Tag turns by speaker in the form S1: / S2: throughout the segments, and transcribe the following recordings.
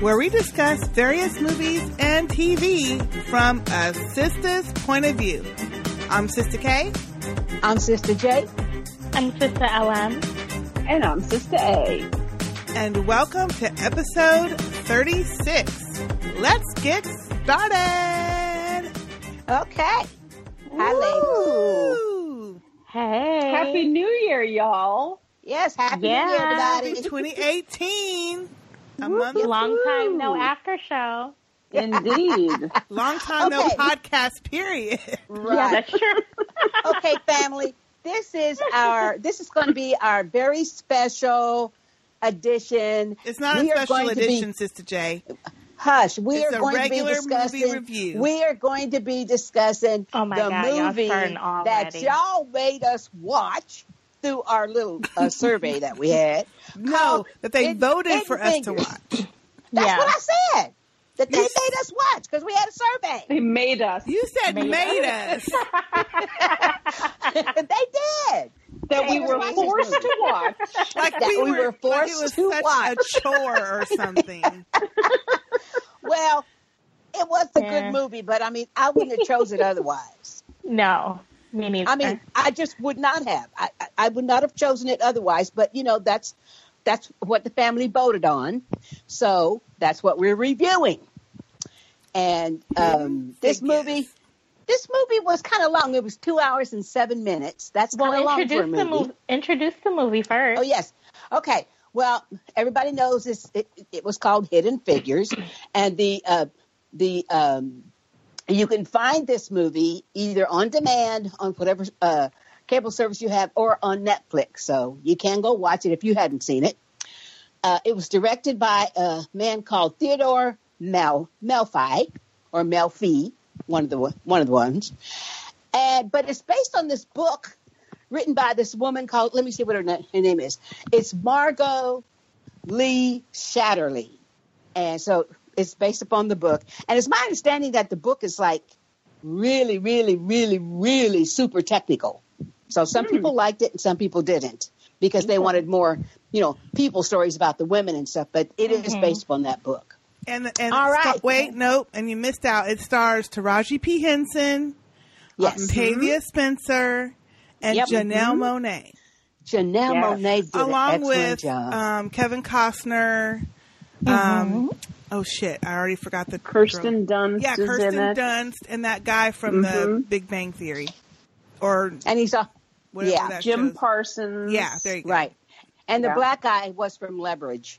S1: where we discuss various movies and TV from a sister's point of view. I'm Sister K.
S2: I'm Sister J.
S3: I'm Sister LM.
S4: And I'm Sister A.
S1: And welcome to episode 36. Let's get started.
S2: Okay. Hi, ladies.
S1: Woo.
S3: Hey.
S4: Happy New Year, y'all.
S2: Yes, happy
S3: Yeah.
S2: New Year,
S1: Happy
S2: everybody.
S1: 2018. A month,
S3: Long time no after show.
S4: Indeed.
S1: long time no
S2: Okay.
S1: podcast. Period.
S3: Yeah,
S2: Right.
S3: that's true.
S2: okay, family. This is our. This is going to be our very special edition.
S1: It's not
S2: We
S1: a
S2: are
S1: special
S2: going to be-
S1: edition, Sister J.
S2: Hush. We
S1: It's
S2: are
S1: a
S2: going to be
S1: regular movie
S2: discussing.
S1: review.
S2: We are going to be discussing
S3: Oh my
S2: the
S3: God, y'all
S2: movie
S3: starting
S2: that
S3: already.
S2: y'all made us watch through our little uh, survey that we had.
S1: No,
S2: Oh,
S1: that they
S2: It-
S1: voted
S2: it
S1: for us to
S2: figures.
S1: watch.
S2: That's
S3: Yeah.
S2: what I said. That they
S1: You
S2: made
S1: s-
S2: us watch because we had a survey.
S4: they made us.
S1: You said made,
S3: Made
S1: us.
S2: they did.
S4: that we
S2: made us
S4: were
S2: watch this
S4: forced
S2: movie.
S4: to watch.
S1: Like
S2: That
S1: we,
S2: we were
S1: like
S2: forced
S1: it was
S2: to
S1: such
S2: watch.
S1: a chore or something.
S2: Well, it was a
S3: Yeah.
S2: good movie, but I mean, I wouldn't have chosen otherwise.
S3: No, me neither.
S2: I mean, I just would not have. I, I, I would not have chosen it otherwise. But you know, that's that's what the family voted on, so that's what we're reviewing. And
S3: Mm-hmm.
S2: um, this
S1: Figures.
S2: movie, this movie was kind of long. It was two hours and seven minutes. That's kind of
S3: well,
S2: long for a
S3: introduce
S2: movie.
S3: the movie. Introduce the movie first.
S2: Oh yes. Okay. Well, everybody knows this. It, it was called Hidden Figures, and the uh, the um, you can find this movie either on demand on whatever uh, cable service you have, or on Netflix. So you can go watch it if you hadn't seen it. Uh, it was directed by a man called Theodore Mel Melfi or Melfi, one of the one one of the ones. And but it's based on this book written by this woman called let me see what her, na- her name is it's margot lee shatterly and so it's based upon the book and it's my understanding that the book is like really really really really super technical so
S1: Hmm.
S2: some people liked it and some people didn't because they wanted more you know people stories about the women and stuff but it is
S1: Mm-hmm.
S2: based upon that book
S1: And and
S2: All right.
S1: stop- wait, nope, and you missed out. It stars Taraji P Henson,
S2: yes Mm-hmm.
S1: Octavia Spencer, and
S2: Yep.
S1: Janelle Monet,
S2: janelle
S4: Yes.
S2: monet did an
S1: along
S2: excellent
S1: with
S2: job Mm-hmm.
S1: um, Kevin Costner. Um, oh shit, I already forgot the girl.
S4: Kirsten Dunst
S1: Yeah,
S4: is
S1: Kirsten
S4: in it.
S1: Dunst and that guy from the
S4: Mhm.
S1: Big Bang Theory, or
S2: and he's a
S1: whatever
S2: Yeah.
S1: that
S4: Jim
S1: show's-
S4: Parsons.
S1: Yeah, there you go.
S2: Right. And the
S4: Yeah.
S2: black guy was from Leverage.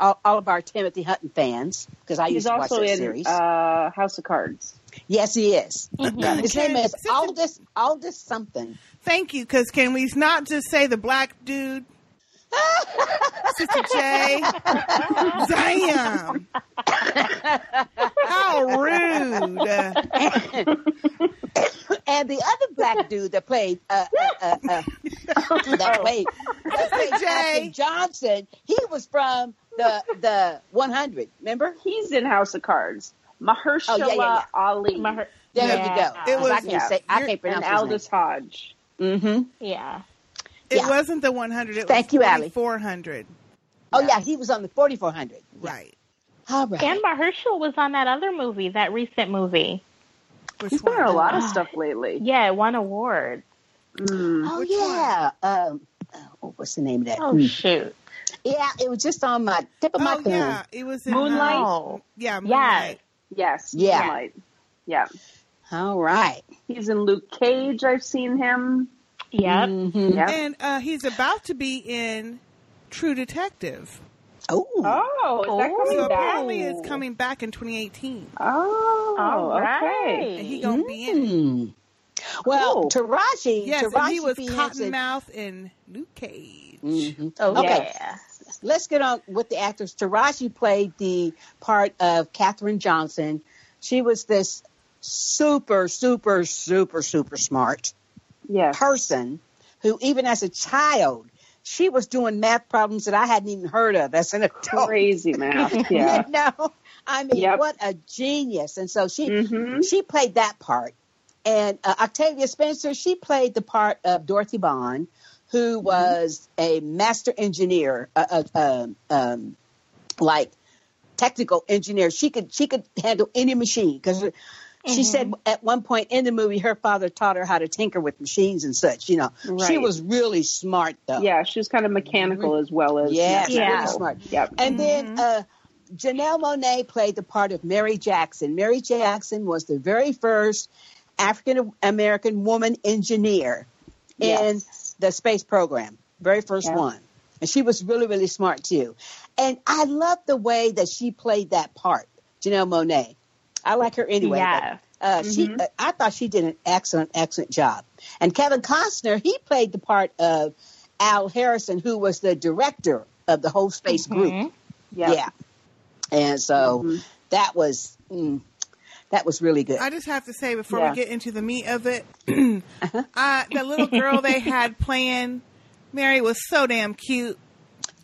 S2: All, all of our Timothy Hutton fans, because I
S4: He's
S2: used to watch
S4: also
S2: that
S4: in
S2: series.
S4: uh, Mm-hmm. House of Cards.
S2: yes, he is.
S1: Can-
S2: His name is
S1: can-
S2: Aldous Aldous something.
S1: Thank you, because can we not just say the black dude? Sister J. Damn. How rude.
S2: And the other black dude that played uh, uh, uh, uh, that played, that played
S1: Jay.
S2: Captain Johnson, he was from the the 100. Remember?
S4: He's in House of Cards. Mahershala
S2: Oh, yeah, yeah.
S4: Ali
S3: My-
S2: There
S3: Yeah.
S2: you go. 'Cause I
S1: was-
S2: can't
S4: yeah.
S2: say I
S1: You're-
S2: can't
S4: and
S2: pronounce
S4: Aldous mm-hmm. Hodge.
S2: hmm
S3: yeah.
S1: It
S2: Yeah.
S1: wasn't the 100. It
S2: Thank you,
S1: was
S2: Ally.
S1: 400.
S2: Oh yeah, he was on the 4400.
S1: Right.
S2: All right.
S3: And Mahershala was on that other movie, that recent movie.
S1: Which
S4: He's been in a
S1: one?
S4: lot of stuff lately.
S3: Yeah, it won awards.
S4: Mm.
S2: Oh
S1: Which one?
S2: yeah. Um, oh, what's the name of that?
S3: Oh
S2: Mm.
S3: shoot.
S2: Yeah, it was just on my tip of my
S1: Oh,
S2: tongue.
S1: yeah. It was in
S4: Moonlight?
S1: um,
S3: Oh.
S1: yeah,
S3: Yeah.
S1: Moonlight.
S4: Yes.
S2: Yeah.
S4: Moonlight. Yeah.
S2: All right.
S4: He's in Luke Cage. I've seen him.
S3: Yep.
S2: Mhm.
S4: Yeah.
S1: And uh, he's about to be in True Detective.
S2: Oh,
S4: Oh, is that
S3: Oh.
S1: So
S4: coming back?
S1: apparently it's coming back in 2018.
S4: Oh,
S3: All
S4: okay.
S3: right.
S1: And he going to be in it.
S2: Mm. Well,
S4: Cool.
S2: Taraji.
S1: Yes,
S2: Taraji
S1: and he was
S2: P. Henson-
S1: Cottonmouth in Luke Cage.
S4: Mm-hmm.
S2: Mhm.
S3: Oh
S2: Okay,
S3: yeah.
S2: let's get on with the actors. Taraji played the part of Katherine Johnson. She was this super, super, super, super smart
S4: Yes.
S2: person who, even as a child, she was doing math problems that I hadn't even heard of as an adult.
S4: Crazy math. Yeah.
S2: you know, I mean,
S4: Yep.
S2: what a genius! And so she
S4: hmm
S2: she played that part, and uh, Octavia Spencer she played the part of Dorothy Bond,
S4: Mm-hmm.
S2: who was a master engineer, uh, uh, um, um, like technical engineer. She could she could handle any machine because. She said
S4: Mm-hmm.
S2: at one point in the movie, her father taught her how to tinker with machines and such. You know, she
S4: Right.
S2: was really smart though.
S4: Yeah, she was kind of mechanical as well as
S2: Yes, really
S3: Yeah.
S4: mathematical.
S2: smart.
S4: Yep.
S2: And then uh, Janelle Monet played the part of Mary Jackson. Mary Jackson was the very first African American woman engineer in
S4: Yes.
S2: the space program, very first
S4: Yeah.
S2: one. And she was really, really smart too. And I love the way that she played that part, Janelle Monet. I like her anyway. but,
S3: Yes.
S2: uh, She,
S4: Mm-hmm.
S2: uh, I thought she did an excellent, excellent job. And Kevin Costner, he played the part of Al Harrison, who was the director of the whole space group.
S4: Mm-hmm. Yep. Mm-hmm.
S2: Yeah, and so that was mm, that was really good.
S1: I just have to say before
S4: Yeah. Uh-huh.
S1: we get into the meat of it, uh the little girl they had playing Mary was so damn cute.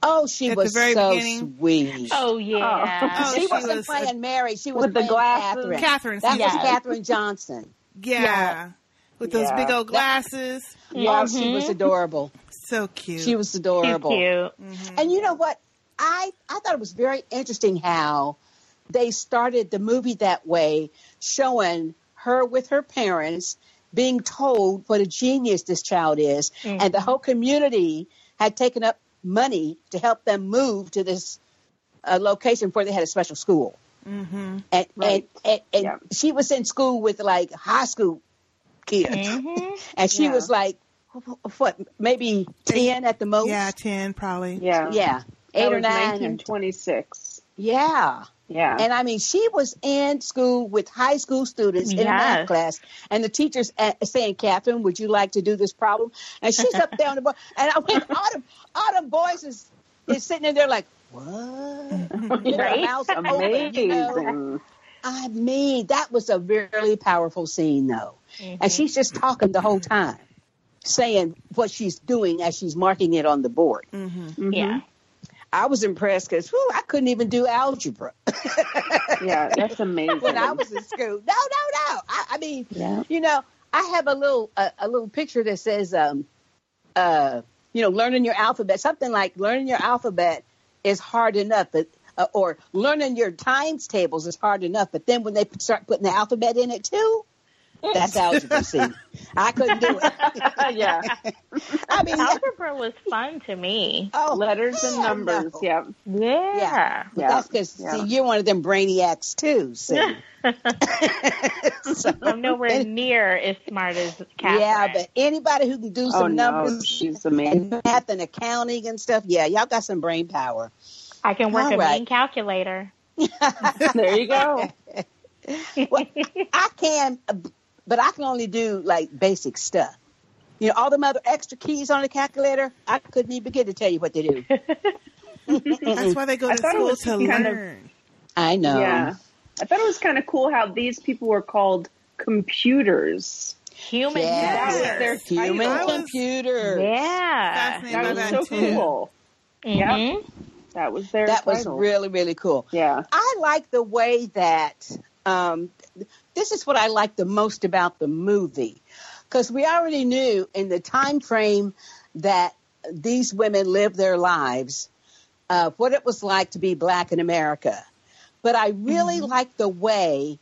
S2: oh, she
S1: At the
S2: was
S1: very
S2: so
S1: beginning-
S2: sweet.
S3: Oh yeah.
S1: Oh,
S2: she,
S1: she
S2: wasn't
S1: was-
S2: playing Mary. She was
S4: With the
S2: playing
S4: glasses.
S2: Catherine.
S1: Catherine,
S2: That
S1: yeah.
S2: was Catherine Johnson.
S1: yeah.
S4: Yeah.
S1: With those
S4: Yeah.
S1: big old glasses.
S2: Oh, she
S4: Mm-hmm.
S2: was adorable.
S1: So cute.
S2: She was
S3: She's
S2: adorable.
S3: cute.
S2: And you know what? I I thought it was very interesting how they started the movie that way, showing her with her parents being told what a genius this child is,
S4: Mm.
S2: and the whole community had taken up money to help them move to this uh, location where they had a special school. Mm-hmm. And,
S4: Right.
S2: and and, and
S4: Yeah.
S2: she was in school with like high school kids, and she
S4: Mm-hmm. Yeah.
S2: was like, wh- what, maybe ten at the most.
S1: yeah, ten probably.
S4: Yeah.
S2: Yeah,
S4: That
S2: eight or
S4: was
S2: nine. or-
S4: 1926.
S2: yeah,
S4: Yeah.
S2: and I mean, she was in school with high school students in a math
S3: Yes.
S2: class, and the teachers at, saying, "Catherine, would you like to do this problem?" And she's up there on the board, and I went, "Autumn, Autumn Boys is is sitting in there like." What? You know,
S3: Right?
S2: mouths open, you
S4: Amazing.
S2: know? I mean, that was a really powerful scene, though.
S4: Mm-hmm.
S2: And she's just talking the whole time, saying what she's doing as she's marking it on the board.
S1: Mm-hmm.
S4: Mm-hmm.
S3: Yeah.
S2: I was impressed because I couldn't even do algebra
S4: Yeah, that's amazing.
S2: when I was in school. No, no, no. I, I mean,
S4: Yeah.
S2: you know, I have a little a, a little picture that says, um, uh, you know, learning your alphabet. Something like learning your alphabet is hard enough, but uh, or learning your times tables is hard enough. But then when they p- start putting the alphabet in it too. That's algebra. See, I couldn't do it.
S4: yeah.
S2: I mean,
S3: Algebra was fun to me.
S2: oh,
S4: Letters and
S2: hell
S4: numbers.
S2: no.
S4: Yeah.
S3: Yeah.
S2: Yeah. But
S4: Yeah,
S2: that's because
S4: yeah.
S2: see, you're one of them brainiacs too. See. So-
S3: I'm nowhere near as smart as Catherine.
S2: yeah, but anybody who can do some
S4: oh, no.
S2: numbers
S4: She's amazing.
S2: and math and accounting and stuff, yeah, y'all got some brain power.
S3: I can work
S2: All
S3: a
S2: right.
S3: mean calculator.
S4: there you go.
S2: Well, I can, uh, but I can only do like basic stuff. You know, all them other extra keys on the calculator, I couldn't even begin to tell you what they do.
S1: That's why they go
S4: I
S1: to
S4: thought it
S1: school
S4: was
S1: to
S4: kind of-
S1: learn.
S2: I know.
S4: Yeah. I thought it was kind of cool how these people were called computers.
S3: Human
S2: Yes.
S4: That was their
S3: power.
S2: Human
S1: I
S4: title.
S1: was
S2: computers.
S3: Yeah.
S1: Fascinated by
S4: That was
S1: that
S4: so
S1: too.
S4: cool.
S3: Mhm.
S4: That was their
S2: That was
S4: title.
S2: really, really cool.
S4: yeah.
S2: I like the way that um, this is what I like the most about the movie because we already knew in the time frame that these women lived their lives uh, what it was like to be black in America. But I really like the way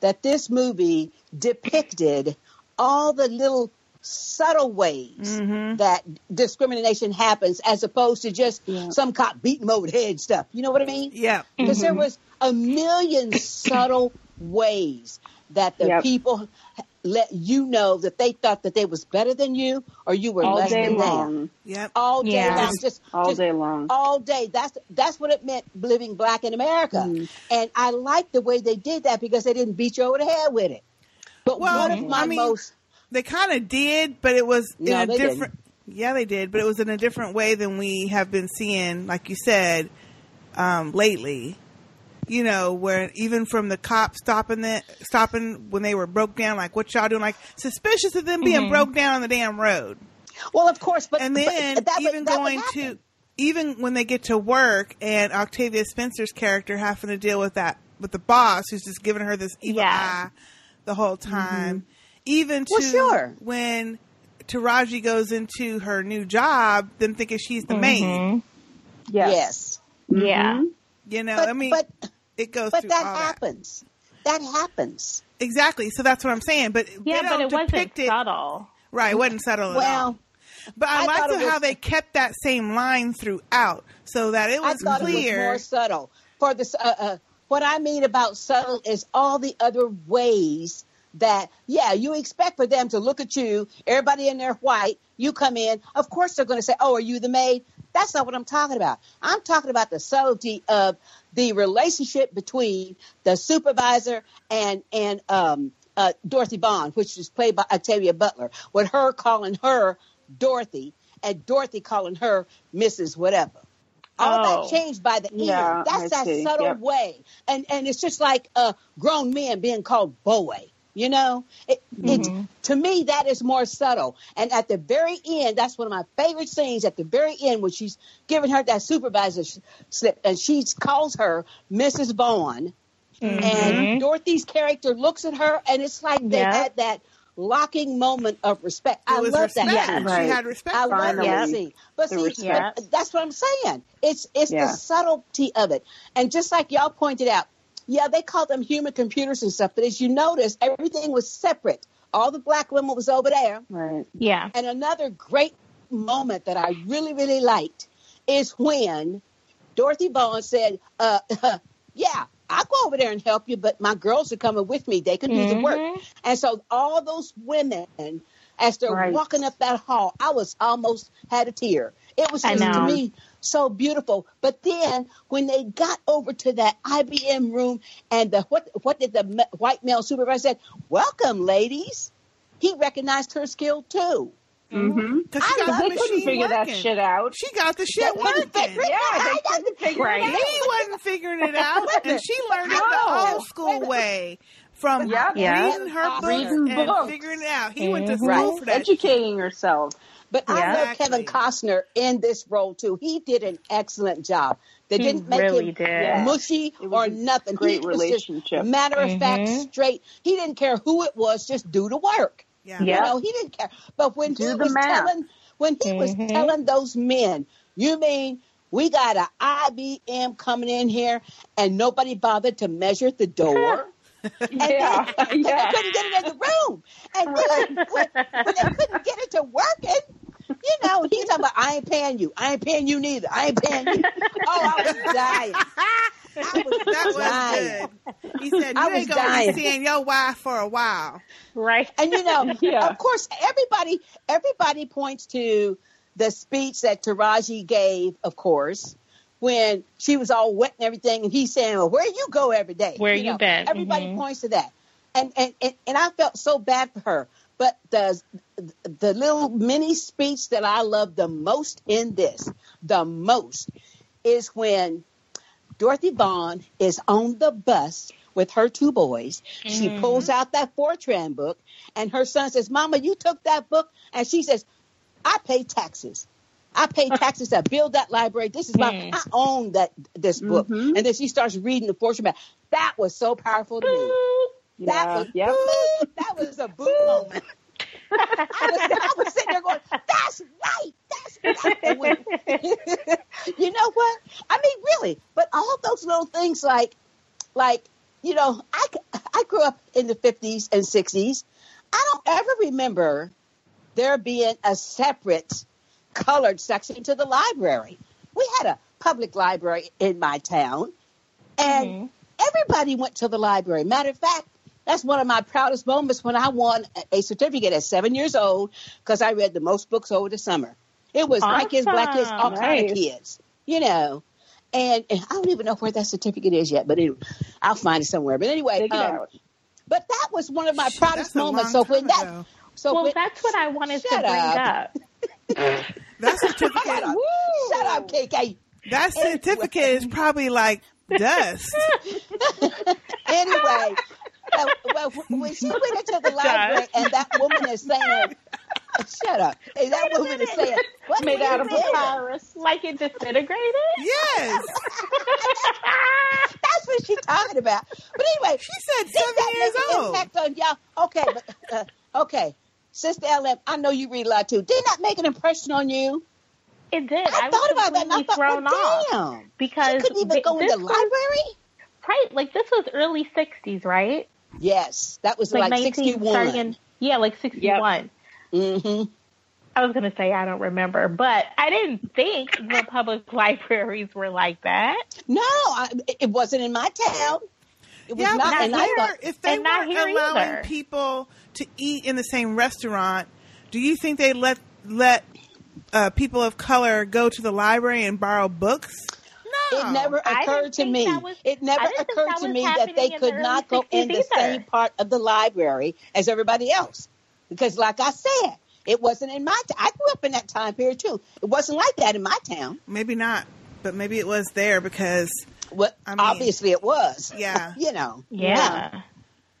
S2: that this movie depicted all the little subtle ways that discrimination happens as opposed to just some cop beating them over the head stuff. You know what I mean?
S1: Yeah.
S2: because there was a million subtle ways that the
S4: Yep.
S2: people let you know that they thought that they was better than you or you were
S4: All
S2: less
S4: day
S2: than them.
S4: long.
S1: Yep.
S2: All day
S3: Yeah.
S2: long, just
S4: All
S2: just
S4: day long.
S2: all day. That's that's what it meant living black in America. And I like the way they did that because they didn't beat you over the head with it. But
S1: Well,
S2: one of my
S1: I mean,
S2: most
S1: They kind of did, but it was
S2: No,
S1: in a
S2: they didn't.
S1: different. Yeah, they did, but it was in a different way than we have been seeing, like you said, um, lately. you know, where even from the cops stopping it, stopping when they were broke down, like what y'all doing, like suspicious of them being broke down on the damn road,
S2: Well, of course, but
S1: and
S2: but
S1: then
S2: that would-
S1: even
S2: that would
S1: going
S2: happen.
S1: to even when they get to work and Octavia Spencer's character having to deal with that with the boss who's just giving her this evil
S3: Yeah.
S1: eye the whole time, even to
S2: Mm-hmm. Well, sure.
S1: when Taraji goes into her new job, them thinking she's the maid.
S2: Mm-hmm. yes,
S3: Yeah.
S2: Mm-hmm.
S1: You know,
S2: but
S1: I mean,
S2: but
S1: it goes
S2: but
S1: through
S2: that
S1: all that.
S2: happens. That happens.
S1: Exactly. So that's what I'm saying. But they
S3: Yeah, but
S1: don't
S3: it wasn't
S1: depict it.
S3: subtle.
S1: Right, it wasn't subtle at all.
S2: Well,
S1: But I,
S2: I
S1: like
S2: thought it
S1: the- how
S2: was-
S1: they kept that same line throughout, so that it
S2: I
S1: was
S2: thought it was
S1: clear.
S2: more subtle. For this, uh, uh, what I mean about subtle is all the other ways that, yeah, you expect for them to look at you. Everybody in there white. You come in. Of course, they're going to say, "Oh, are you the maid?" That's not what I'm talking about. I'm talking about the subtlety of the relationship between the supervisor and and um, uh, Dorothy Bond, which was played by Octavia Butler, with her calling her Dorothy and Dorothy calling her Mrs. Whatever. All
S3: Oh.
S2: that changed by the
S4: Yeah,
S2: end. That's
S4: I
S2: that
S4: see.
S2: subtle
S4: Yep.
S2: way, and and it's just like uh, grown men being called boy. You know, it,
S4: Mm-hmm.
S2: it, to me that is more subtle. And at the very end, that's one of my favorite scenes. At the very end, when she's giving her that supervisor sh- slip, and she calls her Mrs. Bond,
S4: Mm-hmm.
S2: and Dorothy's character looks at her, and it's like they
S3: Yep.
S2: had that locking moment of respect.
S1: It
S2: I
S1: was
S2: love
S1: respect.
S2: that. scene.
S4: Right.
S1: She had respect.
S2: I
S1: for her.
S2: love that
S4: Finally,
S2: scene. But
S4: the
S2: see,
S4: respect.
S2: but that's what I'm saying. It's it's
S4: Yeah.
S2: the subtlety of it. And just like y'all pointed out, yeah, they called them human computers and stuff, but as you notice, everything was separate. All the black women was over there.
S4: Right.
S3: Yeah.
S2: And another great moment that I really, really liked is when Dorothy Bond said, uh, Yeah, I'll go over there and help you, but my girls are coming with me. They can do the work.
S3: Mm-hmm.
S2: And so all those women, as they're
S4: Right.
S2: walking up that hall, I was almost had a tear. It was
S3: I
S2: just to
S3: know.
S2: me so beautiful. But then when they got over to that IBM room and the what what did the ma- white male supervisor said? Welcome, ladies. He recognized her skill too.
S4: Mm-hmm.
S1: 'Cause she
S2: I love
S1: got the
S4: They
S2: it.
S4: couldn't
S1: machine
S4: figure that
S1: working.
S4: shit out.
S1: She got the shit
S2: That
S1: working.
S2: wasn't figured
S4: Yeah,
S2: out.
S4: they couldn't figure
S3: Right.
S4: it out.
S1: He wasn't figuring it out, and she learned it the
S4: No.
S1: old school way from
S4: Yep.
S3: Yeah.
S1: reading her books
S2: Reading
S1: and
S4: books.
S1: figuring it out. He went to
S3: Mhm.
S1: school
S2: Right.
S1: for that.
S4: Mm-hmm. Educating herself.
S2: But I
S3: Yeah.
S2: love Kevin Costner in this role too. He did an excellent job. They
S3: He
S2: didn't make
S3: really
S2: him
S3: did.
S4: Yeah.
S2: mushy
S4: It was
S2: or
S4: a
S2: nothing.
S4: great
S2: he was just
S4: relationship.
S2: matter of fact,
S4: Mm-hmm.
S3: Mhm.
S2: straight. He didn't care who it was. Just do the work.
S1: Yeah.
S3: Yeah.
S2: You know, he didn't care. But when
S4: Do
S2: he
S4: the
S2: was
S4: math. Mm-hmm.
S2: telling when he was
S3: Mhm.
S2: telling those men, you mean we got an IBM coming in here and nobody bothered to measure the door?
S4: Yeah.
S2: And
S4: yeah.
S2: they couldn't get it in the room. And then when, when they couldn't get it to working, you know, he's talking about, I ain't paying you. I ain't paying you neither. I ain't paying you. Oh, I was dying. I was
S1: That was
S2: dying.
S1: good. He said,
S2: I
S1: "You
S2: was
S1: ain't gonna
S2: dying.
S1: be seeing your wife for a while."
S3: Right.
S2: And you know,
S4: Yeah.
S2: of course, everybody everybody points to the speech that Taraji gave, of course, when she was all wet and everything, and he's saying, "Well, where you go every day?
S3: Where you been?
S2: Everybody
S3: Mhm.
S2: points to that, and and, and and I felt so bad for her. But the the little mini speech that I love the most in this, the most, is when Dorothy Vaughn is on the bus with her two boys. She pulls out that Fortran book, and her son says, Mama, you took that book? And she says, I pay taxes. I pay taxes to build that library. This is my, I own that this book.
S4: Mhm.
S2: And then she starts reading the Fortran book. That was so powerful to me. That
S4: Yeah.
S2: was
S4: Yep.
S2: boo. that was a boo moment. I was, I was sitting there going, "That's right, that's right." And when- you know what? I mean, really. But all those little things, like, like you know, I c- I grew up in the fifties and sixties. I don't ever remember there being a separate colored section to the library. We had a public library in my town, and
S3: Mhm.
S2: everybody went to the library. Matter of fact, that's one of my proudest moments when I won a- a certificate at seven years old because I read the most books over the summer. It was my kids, black kids, all
S3: Awesome.
S2: kind of
S4: Nice.
S2: kids, you know. And, and I don't even know where that certificate is yet, but anyway, I'll find it somewhere. But anyway,
S4: Figure it
S2: um,
S4: out.
S2: but that was one of my
S1: Shit,
S2: proudest
S1: that's a
S2: moments. So
S1: long
S2: when
S1: time
S2: that,
S1: ago.
S2: so
S3: well,
S2: when,
S3: that's what I wanted to
S2: Shut
S3: bring
S2: up.
S3: up.
S1: that certificate,
S2: shut up, shut up, KK.
S1: that certificate is probably like dust.
S2: anyway, uh, well, when she went into the library and that woman is saying, "Shut up!" and that woman is saying, "What is
S3: Made out of
S2: this?"
S3: papyrus, like it disintegrated.
S1: Yes.
S2: That's what she's talking about. But anyway,
S1: She said seven
S2: that
S1: years
S2: make an
S1: old.
S2: impact on y'all? Okay, but, uh, okay, Sister LM, I know you read a lot too. Did that make an impression on you?
S3: It did.
S2: I,
S3: I, was
S2: thought about that. And I
S3: completely
S2: thought,
S3: thrown
S2: well,
S3: off
S2: damn, she
S3: because
S2: couldn't even
S3: thi-
S2: go in
S3: this
S2: the
S3: was-
S2: library.
S3: right? Like this was early '60s, right?
S2: Yes, that was like,
S3: 19, starting
S2: sixty-one.
S3: in- yeah, like '61.
S2: hmm
S3: I was gonna say I don't remember, but I didn't think the public libraries were like that.
S2: No, I, it wasn't in my town. It was
S1: Yeah,
S2: not.
S1: but
S2: and
S1: here,
S2: I thought,
S1: if they
S3: and not
S1: weren't
S3: here
S1: allowing
S3: either.
S1: people to eat in the same restaurant, do you think they let let uh, people of color go to the library and borrow books? No,
S2: It never
S3: I didn't
S2: occurred to
S3: think
S2: me.
S3: that was-
S2: it never
S3: I didn't think
S2: occurred
S3: that
S2: to
S3: was
S2: me that
S3: happening
S2: they
S3: in the
S2: could
S3: early
S2: not go in
S3: 60s
S2: the
S3: either.
S2: same part of the library as everybody else. Because, like I said, it wasn't in my town. I grew up in that time period, too. It wasn't like that in my town.
S1: maybe not, but maybe it was there because
S2: Well,
S1: I mean-
S2: obviously it was.
S1: Yeah.
S2: you know.
S3: Yeah,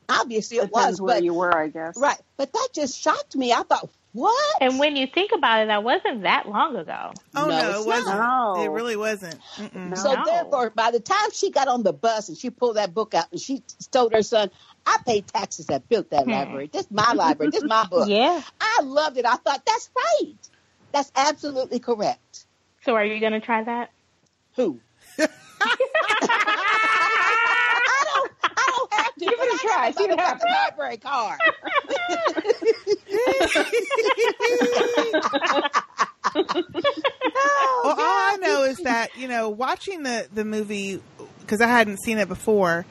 S2: Obviously it was.
S4: Depends where
S2: But,
S4: you were, I guess.
S2: right. But that just shocked me. I thought, what?
S3: and when you think about it, that wasn't that long ago.
S1: oh
S2: No,
S1: no,
S2: it's
S1: it wasn't.
S4: not. No.
S1: It really wasn't. Mm-mm.
S2: So
S3: No.
S2: therefore, by the time she got on the bus and she pulled that book out and she told her son, "I paid taxes that built
S4: Hmm.
S2: that library. This my library. This my book."
S3: Yeah.
S2: I loved it. I thought that's right. That's absolutely correct.
S3: So are you gonna try that?
S2: Who? I don't. I don't have to.
S4: Give it a
S2: but I
S4: try.
S2: got
S4: See what
S2: my
S4: happens.
S2: Library card. Oh,
S1: Well, all I know is that you know, watching the the movie because I hadn't seen it before.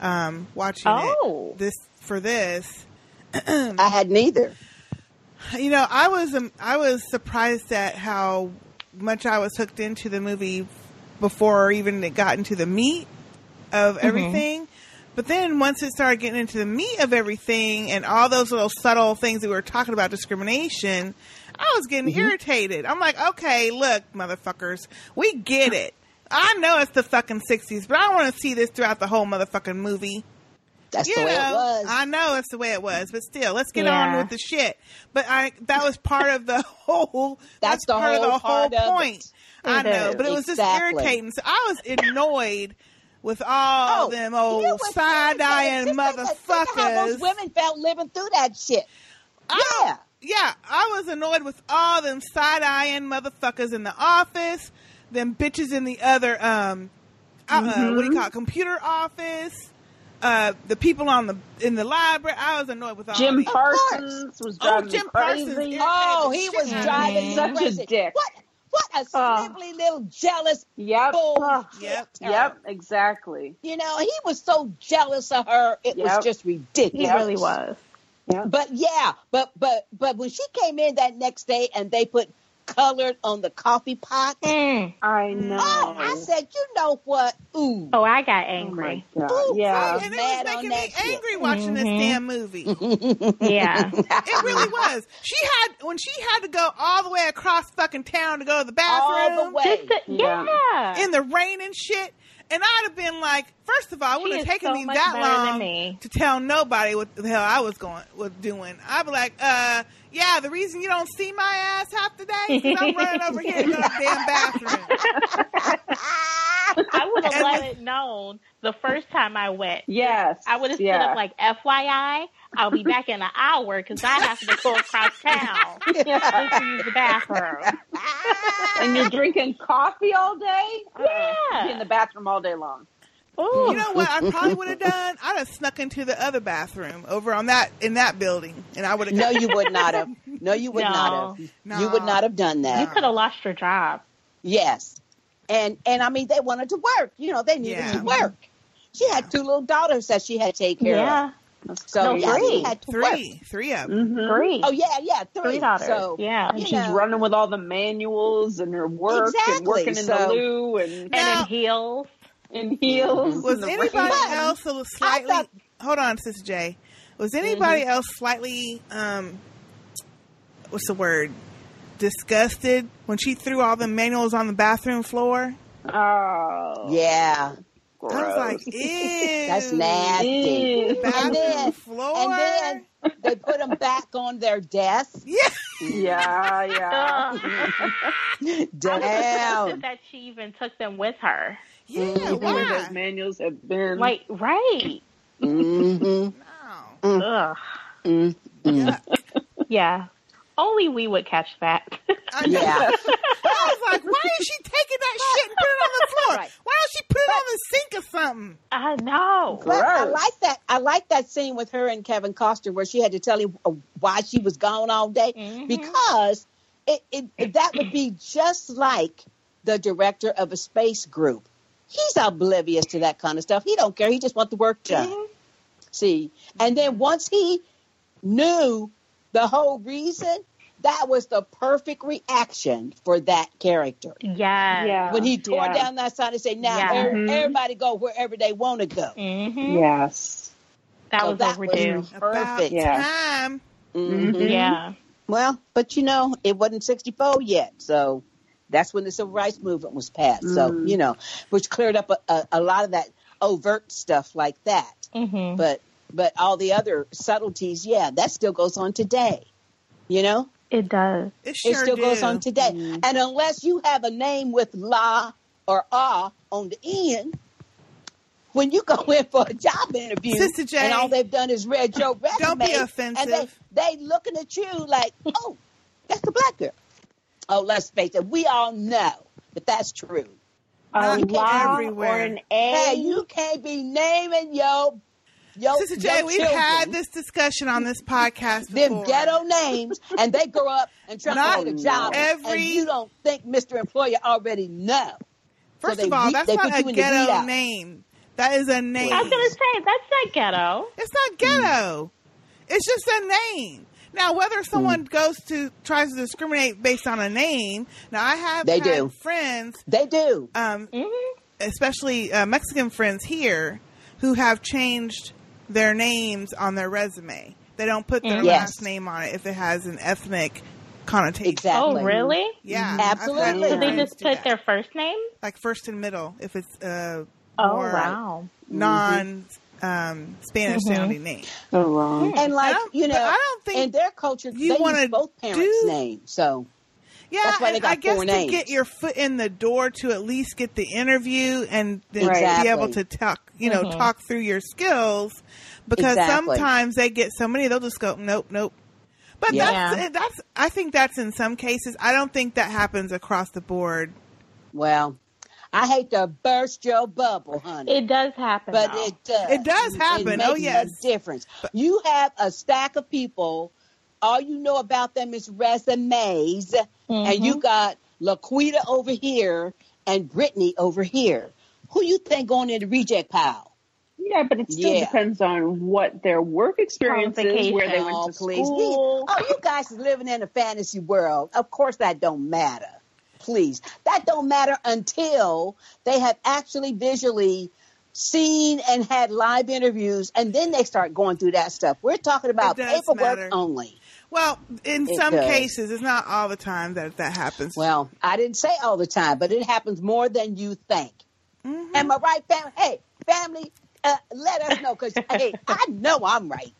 S1: Um, watching
S3: Oh.
S1: it this for this,
S2: I had neither.
S1: you know, I was um, I was surprised at how much I was hooked into the movie before even it got into the meat of everything. But then once it started getting into the meat of everything and all those little subtle things that we were talking about discrimination, I was getting irritated. I'm like, okay, look, motherfuckers, we get it. I know it's the fucking 60s, but I want to see this throughout the whole motherfucking movie
S2: That's
S1: you
S2: the way
S1: know,
S2: it was.
S1: I know it's the way it was, but still, let's get
S3: Yeah.
S1: on with the shit. But I that was part of the whole.
S2: That's the
S1: part of
S2: whole
S1: the whole
S2: part of it.
S1: point. I
S3: It
S1: know,
S3: is.
S1: but it was just
S2: Exactly.
S1: irritating. So I was annoyed with all
S2: Oh,
S1: them
S2: you
S1: old
S2: was
S1: side eyeing
S2: irritated. Just think of- think of How those
S1: motherfuckers.
S2: women felt living through that shit.
S1: I-
S2: yeah.
S1: yeah, I was annoyed with all them side eyeing motherfuckers in the office, them bitches in the other um, uh, uh, what do you
S3: Mm-hmm.
S1: call it, computer office. Uh, the people on the in the library, I was annoyed with all
S4: Jim
S1: these.
S4: Parsons was
S1: Oh,
S4: driving me
S1: Jim Parsons.
S4: crazy.
S1: irritated
S2: Oh,
S1: the
S2: he
S1: shit
S2: was
S1: out of
S2: driving
S3: me.
S2: so
S4: Such a
S2: crazy.
S4: dick.
S2: What? What a
S4: Oh.
S2: snivelly little jealous
S4: Yep.
S2: bull.
S4: Ugh.
S1: Yep.
S4: uh, Yep, exactly.
S2: You know, he was so jealous of her. It was
S4: Yep.
S2: just ridiculous.
S3: He really was.
S2: But yeah, but but but when she came in that next day and they put colored on the coffee pot,
S3: Mm.
S4: I know.
S2: oh, I said, you know what? Ooh,
S3: Oh, I got
S4: Oh
S3: angry.
S4: my God.
S2: Ooh,
S4: yeah.
S2: I-
S1: and it
S2: Mad
S1: was making
S2: on
S1: me
S2: that shit.
S1: angry watching this
S3: Mhm.
S1: damn movie. It
S3: yeah.
S1: really was. She had when she had to go all the way across fucking town to go to the
S2: all the
S1: bathroom
S2: way.
S3: Just the, yeah.
S4: Yeah.
S1: in the rain and shit. And I'd have been like, first of all, it
S3: She
S1: wouldn't have
S3: is
S1: taken
S3: so
S1: me
S3: much
S1: that
S3: better than
S1: long
S3: me.
S1: to tell nobody what the hell I was going was doing. I'd be like, uh, yeah, the reason you don't see my ass half the day is 'cause I'm running over here to go to the damn bathroom.
S2: Ah,
S3: I would have
S1: And
S3: let it known the first time I went.
S4: Yes.
S3: I would have
S4: yeah.
S3: stood up like, FYI, I'll be back in an hour because I have to go across town just to use the bathroom.
S2: ah.
S4: and you're drinking coffee all day? Uh,
S3: Yeah.
S4: Be in the bathroom all day long.
S3: Ooh.
S1: You know what I probably would have done? I'd have snuck into the other bathroom over on that in that building, and I would have.
S2: no, you would not have. No, you would
S3: No.
S2: not have. You
S1: No.
S2: would not have done that.
S3: you could have lost your job.
S2: Yes. And and I mean they wanted to work. You know, they needed
S1: Yeah.
S2: to work. She had two little daughters that she had to take care
S3: Yeah.
S2: of. So
S3: No,
S2: yeah,
S3: three.
S2: she had to work.
S1: Three, three of them.
S4: Mm-hmm.
S3: Three.
S2: Oh yeah, yeah, three.
S3: three daughters.
S2: So
S3: yeah.
S4: And
S2: you
S4: she's
S2: know.
S4: running with all the manuals and her work
S2: Exactly,
S4: and working in
S2: so-
S4: the loo and
S3: And
S1: Now-
S3: in heels.
S4: in heels.
S1: Was
S4: and the
S1: anybody
S4: rain.
S1: else a little slightly?
S2: thought- Mm-hmm.
S1: hold on, Sister J. Was anybody else slightly? Um, what's the word? Disgusted when she threw all the manuals on the bathroom floor.
S4: Oh.
S2: Yeah.
S4: Gross.
S1: I was like, ew.
S2: That's nasty.
S4: Ew.
S1: Bathroom
S2: And then-
S1: floor.
S2: And then they put them back on their desk.
S1: yeah.
S4: yeah, yeah.
S3: Ugh. I was
S2: Down.
S3: disgusted that she even took them with her.
S1: Yeah.
S2: Mhm.
S4: Where those
S1: Why?
S4: manuals have been.
S3: Like, right.
S2: hmm
S1: No.
S3: Ugh.
S2: mm
S1: Yeah.
S3: Yeah. Only we would catch that.
S1: I know.
S2: Yeah.
S1: I was like, why is she taking that shit and put it on the floor?
S2: Right.
S1: Why don't she put it on the sink or something?
S3: I know.
S2: But I
S4: Gross.
S2: like that. I like that scene with her and Kevin Costner where she had to tell him uh, why she was gone all day
S4: Mm-hmm.
S3: Mhm.
S2: because it, it that would be just like the director of a space group. He's oblivious to that kind of stuff. He don't care. He just wants the work done.
S4: Mm-hmm.
S3: Mhm.
S2: See, and then once he knew the whole reason, that was the perfect reaction for that character.
S3: Yeah.
S4: yeah.
S2: When he tore
S4: yeah.
S2: down that sign and said, "Now
S3: Yeah.
S2: er-
S4: Mhm.
S2: everybody go wherever they want to go."
S3: Mm-hmm.
S4: Yes.
S3: That
S2: So
S3: was
S2: that was-
S3: overdue.
S1: About
S2: Perfect.
S4: Yeah.
S1: time.
S2: Mhm.
S4: Mhm.
S3: Yeah.
S2: Well, but you know, it wasn't 64 yet. So that's when the civil rights movement was passed. So,
S4: Mm.
S2: you know, which cleared up a, a, a lot of that overt stuff like that.
S3: Mm-hmm.
S2: But but all the other subtleties, yeah, that still goes on today. You know,
S3: It does.
S1: It sure
S2: it still
S1: do. Mm-hmm.
S2: goes on today.
S4: Mm.
S2: And unless you have a name with la or ah on the end, when you go in for a job interview
S1: Sister J,
S2: and all they've done is read your resume,
S1: don't be
S2: and they,
S1: offensive.
S2: they looking at you like, oh, that's the black girl. Oh, let's face it, we all know that that's true.
S4: A
S1: Not
S4: la
S1: everywhere.
S4: or an A.
S2: Hey, you can't be naming yo, yo,
S1: Sister J,
S2: your
S1: we've
S2: children
S1: had this discussion on this podcast
S2: them
S1: before.
S2: ghetto names, and they grow up and try
S1: Not
S2: to get a job,
S1: every-
S2: and you don't think Mr. Employer already know.
S1: First
S2: they
S1: of all,
S2: weed-
S1: that's
S2: they
S1: not
S2: put
S1: a
S2: you in the weed
S1: ghetto
S2: out.
S1: name. That is a name.
S3: I was gonna say that's not ghetto.
S1: It's not
S2: Mm.
S1: ghetto. It's just a name. Now, whether someone goes to tries to discriminate based on a name, now I have
S2: They
S1: had
S2: do. Mm.
S1: friends,
S2: They do.
S1: um,
S3: Mm-hmm.
S1: especially uh, Mexican friends here, who have changed their names on their resume. They don't put their
S3: Mhm.
S2: Mm. Yes.
S1: last name on it if it has an ethnic connotation.
S2: Exactly.
S3: Oh, really?
S1: Yeah,
S2: Mhm.
S1: I've had
S2: Absolutely.
S3: So
S2: Yeah.
S3: they
S1: friends
S3: just
S1: do
S3: put
S1: that.
S3: their first name.
S1: like first and middle if it's uh,
S3: Oh
S1: more
S3: wow.
S1: non um, Spanish
S3: Mm-hmm.
S1: sounding name.
S4: So wrong.
S2: And like
S1: I don't-
S2: you know,
S1: but I don't think
S2: in their culture,
S1: you
S2: they
S1: wanna
S2: use both parents'
S1: do-
S2: names. So
S1: Yeah,
S2: That's why they
S1: and
S2: got
S1: I guess
S2: four
S1: to
S2: names.
S1: get your foot in the door to at least get the interview and then
S2: Right.
S1: be able to talk, you know,
S3: Mhm.
S1: talk through your skills because
S2: Exactly.
S1: sometimes they get so many they'll just go nope, nope. But
S2: Yeah.
S1: that's eh, that's I think that's in some cases. I don't think that happens across the board.
S2: well, I hate to burst your bubble, honey,
S3: It does happen.
S2: but
S3: though.
S2: it does.
S1: It does happen.
S2: It makes
S1: oh yes.
S2: a difference. You have a stack of people. All you know about them is resumes, and you got Laquita over here and Brittany over here. Who you think going in the reject pile?
S4: Yeah, but it still
S2: Yeah.
S4: depends on what their work experience is, where they went
S2: Oh,
S4: to
S2: please.
S4: school.
S2: Oh, you guys is living in a fantasy world. Of course that don't matter. Please. That don't matter until they have actually visually seen and had live interviews and then they start going through that stuff. We're talking about
S1: It does
S2: paperwork
S1: matter.
S2: only.
S1: Well, in
S2: It
S1: some
S2: does.
S1: cases, it's not all the time that that happens.
S2: Well, I didn't say all the time, but it happens more than you think.
S1: Mm-hmm.
S2: Am I right, family? Hey, family, uh, let us know because hey, I know I'm right.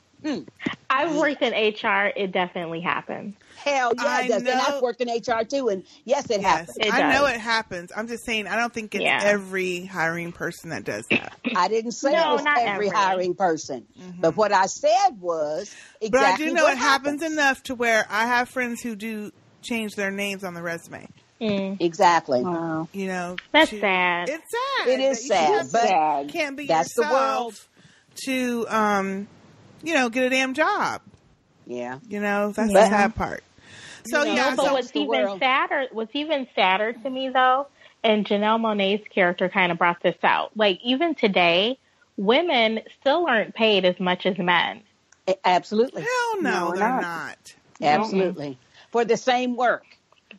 S3: I've worked in HR. It definitely happens.
S2: Hell yeah,
S1: I
S2: it does. And
S1: know-
S2: I've worked in HR too, and yes, it
S1: yes,
S2: happens.
S3: It
S1: I know
S3: does.
S1: it happens. I'm just saying I don't think it's
S3: Yeah.
S1: every hiring person that does that.
S2: I didn't say
S3: No,
S2: it was
S3: not Mm-hmm.
S2: every
S3: every.
S2: hiring person, but what I said was exactly.
S1: But I do know
S2: what
S1: it happens. enough to where I have friends who do change their names on the resume.
S3: Mm.
S2: Exactly.
S4: Wow.
S1: You know,
S3: That's
S1: to-
S3: sad. Oh,
S1: It's sad.
S2: It
S1: that you
S2: is sad,
S1: can't-
S2: but
S4: Sad.
S1: can't be
S2: that's the world.
S1: yourself to um, you know, get a damn job.
S2: yeah.
S1: You know, that's the
S2: But-
S1: sad part. So
S2: You know,
S1: yeah,
S3: but
S2: so-
S1: so
S3: what's
S2: the
S3: even
S2: world.
S3: sadder, what's even sadder to me though, and Janelle Monet's character kind of brought this out. Like even today, women still aren't paid as much as men.
S2: A- Absolutely.
S1: hell no,
S4: No,
S1: they're
S4: not.
S1: not.
S2: Absolutely. For the same work.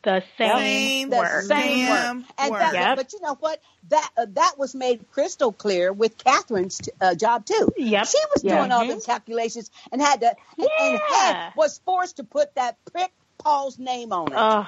S3: The
S1: Same
S3: same,
S2: The
S3: work.
S2: same
S1: Damn
S2: work. And
S1: work.
S2: That,
S3: Yep.
S2: But you know what? That uh, that was made crystal clear with Catherine's t- uh, job too.
S3: Yep.
S2: She was
S4: Yeah.
S2: doing all the
S1: Mm-hmm.
S2: calculations and had to and- and
S3: Yeah.
S2: had, was forced to put that prick Paul's name on it.
S3: Ugh.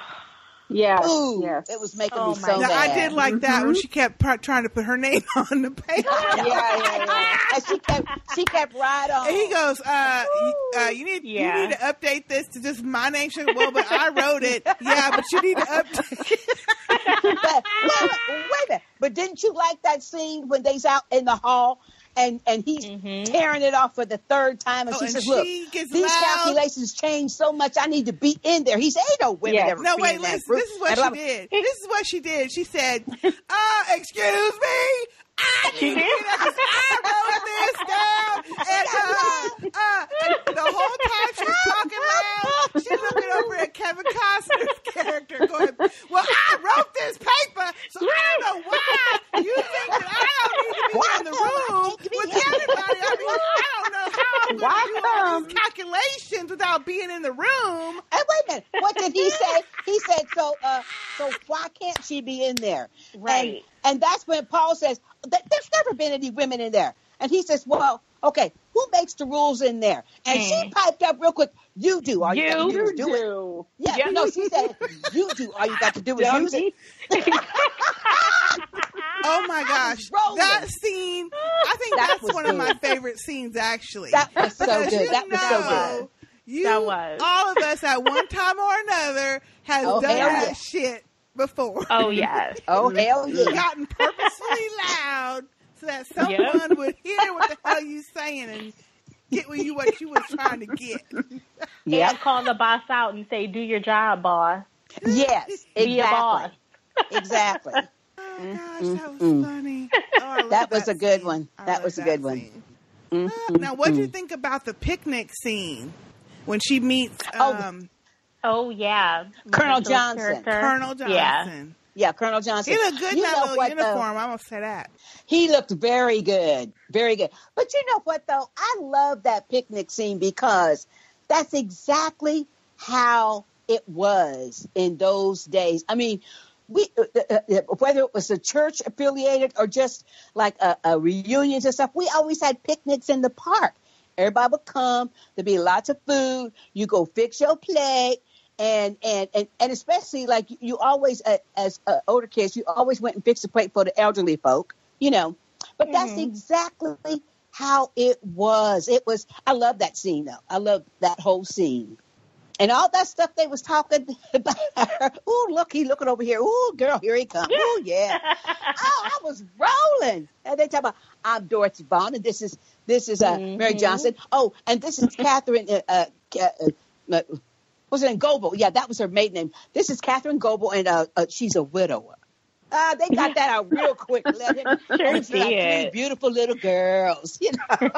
S4: Yeah.
S2: Ooh,
S4: yes.
S2: it was making
S3: Oh
S2: me
S3: my
S2: so Mm-hmm.
S1: Now,
S3: God.
S2: mad.
S1: I did like that when she kept pro- trying to put her name on the page.
S2: yeah, yeah, yeah. And she kept, she kept right on.
S1: And he goes, uh, y- uh, you need
S3: Yeah.
S1: you need to update this to just my name. She goes, well, but I wrote it. Yeah, but you need to update.
S2: but wait, a minute, wait a minute. But didn't you like that scene when they's out in the hall and and he's
S3: Mhm.
S2: tearing it off for the third time, and
S1: Oh,
S2: she
S1: and
S2: says, "Look,
S1: she gets
S2: these
S1: loud.
S2: calculations change so much. I need to be in there." He's ain't no women
S4: Yes.
S2: ever.
S1: No,
S2: be
S1: wait,
S2: in that
S1: listen.
S2: group."
S1: This is what
S2: And
S1: she
S2: I'm-
S1: did. This is what she did. She said, uh, excuse me. I
S3: She
S1: need
S3: did.
S1: I wrote this down. And, uh, uh, and the whole time she's talking loud, she's looking over at Kevin Costner's character going, well, I wrote this paper, so I don't know why you think that I don't need to be in the room with everybody. I mean, I don't know how I'm
S4: Why
S1: going to do all
S4: come?
S1: these calculations without being in the room.
S2: And wait a minute, what did he say? He said, "So, uh, so why can't she be in there?"
S3: Right.
S2: And, and that's when Paul says, "Th- "There's never been any women in there." And he says, "Well, okay, who makes the rules in there?" And she
S3: Mm.
S2: piped up real quick, "You do. All you, got to
S3: You
S2: do is do, it."
S4: do.
S2: Yeah,
S3: Yep.
S2: no, she said, "You do. All you got to do is use it."
S4: Dumpy.
S1: Oh my gosh,
S2: rolling.
S1: that scene! I think
S2: That
S1: that's
S2: was
S1: one of
S2: good.
S1: my favorite scenes, actually.
S2: That was so
S1: Because you
S2: good. That was so
S1: know,
S2: good.
S1: You,
S3: That was.
S1: all of us at one time or another has
S2: Oh,
S1: done
S2: hell
S1: that
S2: yeah.
S1: shit before,
S3: oh yes.
S2: Oh hell yeah!
S1: gotten purposely loud so that someone
S3: Yep.
S1: would hear what the hell you saying and get with you what you was trying to get.
S2: Yeah.
S3: And call the boss out and say, "Do your job, boss.
S2: Yes,
S3: Be a boss."
S2: exactly, exactly.
S1: Oh gosh, that was
S2: mm.
S1: funny. Oh, I love
S2: That was a good
S1: scene.
S2: one.
S1: I
S2: That
S1: love
S2: was a good one.
S1: scene.
S2: Mm,
S1: Uh, Now, what do you think about the picnic scene when she meets
S2: Oh,
S1: um,
S3: Oh yeah,
S2: Colonel
S3: Marshall's
S2: Johnson.
S3: character.
S1: Colonel
S3: Yeah.
S1: Johnson?
S2: Yeah, Colonel Johnson.
S1: He looked good
S2: You
S1: in that
S2: know
S1: little
S2: what, though?
S1: uniform. I'm gonna say that.
S2: He looked very good, very good. But you know what though? I love that picnic scene because that's exactly how it was in those days. I mean, we uh, uh, uh, whether it was a church affiliated or just like a, a reunions and stuff, we always had picnics in the park. Everybody would come. There'd be lots of food. You go fix your plate. And, and, and, and especially like you- you always, uh, as uh, older kids, you always went and fixed the plate for the elderly folk, you know. But that's
S3: Mhm.
S2: exactly how it was. It was, I love that scene though. I love that whole scene. And all that stuff they was talking about. Ooh, look, he looking over here. Ooh, girl, here he comes. Ooh, yeah oh, I was rolling. And they talk about I'm Dorothy Vaughn, and this is this is uh, Mary
S3: Mhm.
S2: Johnson. Oh, and this is Catherine. Uh, uh, Ca- uh, uh, was it in Goebel? Yeah, that was her maiden name. This is Catherine Goebel, and uh, uh, she's a widower. Ah, they got that out real quick. Let him.
S3: Sure
S2: oh, she's like three
S3: did.
S2: beautiful little girls, you know,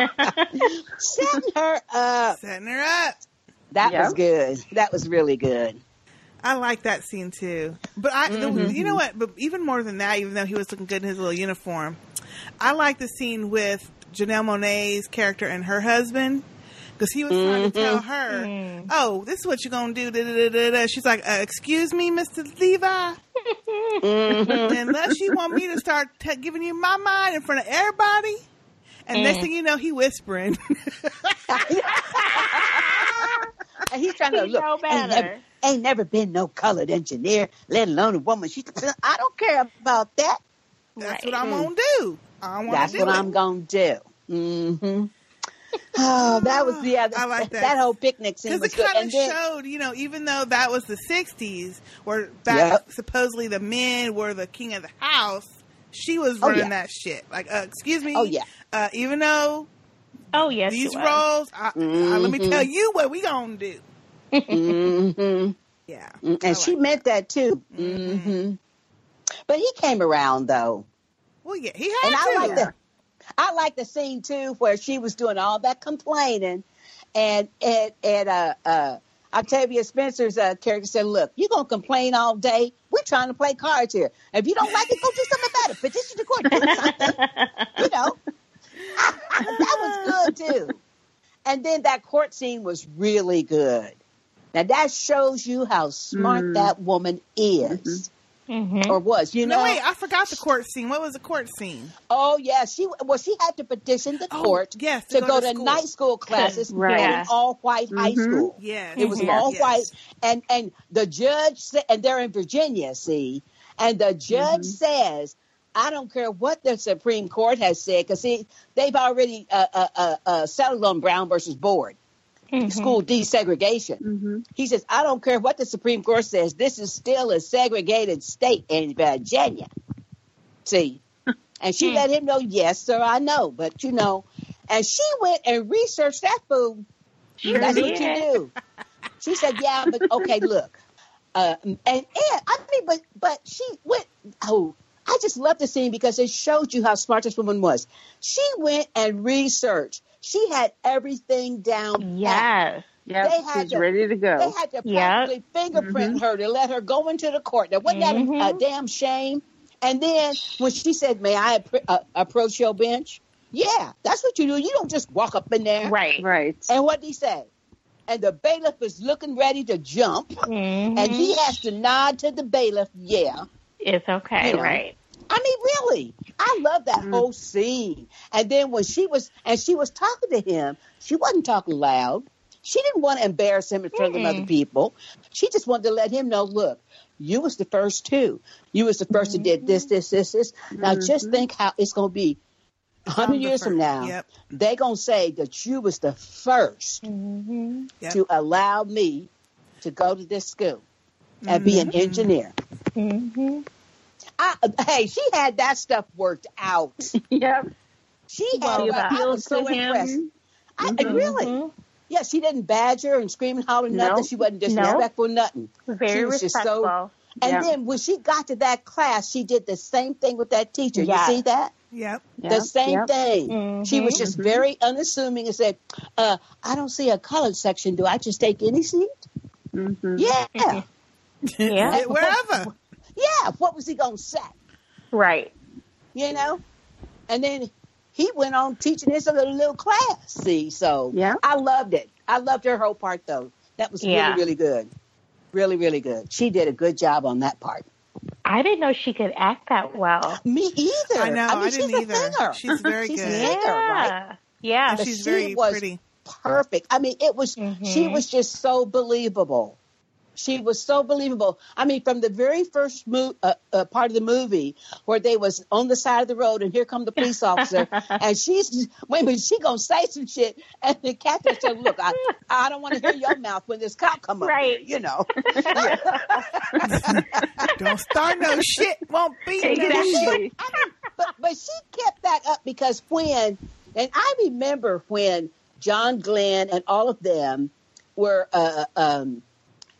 S2: setting her up.
S1: Setting her up.
S2: That
S4: Yeah.
S2: was good. That was really good.
S1: I like that scene too. But I,
S2: Mm-hmm.
S1: the, you know what? But even more than that, even though he was looking good in his little uniform, I like the scene with Janelle Monae's character and her husband because he was trying to
S2: Mm-hmm.
S1: tell her,
S3: Mm.
S1: "Oh, this is what you're gonna do." Da, da, da, da, da. She's like, uh, "Excuse me, Mister Levi."
S2: Mm-hmm.
S1: Unless you want me to start t- giving you my mind in front of everybody, and
S2: Mm.
S1: next thing you know, he whispering.
S2: And he's trying to
S3: He
S2: look.
S3: know
S2: ain't, never,
S3: better.
S2: ain't never been no colored engineer, let alone a woman. She, I don't care about that.
S1: That's
S3: Right.
S1: what I'm gonna do. I want
S2: That's
S1: do
S2: what
S1: it.
S2: I'm gonna do. hmm Oh, that was yeah.
S1: I
S2: That,
S1: like that.
S2: that whole picnic scene
S1: Because
S2: was
S1: it
S2: good.
S1: kind
S2: And
S1: of
S2: then,
S1: showed, you know, even though that was the '60s, where back
S2: Yep.
S1: supposedly the men were the king of the house, she was
S2: Oh,
S1: running
S2: yeah.
S1: that shit. Like, uh, excuse me,
S2: Oh, yeah.
S1: uh, even though
S3: Oh yes, she
S1: these
S3: was.
S1: roles, I, I, let me
S2: Mhm.
S1: tell you what we gonna do.
S2: Mhm.
S1: Yeah,
S2: and
S1: I
S2: she
S1: like-
S2: meant that too.
S1: Mhm.
S2: hmm But he came around though,
S1: Well, yeah, he had
S2: and
S1: to.
S2: I like the I like the scene too where she was doing all that complaining, and and and uh, uh, Octavia Spencer's uh, character said, "Look, you're gonna complain all day. We're trying to play cards here. If you don't like it, go do something about it. Petition the court, do something." you know, that was good too. And then that court scene was really good. Now that shows you how smart
S4: Mm.
S2: that woman is.
S3: Mhm.
S2: or was. You know,
S1: No, wait, I forgot the court scene. What was the court scene?
S2: oh yeah, she well she had to petition the
S1: Oh,
S2: court
S1: yes,
S2: to go to,
S1: school.
S2: night school classes
S4: Right.
S2: at an all white high
S4: Mhm.
S2: school.
S1: Yes,
S2: It was
S3: Mm-hmm.
S1: yes,
S2: all
S1: yes.
S2: white, and and the judge said, and they're in Virginia, see, and the judge
S4: Mhm.
S2: says, I don't care what the Supreme Court has said, because see, they've already uh, uh, uh, uh, settled on Brown versus Board
S3: Mhm.
S1: Mm-hmm.
S2: school desegregation.
S4: Mm-hmm.
S2: He says, I don't care what the Supreme Court says, this is still a segregated state in Virginia, see, and she
S3: Hmm.
S2: let him know, yes, sir, I know, but you know, and she went and researched that food.
S3: Sure
S2: That's
S3: did.
S2: what you do. She said, "Yeah, but okay, look." Uh, and and I mean, but but she went. Oh, I just love the scene because it showed you how smart this woman was. She went and researched. She had everything down. pat.
S3: Yes.
S4: Yeah,
S2: They had
S4: she's
S2: to-
S4: ready to
S2: They
S4: go.
S2: had to
S3: Yep. Mm-hmm.
S2: practically fingerprint
S4: Mhm.
S2: her to let her go into the court. Now, wasn't that a- a,
S3: Mhm.
S2: damn shame? And then when she said, "May I appro- uh, approach your bench?" Yeah, that's what you do. You don't just walk up in there.
S3: Right.
S4: Right.
S2: And what did he say? And the bailiff is looking ready to jump,
S3: Mhm.
S2: and he has to nod to the bailiff. Yeah,
S3: it's okay.
S2: you know.
S3: Right.
S2: I mean, really, I love that
S1: Mm-hmm.
S4: Mm.
S2: whole scene. And then when she was and she was talking to him, she wasn't talking loud. She didn't want to embarrass him in front of
S3: Mm-mm.
S2: other people. She just wanted to let him know, look, you was the first two. You was the 1st that did this,
S1: Mm-hmm.
S2: this, this, this. Now just
S4: Mhm.
S2: think how it's going to be. a
S1: I'm
S2: Hundred
S1: the
S2: years from
S1: first.
S2: now,
S1: Yep.
S2: they gonna say that you was the first
S3: Mhm.
S1: Mm-hmm. Yep.
S2: to allow me to go to this school and be
S1: Mm-hmm.
S2: an engineer.
S3: Mhm.
S2: I, hey, she had that stuff worked out.
S4: Yep.
S2: She had
S3: Well,
S4: She
S2: it. I was
S4: appeals
S2: so
S4: to
S2: impressed.
S4: him.
S2: I,
S4: Mhm.
S2: Really?
S3: Mhm.
S2: Yeah, she didn't badger and scream and holler
S4: No.
S2: nothing. She wasn't
S3: No.
S2: disrespectful nothing. She
S3: Very
S2: was just so-
S3: respectful.
S2: And
S4: Yeah.
S2: then when she got to that class, she did the same thing with that teacher.
S3: Yes.
S2: You see that?
S1: Yep.
S2: the
S4: Yep,
S2: same
S4: yep.
S2: thing. She was
S3: Mhm.
S2: just
S4: Mhm.
S2: very unassuming and said, uh, I don't see a college section. Do I just take any seat?
S4: Mhm.
S2: Yeah.
S3: Mhm. Yeah.
S1: Sit Wherever.
S2: Yeah. What was he going to say?
S3: Right.
S2: you know. And then he went on teaching his other little class. See, so
S4: Yeah.
S2: I loved it. I loved her whole part though. That was
S3: Yeah.
S2: really, really good. Really, really good. She did a good job on that part.
S3: I didn't know she could act that well.
S2: Me either.
S1: I know. I,
S2: mean,
S1: didn't
S2: she's
S1: either.
S2: A singer.
S1: She's very
S2: She's
S1: good.
S2: a singer. right?
S3: Yeah.
S1: And
S2: But
S1: she's
S2: she
S1: very
S2: was-
S1: pretty.
S2: Perfect. I mean, it was. She
S3: Mhm.
S2: was just so believable. She was so believable. I mean, from the very first mo- uh, uh, part of the movie where they was on the side of the road and here come the police officer and she's wait a minute, she gonna say some shit and the captain said, "Look, I, I don't want to hear your mouth when this cop come up, here,"
S3: Right.
S2: you know."
S1: Don't start no shit. Won't be no shit.
S4: Exactly.
S2: But but she kept that up because when and I remember when John Glenn and all of them were uh, um,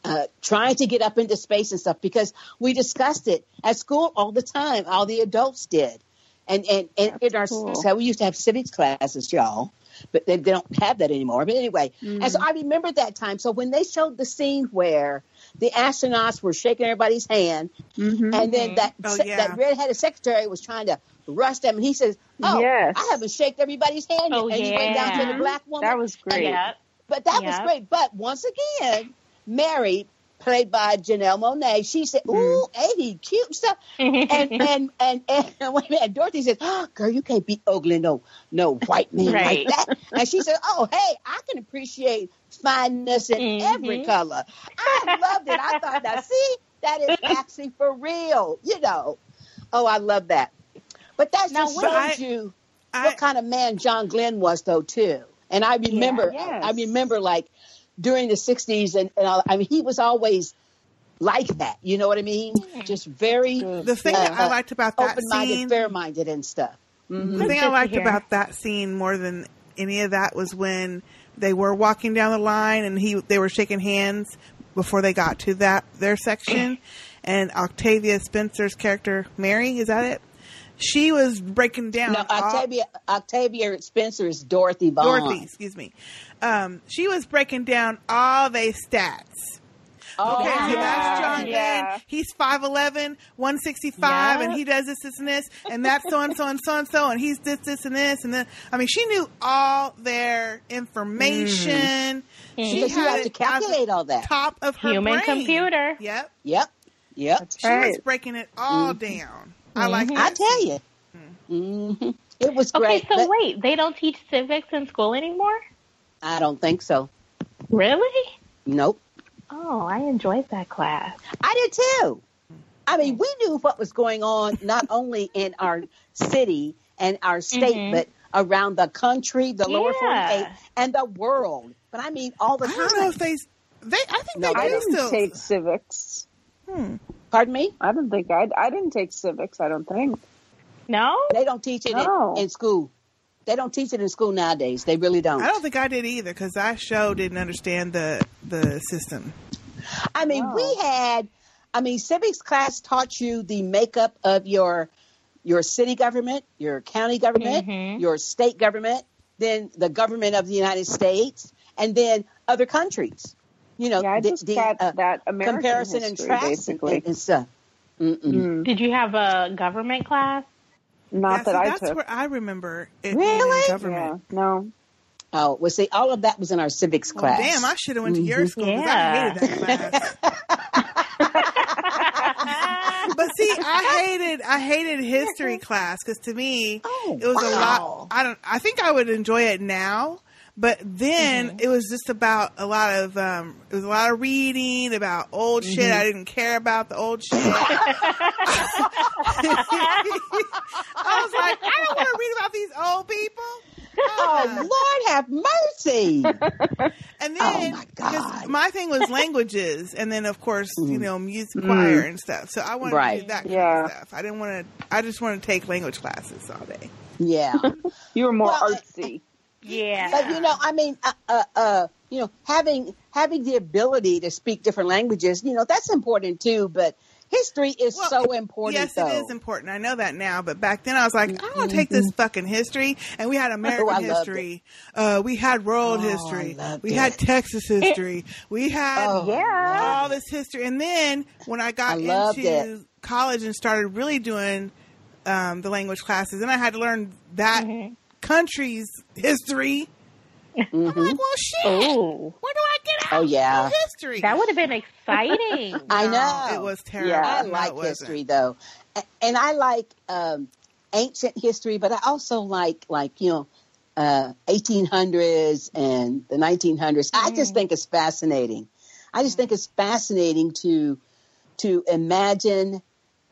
S2: uh, trying to get up into space and stuff because we discussed it at school all the time. All the adults did, and and and in our
S4: That's cool.
S2: so we used to have civics classes, y'all, but they, they don't have that anymore. But anyway, and
S4: Mm-hmm.
S2: so I remember that time. So when they showed the scene where the astronauts were shaking everybody's hand
S4: Mhm.
S2: and then that
S1: Oh,
S2: se-
S1: yeah.
S2: that redheaded secretary was trying to rush them, and he says, "Oh,
S4: Yes.
S2: I haven't shaken everybody's hand yet."
S3: Oh,
S2: and he went down to the
S3: yeah.
S2: black woman.
S4: That was great.
S3: Yeah.
S2: but that
S3: yeah.
S2: was great. But once again, Mary, played by Janelle Monet, she said,
S3: Mm-hmm.
S2: "Ooh, ain't he cute stuff?" And and and and, and, wait a minute, Dorothy says, oh, "Girl, you can't be ogling no no white man
S3: Right.
S2: like that." And she said, "Oh, hey, I can appreciate fineness in every
S3: Mhm.
S2: color." I loved it. I thought, now see, that is actually for real. You know, oh, I love that. But that's
S3: Now,
S2: just
S3: when-
S2: shows you
S1: I,
S2: what kind of man John Glenn was, though, too. And I remember,
S4: yes.
S2: I remember, like during the '60s, and, and all- I mean, he was always like that. You know what I mean? Just very
S1: the thing that I
S2: uh,
S1: liked about that
S2: open-minded,
S1: scene,
S2: fair-minded, and stuff. Mhm.
S1: the thing I
S3: Good to
S1: liked
S3: hear.
S1: about that scene more than any of that was when they were walking down the line and he they were shaking hands before they got to that their section, and Octavia Spencer's character Mary is that it? She was breaking down.
S2: No,
S1: all-
S2: Octavia, Octavia Spencer is Dorothy Vaughn.
S1: Dorothy, excuse me. Um, she was breaking down all they stats.
S2: Oh,
S1: Okay, so that's
S4: Yeah.
S1: John Glenn.
S4: Yeah.
S1: He's 5'11, 165, and
S3: Yeah.
S1: he does this, this, and this, and that's so and so and so and so, and he's this, this, and this, and then I mean, she knew all their information. She
S2: because you
S1: had
S2: have to
S1: it at
S2: calculate all
S1: the
S2: that.
S1: top of her
S3: Human
S1: brain.
S3: computer.
S1: Yep.
S2: Yep. Yep.
S1: She was breaking it all down. I like
S2: Mm-hmm. I
S1: that.
S2: tell you. hmm It was
S3: Okay,
S2: great.
S3: so
S2: but
S3: wait, they don't teach civics in school anymore?
S2: I don't think so.
S3: Really?
S2: Nope.
S3: Oh, I enjoyed that class.
S2: I did too. I mean, we knew what was going on not only in our city and our state,
S3: Mhm.
S2: but around the country, the lower
S3: Yeah.
S2: 48, and the world. But I mean, all the
S1: I
S2: time.
S1: don't know if they they I think
S2: No,
S1: they
S4: I
S1: do
S4: didn't
S1: still
S4: take civics.
S1: Hmm.
S2: Pardon me?
S4: I don't think I. I didn't take civics. I don't think.
S3: No?
S2: They don't teach it
S4: No.
S2: in, in school. They don't teach it in school nowadays. They really don't.
S1: I don't think I did either because I show didn't understand the the system.
S2: I mean,
S4: Wow.
S2: we had. I mean, civics class taught you the makeup of your your city government, your county government,
S4: Mm-hmm.
S3: Mhm.
S2: your state government, then the government of the United States, and then other countries. You know,
S4: Yeah, I
S2: the-
S4: just
S2: the,
S4: got
S2: uh,
S4: that American
S2: comparison and
S4: history,
S2: track
S4: basically.
S2: and, and stuff. Mm-mm.
S4: Mm,
S3: Did you have a government class?
S4: not
S1: Yeah, see,
S4: that I
S1: that's
S4: took.
S1: where I remember it being
S2: Really?
S1: in
S4: Yeah,
S1: government.
S4: no.
S2: Oh, well, see, all of that was in our civics class.
S1: Damn, I should have
S2: Mm-hmm.
S1: went to your school because
S3: Yeah.
S1: I hated that class. But see, I hated I hated history class because to me
S2: Oh,
S1: it was a
S2: wow.
S1: lot. I don't. I think I would enjoy it now, but then
S2: Mm-hmm.
S1: it was just about a lot of um, it was a lot of reading about old shit.
S2: Mm-hmm.
S1: I didn't care about the old shit. I was like, I don't want to read about these old people. Uh-uh.
S2: Oh, Lord have mercy.
S1: And
S2: Oh,
S1: then,
S2: my God.
S1: my thing was languages, and then of course, you know, music
S4: Mm.
S1: choir and stuff. So I wanted to
S2: Right.
S1: do that kind
S4: Yeah.
S1: of stuff. I didn't want to. I just want to take language classes all day.
S2: yeah.
S4: You were more
S2: Well, I-
S4: artsy.
S3: yeah.
S2: But you know, I mean, uh, uh, uh, you know, having having the ability to speak different languages, you know, that's important too. But history is
S1: Well,
S2: so important.
S1: yes,
S2: though. Mm-hmm.
S1: it is important. I know that now, but back then I was like, I don't take this fucking history. And we had American
S2: Oh, I loved
S1: history. Uh, we had world
S2: Oh, I
S1: history.
S2: loved
S1: We
S2: it.
S1: had Texas history. we had
S2: Oh,
S4: yeah.
S1: all this history. And then when I got
S2: I loved
S1: into college and started really doing um, the language classes, and I had to learn that
S2: Mm-hmm.
S1: country's history. I'm
S2: Mm-hmm.
S1: like, well, shit.
S3: Ooh.
S1: Where do I get out
S2: Oh yeah,
S1: of history?
S3: That would have been exciting.
S2: I
S1: No,
S2: know.
S1: it was terrible.
S4: Yeah.
S2: I
S1: No, it
S2: like
S1: Uh, wasn't.
S2: history though, A- and I like um, ancient history, but I also like like you know. Uh, 1800s and the 1900s. I
S1: Mm-hmm.
S2: just think it's fascinating. I just think it's fascinating to to imagine,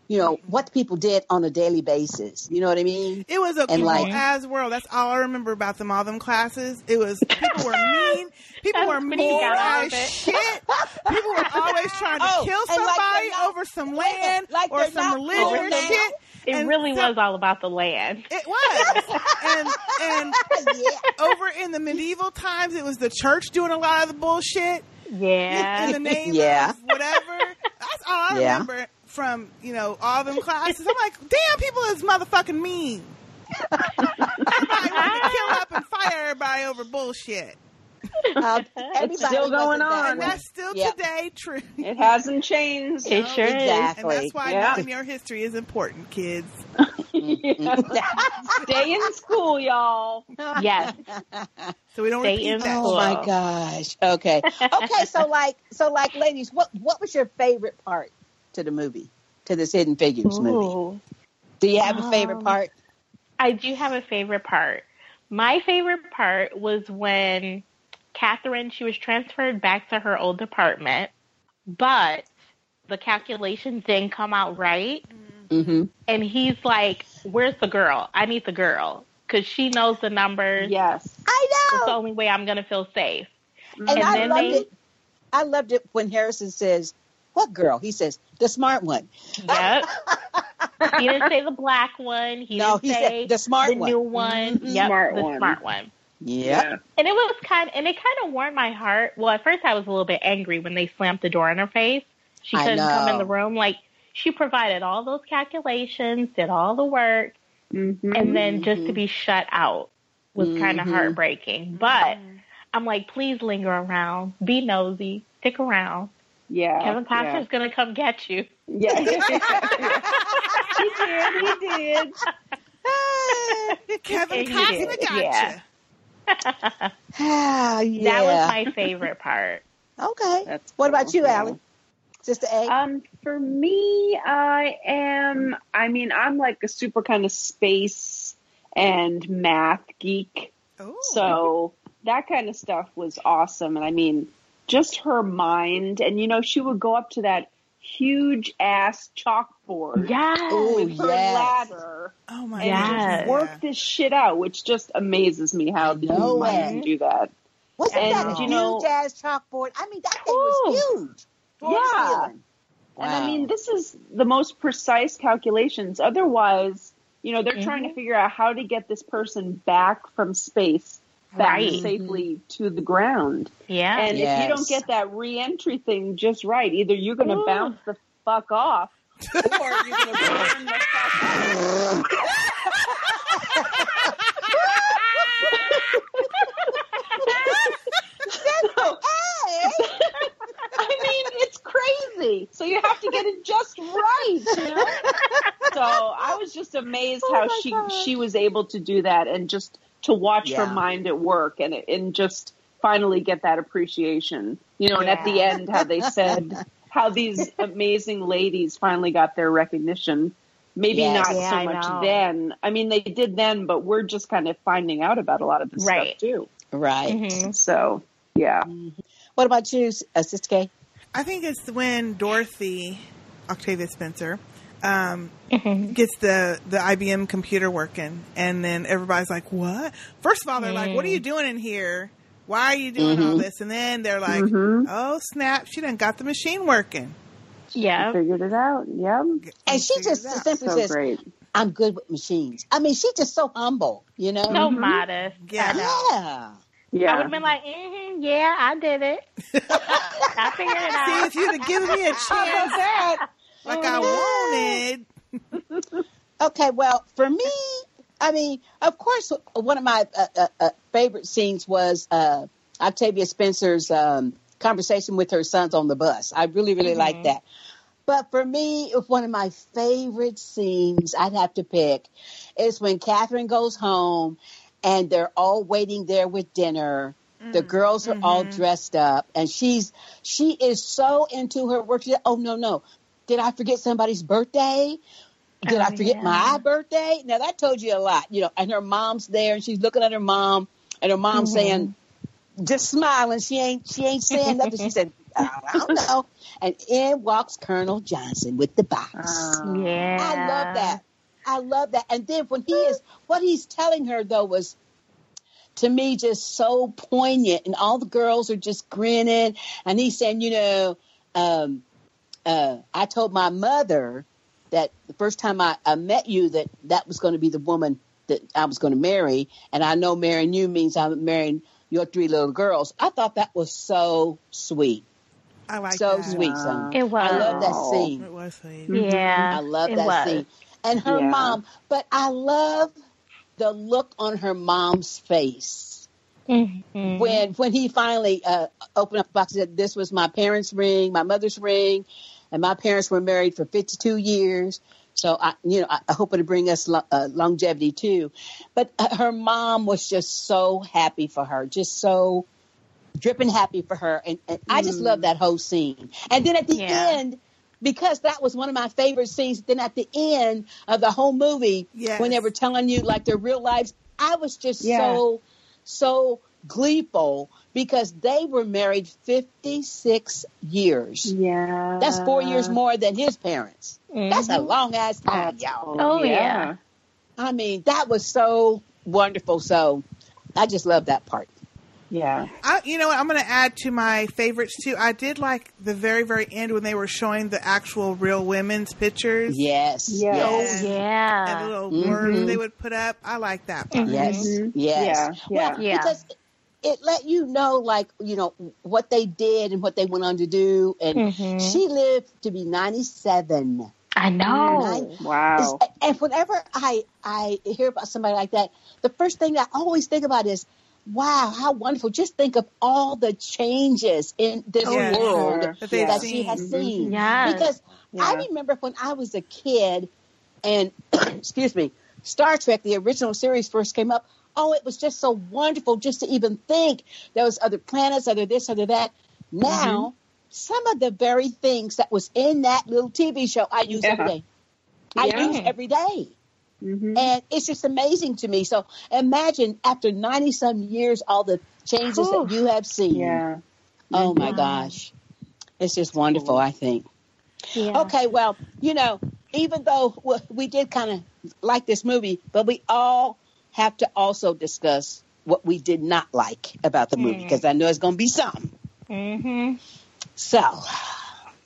S2: you know,
S1: Mm-hmm.
S2: what people did on a daily basis. You know what I mean?
S1: It was a
S2: And,
S1: cool
S2: like-
S1: ass world. That's all I remember about them all them classes. It was people were mean. People
S3: That's
S1: were
S3: what he
S1: mean
S3: got out
S1: as
S3: of it.
S1: shit. People were always trying to
S2: Oh,
S1: kill
S2: and like
S1: somebody
S2: they're not-
S1: over some
S2: wait a minute,
S1: land
S2: like
S1: or
S2: they're
S1: some
S2: not
S1: religion
S2: cool
S1: or
S2: now?
S1: shit.
S3: It
S1: And
S3: really
S1: so-
S3: was all about the land.
S1: It was. and and
S2: Yeah.
S1: over in the medieval times it was the church doing a lot of the bullshit in
S3: Yeah.
S1: the name
S2: Yeah.
S1: of whatever. That's all I
S2: Yeah.
S1: remember from, you know, all them classes. I'm like, damn, people is motherfucking mean. Everybody wanted to kill up and fire everybody over bullshit.
S2: Um, everybody
S4: still
S2: wasn't
S4: going
S2: that
S4: on.
S1: And
S2: way.
S1: that's still
S2: Oh, Yeah.
S1: today true.
S4: It hasn't changed.
S3: It sure is.
S1: And that's why
S4: Yeah.
S1: knowing your history is important, kids.
S4: Stay in school, y'all.
S3: Yes.
S1: So we don't
S3: Stay in
S1: repeat that.
S3: school.
S2: Oh my gosh. Okay. Okay. So like, so like, ladies, what what was your favorite part to the movie, to this Hidden Figures movie?
S3: Ooh.
S2: Do you have a favorite
S3: Um,
S2: part?
S3: I do have a favorite part. My favorite part was when Catherine she was transferred back to her old apartment, but the calculations didn't come out right,
S2: Mm-hmm.
S3: and he's like, "Where's the girl? I need the girl because she knows the numbers.
S4: Yes.
S2: I
S3: It's the
S2: know.
S3: only way I'm gonna feel safe."
S2: And,
S3: and
S2: I
S3: then
S2: loved
S3: they-
S2: it. I loved it when Harrison says, "What girl?" He says, "The smart one."
S3: Yep. he didn't say the black one. He
S2: no,
S3: didn't
S2: he
S3: say
S2: said the smart
S3: the
S2: one.
S3: new one.
S2: Mhm.
S3: Yep,
S4: Mm-hmm. Smart
S3: the
S4: one.
S3: smart one.
S2: Yep.
S3: And it was kind and it kind of warmed my heart. Well, at first I was a little bit angry when they slammed the door in her face. She
S2: I
S3: couldn't come in
S2: know.
S3: the room. Like she provided all those calculations, did all the work,
S4: Mhm.
S3: and then just to be shut out was kind of
S2: Mhm.
S3: heartbreaking. But
S4: Mm-hmm.
S3: I'm like, please linger around, be nosy, stick around.
S4: Oh, yeah.
S3: Kevin Costner's gonna come get you.
S4: Yeah. yeah. he did. He did.
S1: Kevin
S3: And he
S1: Costner
S3: did.
S1: gotcha.
S3: Yeah.
S2: Ah, yeah. Ah,
S3: That was my favorite part.
S2: okay.
S4: That's
S2: what
S4: cool,
S2: about you,
S4: yeah.
S2: Allie? Sister A?
S4: Um, for me, I am. I mean, I'm like a super kind of space and math geek.
S1: Oh,
S4: So that kind of stuff was awesome. And I mean, just her mind. And you know, she would go up to that huge ass chalkboard
S3: Yeah.
S2: Ooh,
S4: with her
S2: yes.
S4: ladder
S1: oh my
S4: and
S3: Yes.
S4: just work this shit out, which just amazes me how the
S2: know
S4: human mind can
S2: it.
S4: do that.
S2: Wasn't
S4: and,
S2: that a
S4: you
S2: huge
S4: know-
S2: ass chalkboard? I mean, that thing was
S4: Ooh.
S2: huge. Floor to
S4: Yeah.
S2: ceiling.
S4: And
S2: Wow.
S4: I mean, this is the most precise calculations. Otherwise, you know, they're trying to figure out how to get this person back from space back
S3: Right.
S4: safely to the ground.
S3: Yeah.
S4: And if you
S2: Yes.
S4: don't get that reentry thing just right, either you're going to
S3: Ooh.
S4: bounce the fuck off or you're going to burn the fuck up.
S2: Hey!
S4: I mean, it's crazy. So you have to get it just right. You know? so I was just amazed
S3: Oh
S4: how she she was able to do that and just to watch
S2: Yeah.
S4: her mind at work and and just finally get that appreciation. You know, and at the
S3: Yeah.
S4: end, how they said how these amazing ladies finally got their recognition. Maybe
S2: Yes.
S4: not
S3: Yeah,
S4: so
S3: I
S4: much
S3: know.
S4: then. I mean, they did then, but we're just kind of finding out about a lot of this
S3: Right.
S4: stuff too.
S2: Right.
S3: Mhm.
S4: So, yeah.
S2: What about you, uh, Sister K?
S1: I think it's when Dorothy, Octavia Spencer, um,
S3: Mm-hmm.
S1: gets the, the IBM computer working, and then everybody's like, "What?" First of all, they're like, "What are you doing in here? Why are you doing all this?" And then they're like,
S4: Mhm.
S1: "Oh snap! She done got the machine working."
S3: Yeah.
S4: Figured it out. Yeah.
S2: And she
S1: Figured
S2: just
S1: it out.
S2: simply
S4: So
S2: says,
S4: great.
S2: I'm good with machines. I mean, she's just so humble, you know?
S3: So modest.
S1: Yeah.
S3: I know.
S2: Yeah.
S3: I
S4: Yeah.
S3: would have been like, hmm yeah, I did it. I figured it
S1: See,
S3: out.
S1: if you'd have given
S2: Oh,
S1: me a chance like I wanted,
S2: Okay, well, for me, I mean, of course, one of my uh, uh, uh, favorite scenes was uh, Octavia Spencer's um, conversation with her sons on the bus. I really, really
S3: Mm-hmm.
S2: like that. But for me, if one of my favorite scenes I'd have to pick is when Catherine goes home and they're all waiting there with dinner. The
S3: Mm-hmm.
S2: girls are all dressed up, and she's she is so into her work. She's, oh no, no! Did I forget somebody's birthday? Did I
S3: Oh,
S2: forget
S3: yeah.
S2: my birthday? Now that told you a lot, you know. And her mom's there, and she's looking at her mom, and her mom's saying, just smiling. She ain't she ain't saying nothing. She said, oh, I don't know. And in walks Colonel Johnson with the box.
S3: Yeah.
S2: I love that. I love that. And then when he is, what he's telling her though was, to me, just so poignant. And all the girls are just grinning. And he's saying, you know, um, uh, I told my mother that the first time I, I met you that that was going to be the woman that I was going to marry. And I know marrying you means I'm marrying your three little girls. I thought that was so sweet.
S1: I like
S2: so
S1: that.
S2: sweet, son.
S3: It was.
S2: I love that
S4: Wow.
S2: scene.
S1: It was sweet.
S3: Yeah.
S2: I love
S3: it
S2: that
S3: was.
S2: scene. And her
S4: Yeah.
S2: mom, but I love the look on her mom's face
S3: Mhm.
S2: when when he finally uh, opened up the box and said, "This was my parents' ring, my mother's ring, and my parents were married for 52 years." So I, you know, I I hope it'll bring us lo- uh, longevity too. But uh, her mom was just so happy for her, just so dripping happy for her, and, and I just love that whole scene. And then at the
S3: Yeah.
S2: end, because that was one of my favorite scenes. Then at the end of the whole movie,
S1: Yes.
S2: when they were telling you like their real lives, I was just
S4: Yeah.
S2: so so gleeful because they were married 56 years.
S4: Yeah. Mm-hmm.
S2: That's four years more than his parents.
S3: Mm-hmm.
S2: That's a long ass time, y'all.
S3: Oh, yeah.
S2: I mean, that was so wonderful. So I just love that part.
S4: Yeah.
S1: I, you know what? I'm going to add to my favorites too. I did like the very, very end when they were showing the actual real women's pictures.
S2: Yes.
S4: Yeah.
S2: Yes.
S1: And-
S3: Yeah.
S1: And the little
S2: Mhm.
S1: words they would put up. I like that. part.
S2: Yes.
S4: Mhm.
S2: Yes.
S4: Yeah.
S2: Well,
S3: Yeah.
S2: because it let you know, like you know, what they did and what they went on to do. And
S4: Mm-hmm.
S3: Mhm.
S2: she lived to be ninety-seven.
S3: I know.
S2: Right?
S4: Wow.
S2: It's- And whenever I I hear about somebody like that, the first thing that I always think about is, wow, how wonderful! Just think of all the changes in this
S1: Oh, yeah.
S2: world
S4: Sure.
S1: That they've
S2: that she
S1: seen.
S2: has
S4: Mhm.
S2: seen.
S3: Yes.
S2: Because
S4: Yeah.
S2: I remember when I was a kid, and excuse me, Star Trek, the original series, first came up. Oh, it was just so
S4: Mm-hmm.
S2: wonderful just to even think there was other planets, other this, other that. Now some of the very things that was in that little TV show I use
S4: Yeah.
S2: every day. I
S4: Yeah.
S2: use every day.
S4: Mhm.
S2: And it's just amazing to me. So imagine after 90 some years, all the changes that you have seen.
S4: Yeah.
S2: Oh my
S3: Mhm.
S2: gosh. It's just wonderful,
S4: Cool.
S2: I think.
S3: Yeah.
S2: Okay, well, you know, even though w- we did kind of like this movie, but we all have to also discuss what we did not like about the movie
S3: Mm.
S2: because I know it's going to be some.
S3: Mm-hmm.
S2: So,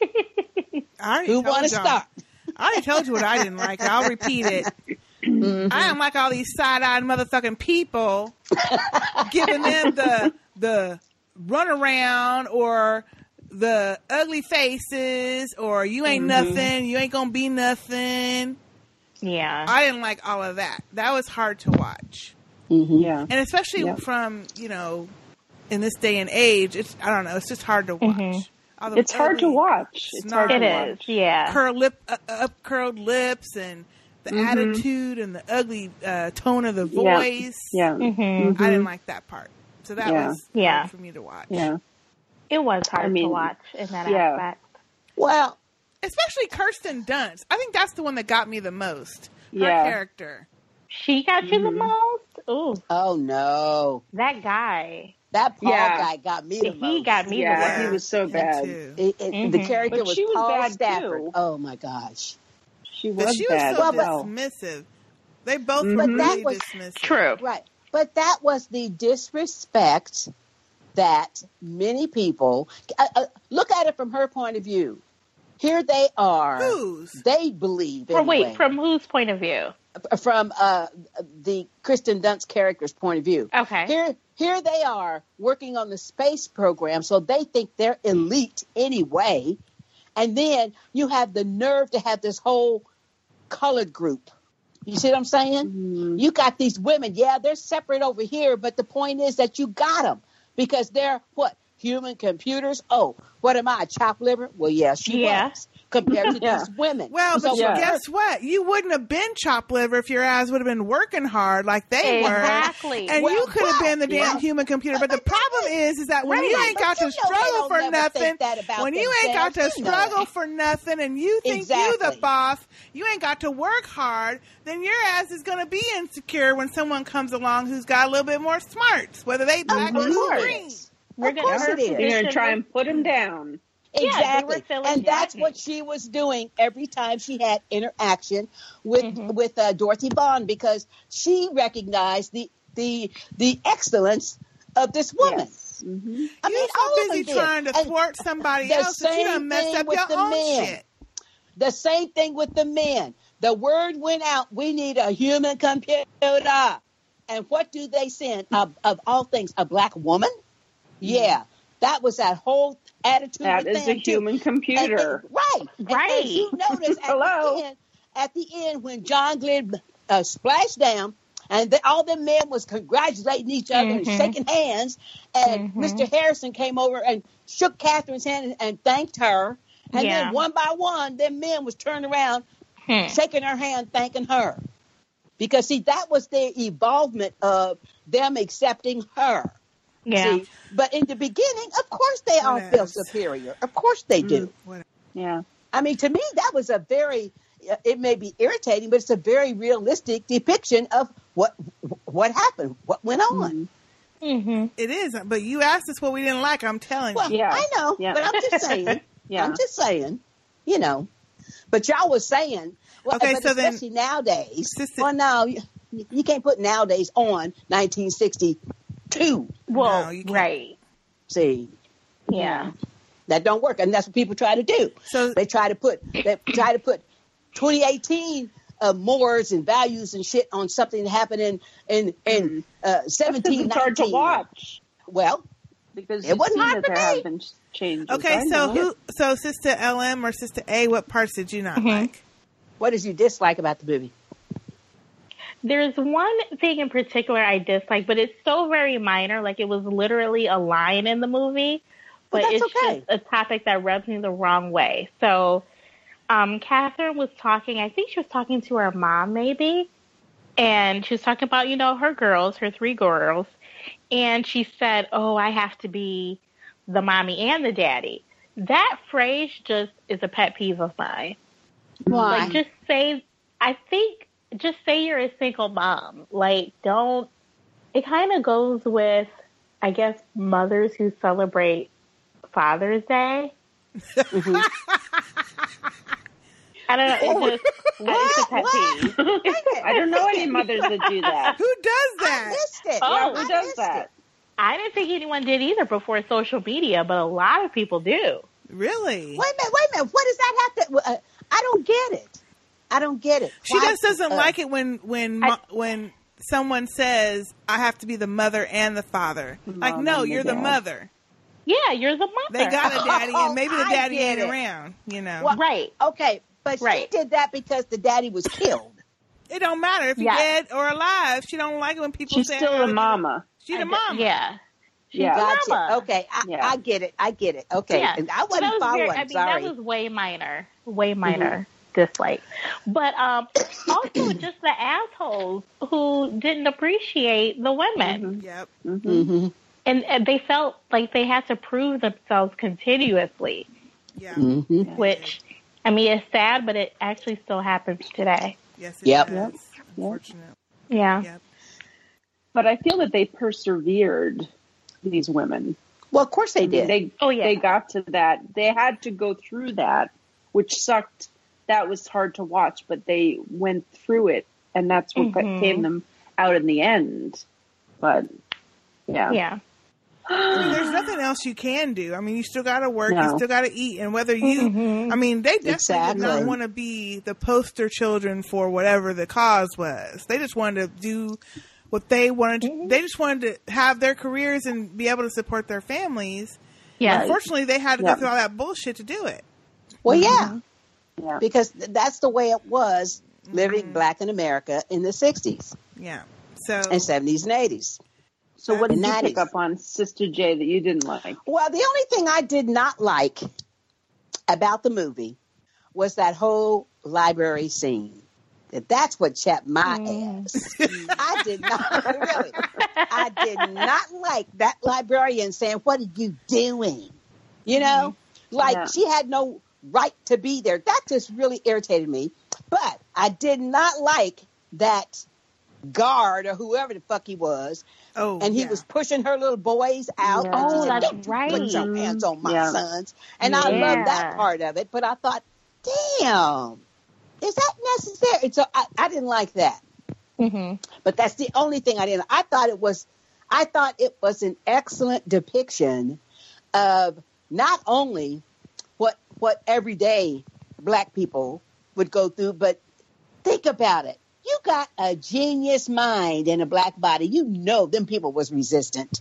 S1: I already
S2: who
S1: told
S2: want to
S1: y'all.
S2: start?
S1: I already told you what I didn't like. I'll repeat it. I don't like all these side-eyed motherfucking people giving them the the runaround or the ugly faces or you ain't nothing, you ain't gonna be nothing.
S3: Yeah.
S1: I didn't like all of that. That was hard to watch,
S2: Mm-hmm.
S4: Yeah.
S1: and especially
S4: Yep.
S1: from you know, in this day and age, it's I don't know, it's just hard to watch.
S3: Mhm.
S1: All the
S4: Mm-hmm. It's hard to
S1: ugly-
S4: watch. It's hard
S3: It
S4: to
S3: is.
S4: watch.
S3: Yeah.
S1: curled lip, uh, up curled lips, and the
S4: Mhm.
S1: attitude and the ugly uh, tone of the
S4: Yeah.
S1: voice.
S4: Yeah.
S2: Mm-hmm.
S3: hmm
S4: Mhm.
S1: I didn't like that part. So that
S4: Yeah.
S1: was
S3: Yeah.
S1: hard for me to watch.
S4: Yeah.
S3: It was hard
S4: I mean,
S3: to watch in that
S4: yeah.
S3: aspect.
S2: Well,
S1: Especially Kirsten Dunst. I think that's the one that got me the most. Her
S4: Yeah.
S1: character.
S3: She got you
S2: Mm-hmm.
S3: the most. Ooh,
S2: oh no,
S3: that guy.
S2: that Paul
S4: Yeah.
S2: guy got me the
S3: He
S2: most.
S3: got me
S4: Yeah,
S3: the
S4: he
S3: most.
S4: was so
S1: me
S4: bad.
S1: too.
S2: It, it, The
S3: Mhm.
S2: character
S4: Mm-hmm. But
S2: was,
S4: she was
S2: Paul
S4: bad,
S2: Stafford.
S4: too.
S2: Oh my gosh!
S4: She
S1: But
S4: was
S1: she was
S4: bad.
S1: so
S4: Mm-hmm.
S2: Well,
S4: as hell.
S1: dismissive. They both were
S4: But
S2: that
S1: really
S2: was-
S1: dismissive.
S3: True.
S2: Right, but that was the disrespect that many people uh, uh, look at it from her point of view. Here they are.
S1: Who's?
S2: They believe
S3: Or
S2: anyway,
S3: wait, from whose point of view?
S2: from uh, the Kristen Dunst character's point of view.
S3: Okay.
S2: Here, here they are working on the space program, so they think they're elite anyway. And then you have the nerve to have this whole colored group. You see what I'm saying?
S3: Mm-hmm.
S4: Mhm.
S2: You got these women. Yeah, they're separate over here, but the point is that you got them because they're what human computers. Oh, what am I? a Chopped liver? Well, yeah, she
S3: Yeah.
S2: was compared to
S4: Yeah.
S2: these women.
S1: Well, but
S2: So
S1: you-
S4: Yeah.
S1: guess what? You wouldn't have been chopped liver if your ass would have been working hard like they were.
S3: Exactly.
S1: And
S2: Well,
S1: you could have
S2: well,
S1: been the damn
S2: well.
S1: human computer. But the problem is, is that when
S2: Right,
S1: you ain't
S2: but
S1: got
S2: you
S1: to
S2: know they
S1: struggle
S2: don't
S1: for
S2: never
S1: nothing,
S2: think that about
S1: when you ain't got to
S2: themselves. You know it.
S1: struggle for nothing, and you think you the
S2: Exactly.
S1: boss, you ain't got to work hard, then your ass is going to be insecure when someone comes along who's got a little bit more smarts, whether they black or
S2: course it
S1: green.
S2: is.
S3: We're
S2: of
S3: gonna
S2: course
S3: hurt
S2: it is.
S4: You're
S3: position
S4: gonna try and put him down.
S3: Yeah, they were
S2: Exactly,
S3: filling
S2: and that's
S3: jackets.
S2: what she was doing every time she had interaction with
S4: Mm-hmm.
S3: Mhm.
S2: with uh, Dorothy Bond because she recognized the the the excellence of this woman.
S4: Yes. Mhm.
S2: I
S1: You're
S2: mean,
S1: so
S2: all
S1: busy
S2: of them did.
S1: trying to
S2: And
S1: thwart somebody
S2: the
S1: else that you done
S2: same
S1: messed
S2: thing
S1: up
S2: with
S1: your
S2: the
S1: own
S2: men.
S1: shit.
S2: The same thing with the men. The word went out. We need a human computer. And what do they send? Of, of all things, a black woman. Yeah, that was that whole attitude.
S4: Mm-hmm. That
S2: with
S4: is a
S2: them, too.
S4: human
S2: And- and-
S4: computer.
S2: right, And-
S3: Right.
S2: And, you notice at
S4: Hello?
S2: the end, at the end when John Glenn uh, splashed down, and the, all the men was congratulating each other and
S3: Mhm.
S2: shaking hands, and
S3: Mhm.
S2: Mr. Harrison came over and shook Catherine's hand and, and thanked her, and
S3: Yeah.
S2: then one by one, them men was turning around,
S3: Hmm.
S2: shaking her hand, thanking her, because see that was their involvement of them accepting her.
S3: Yeah.
S2: See, but in the beginning, of course they all
S1: Yes.
S2: feel superior. Of course they do.
S1: Whatever.
S4: Yeah.
S2: I mean, to me, that was a very, it may be irritating, but it's a very realistic depiction of what what happened, what went on.
S4: Mhm.
S3: Mm-hmm.
S1: It isn't, but you asked us what we didn't like. I'm telling
S2: Well,
S1: you.
S4: Yeah.
S2: I know,
S4: Yeah.
S2: but I'm just saying,
S4: Yeah.
S2: I'm just saying, you know. But y'all was saying, well,
S1: Okay,
S2: but
S1: so then-
S2: especially nowadays.
S1: Sister-
S2: well, no, you, you can't put nowadays on 1962.
S3: Well,
S1: No, you can't.
S3: right.
S2: See,
S3: Yeah.
S2: that don't work, and that's what people try to do.
S1: So
S2: They try to put they try to put 2018 uh, mores and values and shit on something that happened in in
S3: Mm-hmm.
S2: in uh,
S4: Because
S2: 17,
S4: it's hard to
S2: 19.
S4: watch.
S2: Well,
S4: Because
S2: It
S4: you've
S2: wasn't
S4: seen
S2: hard
S4: that
S2: for
S4: there
S2: me.
S4: have been changes.
S1: okay,
S4: I
S1: so
S4: know.
S1: who? So sister LM or sister A? What parts did you not like?
S2: what did you dislike about the movie?
S3: There's one thing in particular I dislike, but it's so very minor. Like it was literally a line in the movie,
S2: But
S3: but
S2: that's
S3: it's
S2: okay.
S3: just a topic that rubs me the wrong way. So, um, Catherine was talking. I think she was talking to her mom, maybe, and she was talking about you know her girls, her three girls, and she said, "Oh, I have to be the mommy and the daddy." That phrase just is a pet peeve of mine.
S2: Why?
S3: Like, just say, I think, just say you're a single mom. Like, don't, it kind of goes with, I guess, mothers who celebrate Father's Day. I don't know. It's just, it's a pet peeve.
S4: I don't know any mothers that do that.
S1: Who does
S2: I
S1: that?
S2: missed it.
S4: Yeah,
S3: Oh,
S4: who
S2: I
S4: does
S2: missed
S4: that?
S3: I didn't think anyone did either before social media, but a lot of people do.
S1: Really?
S2: It. Wait a minute. Wait a minute. What does that have to? Uh, I don't get it. I don't get it.
S1: She
S2: Why-
S1: just doesn't
S2: uh,
S1: like it when when mo- when someone says I have to be the mother and the father. like,
S4: Mom
S1: no,
S4: and the
S1: you're the
S4: dad.
S1: mother.
S3: Yeah, you're the mother.
S1: They got a daddy, and maybe the
S2: I
S1: daddy
S2: get
S1: ain't
S2: it.
S1: around. You know,
S2: Well-
S3: right.
S2: Okay, but
S3: Right.
S2: she did that because the daddy was killed.
S1: it don't matter if you're
S3: Yeah.
S1: dead or alive. She don't like it when people
S4: She's
S1: say
S4: still
S1: "Oh,
S4: a mama.
S1: She
S3: I
S1: the
S3: d-
S1: mom.
S3: Yeah.
S4: Yeah.
S2: Gotcha.
S3: Mama.
S2: Okay, I,
S4: Yeah.
S2: I get it. I get it. Okay,
S3: Yeah.
S2: And I
S3: So that
S2: wasn't
S3: was
S2: following.
S3: very- I mean,
S2: Sorry. Mm-hmm.
S3: that was way minor, way minor dislike. But um, also just the assholes who didn't appreciate the
S2: Mm-hmm.
S3: women,
S1: Yep.
S4: Mhm.
S2: Mhm.
S3: and, and they felt like they had to prove themselves continuously,
S1: Yeah.
S2: Mhm.
S3: which. I mean, it's sad, but it actually still happens today.
S1: Yes. It
S2: Yep.
S1: does,
S4: Yep.
S1: Unfortunate.
S3: Yeah.
S1: Yep.
S4: But I feel that they persevered. These women,
S2: Well, of course they did.
S4: they
S3: Oh, yeah.
S4: they got to that. They had to go through that, which sucked. That was hard to watch, but they went through it, and that's what got-
S3: Mhm.
S4: came them out in the end. But yeah,
S3: Yeah.
S1: I mean, there's nothing else you can do. I mean, you still got to work. You
S4: No.
S1: still got to eat. And whether you,
S3: Mhm.
S1: I mean, they definitely did not
S2: Mm-hmm. Exactly.
S1: want to be the poster children for whatever the cause was. They just wanted to do what they wanted. To,
S2: Mm-hmm.
S1: They just wanted to have their careers and be able to support their families.
S3: Yeah.
S1: Unfortunately, they had to
S4: Yeah.
S1: go through all that bullshit to do it.
S2: Well,
S3: Mm-hmm.
S2: yeah,
S4: yeah.
S2: because th- that's the way it was living black in America in the '60s
S1: Yeah. So
S2: and '70s and '80s.
S4: So what did you
S2: Nineties.
S4: pick up on Sister J that you didn't like?
S2: Well, the only thing I did not like about the movie was that whole library scene. That That's what chapped my ass. I did not really. I did not like that librarian saying, "What are you doing?" You know, like
S4: Yeah.
S2: she had no right to be there. That just really irritated me. But I did not like that guard or whoever the fuck he was
S1: oh,
S2: and he
S1: yeah.
S2: was pushing her little boys out.
S4: Yeah.
S2: And she
S4: Oh,
S2: said,
S3: that's
S2: Don't you put your
S3: right.
S2: hands on my
S4: Yeah.
S2: sons. And I
S4: Yeah.
S2: love that part of it, but I thought, damn, is that necessary? And so I, I didn't like that.
S3: hmm
S2: But that's the only thing I didn't. I thought it was, I thought it was an excellent depiction of not only what what everyday black people would go through, but think about it. You got a genius mind in a black body. You know them people was resistant.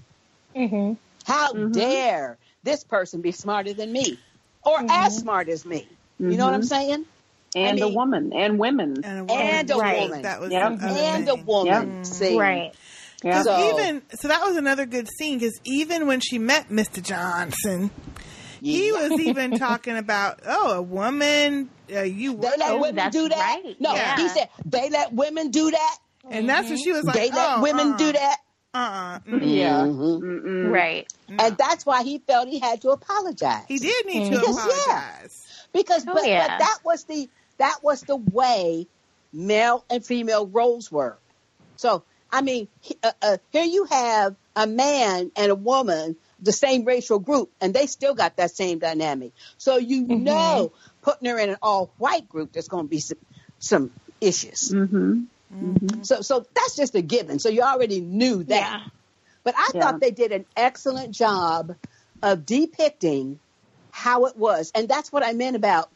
S3: hmm
S2: How
S4: Mhm.
S2: dare this person be smarter than me or
S3: Mm-hmm.
S2: as smart as me? You know what I'm
S4: Mhm.
S2: saying?
S4: And
S2: I
S4: a
S2: mean-
S4: woman, and women.
S1: and a woman.
S2: And a
S3: Right.
S2: woman.
S1: That was
S4: Yeah.
S1: the other
S2: And a
S1: thing.
S2: woman.
S1: Yeah.
S2: See?
S3: Right.
S4: yeah.
S2: So-
S1: even so that was another good scene because even when she met Mr. Johnson, he
S2: Yeah.
S1: was even talking about oh a woman uh, you
S2: They
S1: work
S2: let
S3: Oh,
S2: women
S3: that's
S2: do that.
S3: right.
S2: No,
S3: Yeah.
S2: he said they let women do that.
S1: and that's when she was like
S2: they let
S1: oh,
S2: women
S1: uh-uh,
S2: do that.
S1: uh-uh. mm,
S4: Yeah.
S2: Mhm.
S4: Mm-mm.
S3: Right.
S2: And that's why he felt he had to apologize.
S1: he did need to
S2: Because, yeah.
S1: apologize
S2: because
S3: Oh,
S2: but, but
S3: yeah.
S2: that was the that was the way male and female roles were. So I mean, he- uh, uh, here you have a man and a woman, the same racial group, and they still got that same dynamic. So you
S3: Mm-hmm.
S2: know, putting her in an all-white group, there's going to be some, some issues.
S4: Mm-hmm.
S2: So so that's just a given. So you already knew that.
S3: Yeah.
S2: But I
S4: Yeah.
S2: thought they did an excellent job of depicting how it was, and that's what I meant about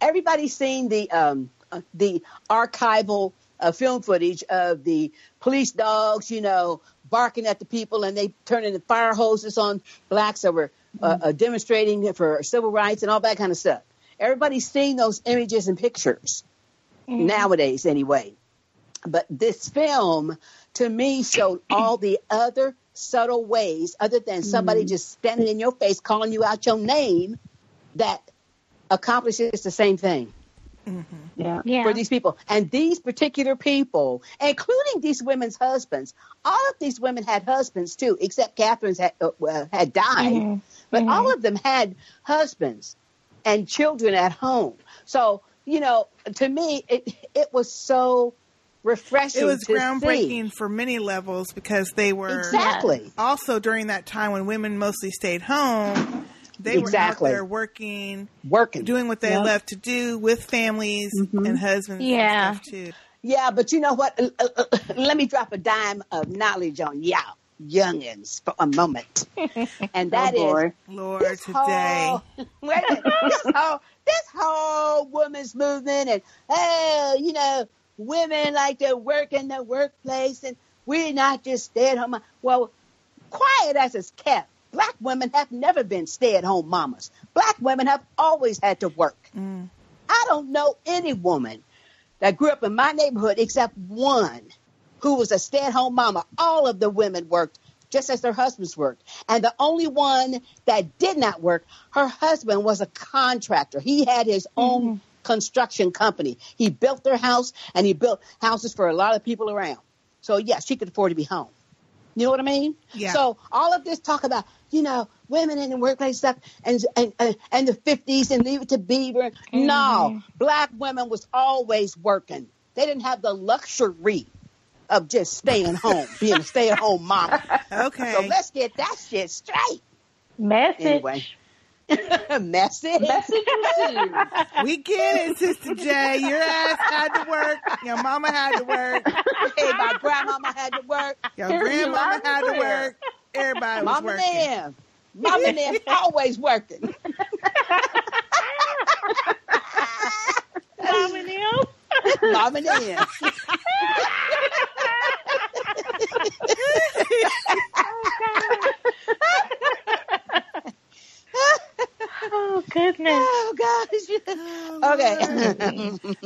S2: everybody's seen the um, uh, the archival uh, film footage of the police dogs, you know, barking at the people, and they turning the fire hoses on blacks that were uh, uh, demonstrating for civil rights and all that kind of stuff. Everybody's seen those images and pictures nowadays, anyway. But this film, to me, showed all the other subtle ways, other than somebody just standing in your face calling you out your name, that accomplishes the same thing
S4: Yeah.
S3: Yeah.
S2: for these people. And these particular people, including these women's husbands, all of these women uh, had husbands too, except Catherine's had, uh, well, had died. but all of them had husbands and children at home. So, you know, to me, it, it was so refreshing.
S1: It was
S2: to see.
S1: groundbreaking for many levels because they were
S2: Exactly.
S1: also during that time when women mostly stayed home. They
S2: Exactly.
S1: were out there working,
S2: Working.
S1: doing what they
S4: Yeah.
S1: love to do with families
S2: Mm-hmm.
S1: and husbands. and
S3: Yeah.
S1: stuff, too.
S2: Yeah, but you know what? Uh, uh, uh, Let me drop a dime of knowledge on y'all youngins for a moment, and that
S1: Oh,
S2: is
S4: boy.
S1: Lord,
S2: this
S1: today.
S2: whole wait a minute, this whole this whole women's movement, and oh, you know, women like to work in the workplace, and we're not just stay at home. Well, quiet as it's kept. Black women have never been stay at home mamas. Black women have always had to work. I don't know any woman that grew up in my neighborhood except one who was a stay at home mama. All of the women worked just as their husbands worked. And the only one that did not work, her husband was a contractor. He had his own construction company. He built their house and he built houses for a lot of people around. So, yes, she could afford to be home. You know what I mean?
S1: Yeah.
S2: So all of this talk about you know women in the workplace stuff and and and, and the fifties and leave it to Beaver. No, black women was always working. They didn't have the luxury of just staying home, being a stay at home mama.
S1: Okay.
S2: So let's get that shit straight.
S3: Message.
S2: Anyway. Message.
S4: Message received.
S1: we get it, Sister J. Your ass had to work. Your mama had to work.
S2: Hey, my grandmama had to work.
S1: Your
S4: Here's your
S1: grandmama
S4: loud
S1: had to
S4: and clear.
S1: work. Everybody was
S2: Mama
S1: working.
S2: Nan. Mama Nan always working.
S3: Mama Neal.
S2: Mama Nan.
S3: Oh goodness.
S2: Oh gosh. Oh, Okay.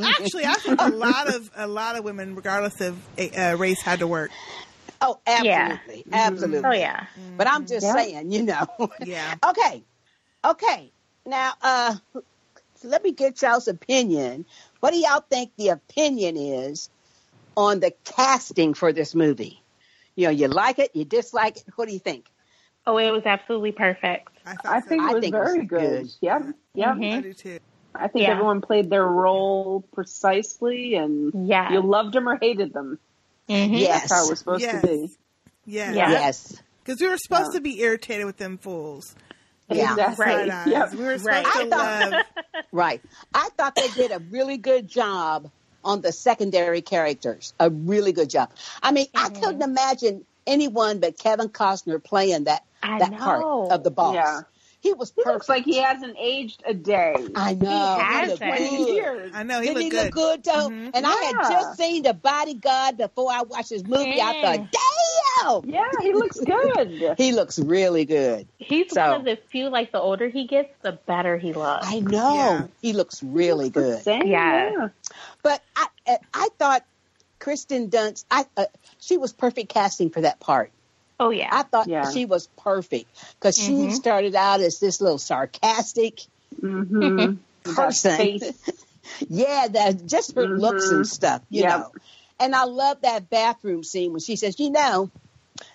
S1: Actually, I think a lot of a lot of women, regardless of uh, race, had to work.
S2: oh,
S3: Yeah.
S2: absolutely. Absolutely.
S3: Oh yeah.
S2: But I'm just
S4: Yeah.
S2: saying, you know.
S1: Yeah.
S2: okay. Okay. Now, uh let me get y'all's opinion. What do y'all think the opinion is on the casting for this movie? You know, you like it, you dislike it. What do you think?
S3: Oh, it was absolutely perfect.
S1: I, thought
S4: I
S1: so.
S4: think
S2: I
S4: it was
S2: think it was
S4: very
S2: good.
S4: good. Yep. Yep.
S3: Mhm.
S1: I do too.
S4: I think
S3: Yeah.
S4: everyone played their role precisely and
S3: Yeah.
S4: you loved them or hated them.
S1: Mm-hmm.
S3: Mhm.
S2: Yes.
S4: That's how it was supposed
S1: Yes.
S4: to be.
S1: Yeah.
S3: Yeah.
S2: Yes.
S1: Because we were supposed
S4: Yeah.
S1: to be irritated with them fools.
S2: Yeah.
S4: Exactly.
S3: Right.
S1: Side eyes.
S4: Yep.
S1: We were supposed
S3: Right.
S1: to
S2: I thought-
S1: love.
S2: Right. I thought they did a really good job on the secondary characters. A really good job. I mean, I couldn't imagine anyone but Kevin Costner playing that
S3: I
S2: that
S3: know.
S2: part of the boss.
S4: Yeah.
S2: He was
S4: He
S2: perfect.
S4: looks like he hasn't aged a day.
S2: I know.
S3: has
S2: looked
S3: it.
S2: good.
S4: years.
S1: I know he
S2: Didn't
S1: looked
S2: he
S1: good.
S2: look good though?
S1: Mhm.
S2: And I had
S4: Yeah.
S2: just seen The Bodyguard before I watched this movie. I thought, damn,
S4: Yeah, he looks good.
S2: he looks really good.
S3: He's
S2: So-
S3: one of the few. Like the older he gets, the better he looks.
S2: I know
S1: Yeah.
S2: he looks really
S4: The
S2: good.
S4: same,
S3: Yeah.
S4: yeah.
S2: But I, I- I thought Kristen Dunst, I uh, she was perfect casting for that part.
S3: oh yeah.
S2: I thought
S4: Yeah.
S2: she was perfect because she
S1: Mm-hmm.
S3: Mhm.
S2: started out as this little sarcastic
S4: Mm-hmm.
S2: person. Yeah, that just her looks and
S4: Mhm.
S2: stuff, you
S4: Yep.
S2: know. And I love that bathroom scene when she says, "You know,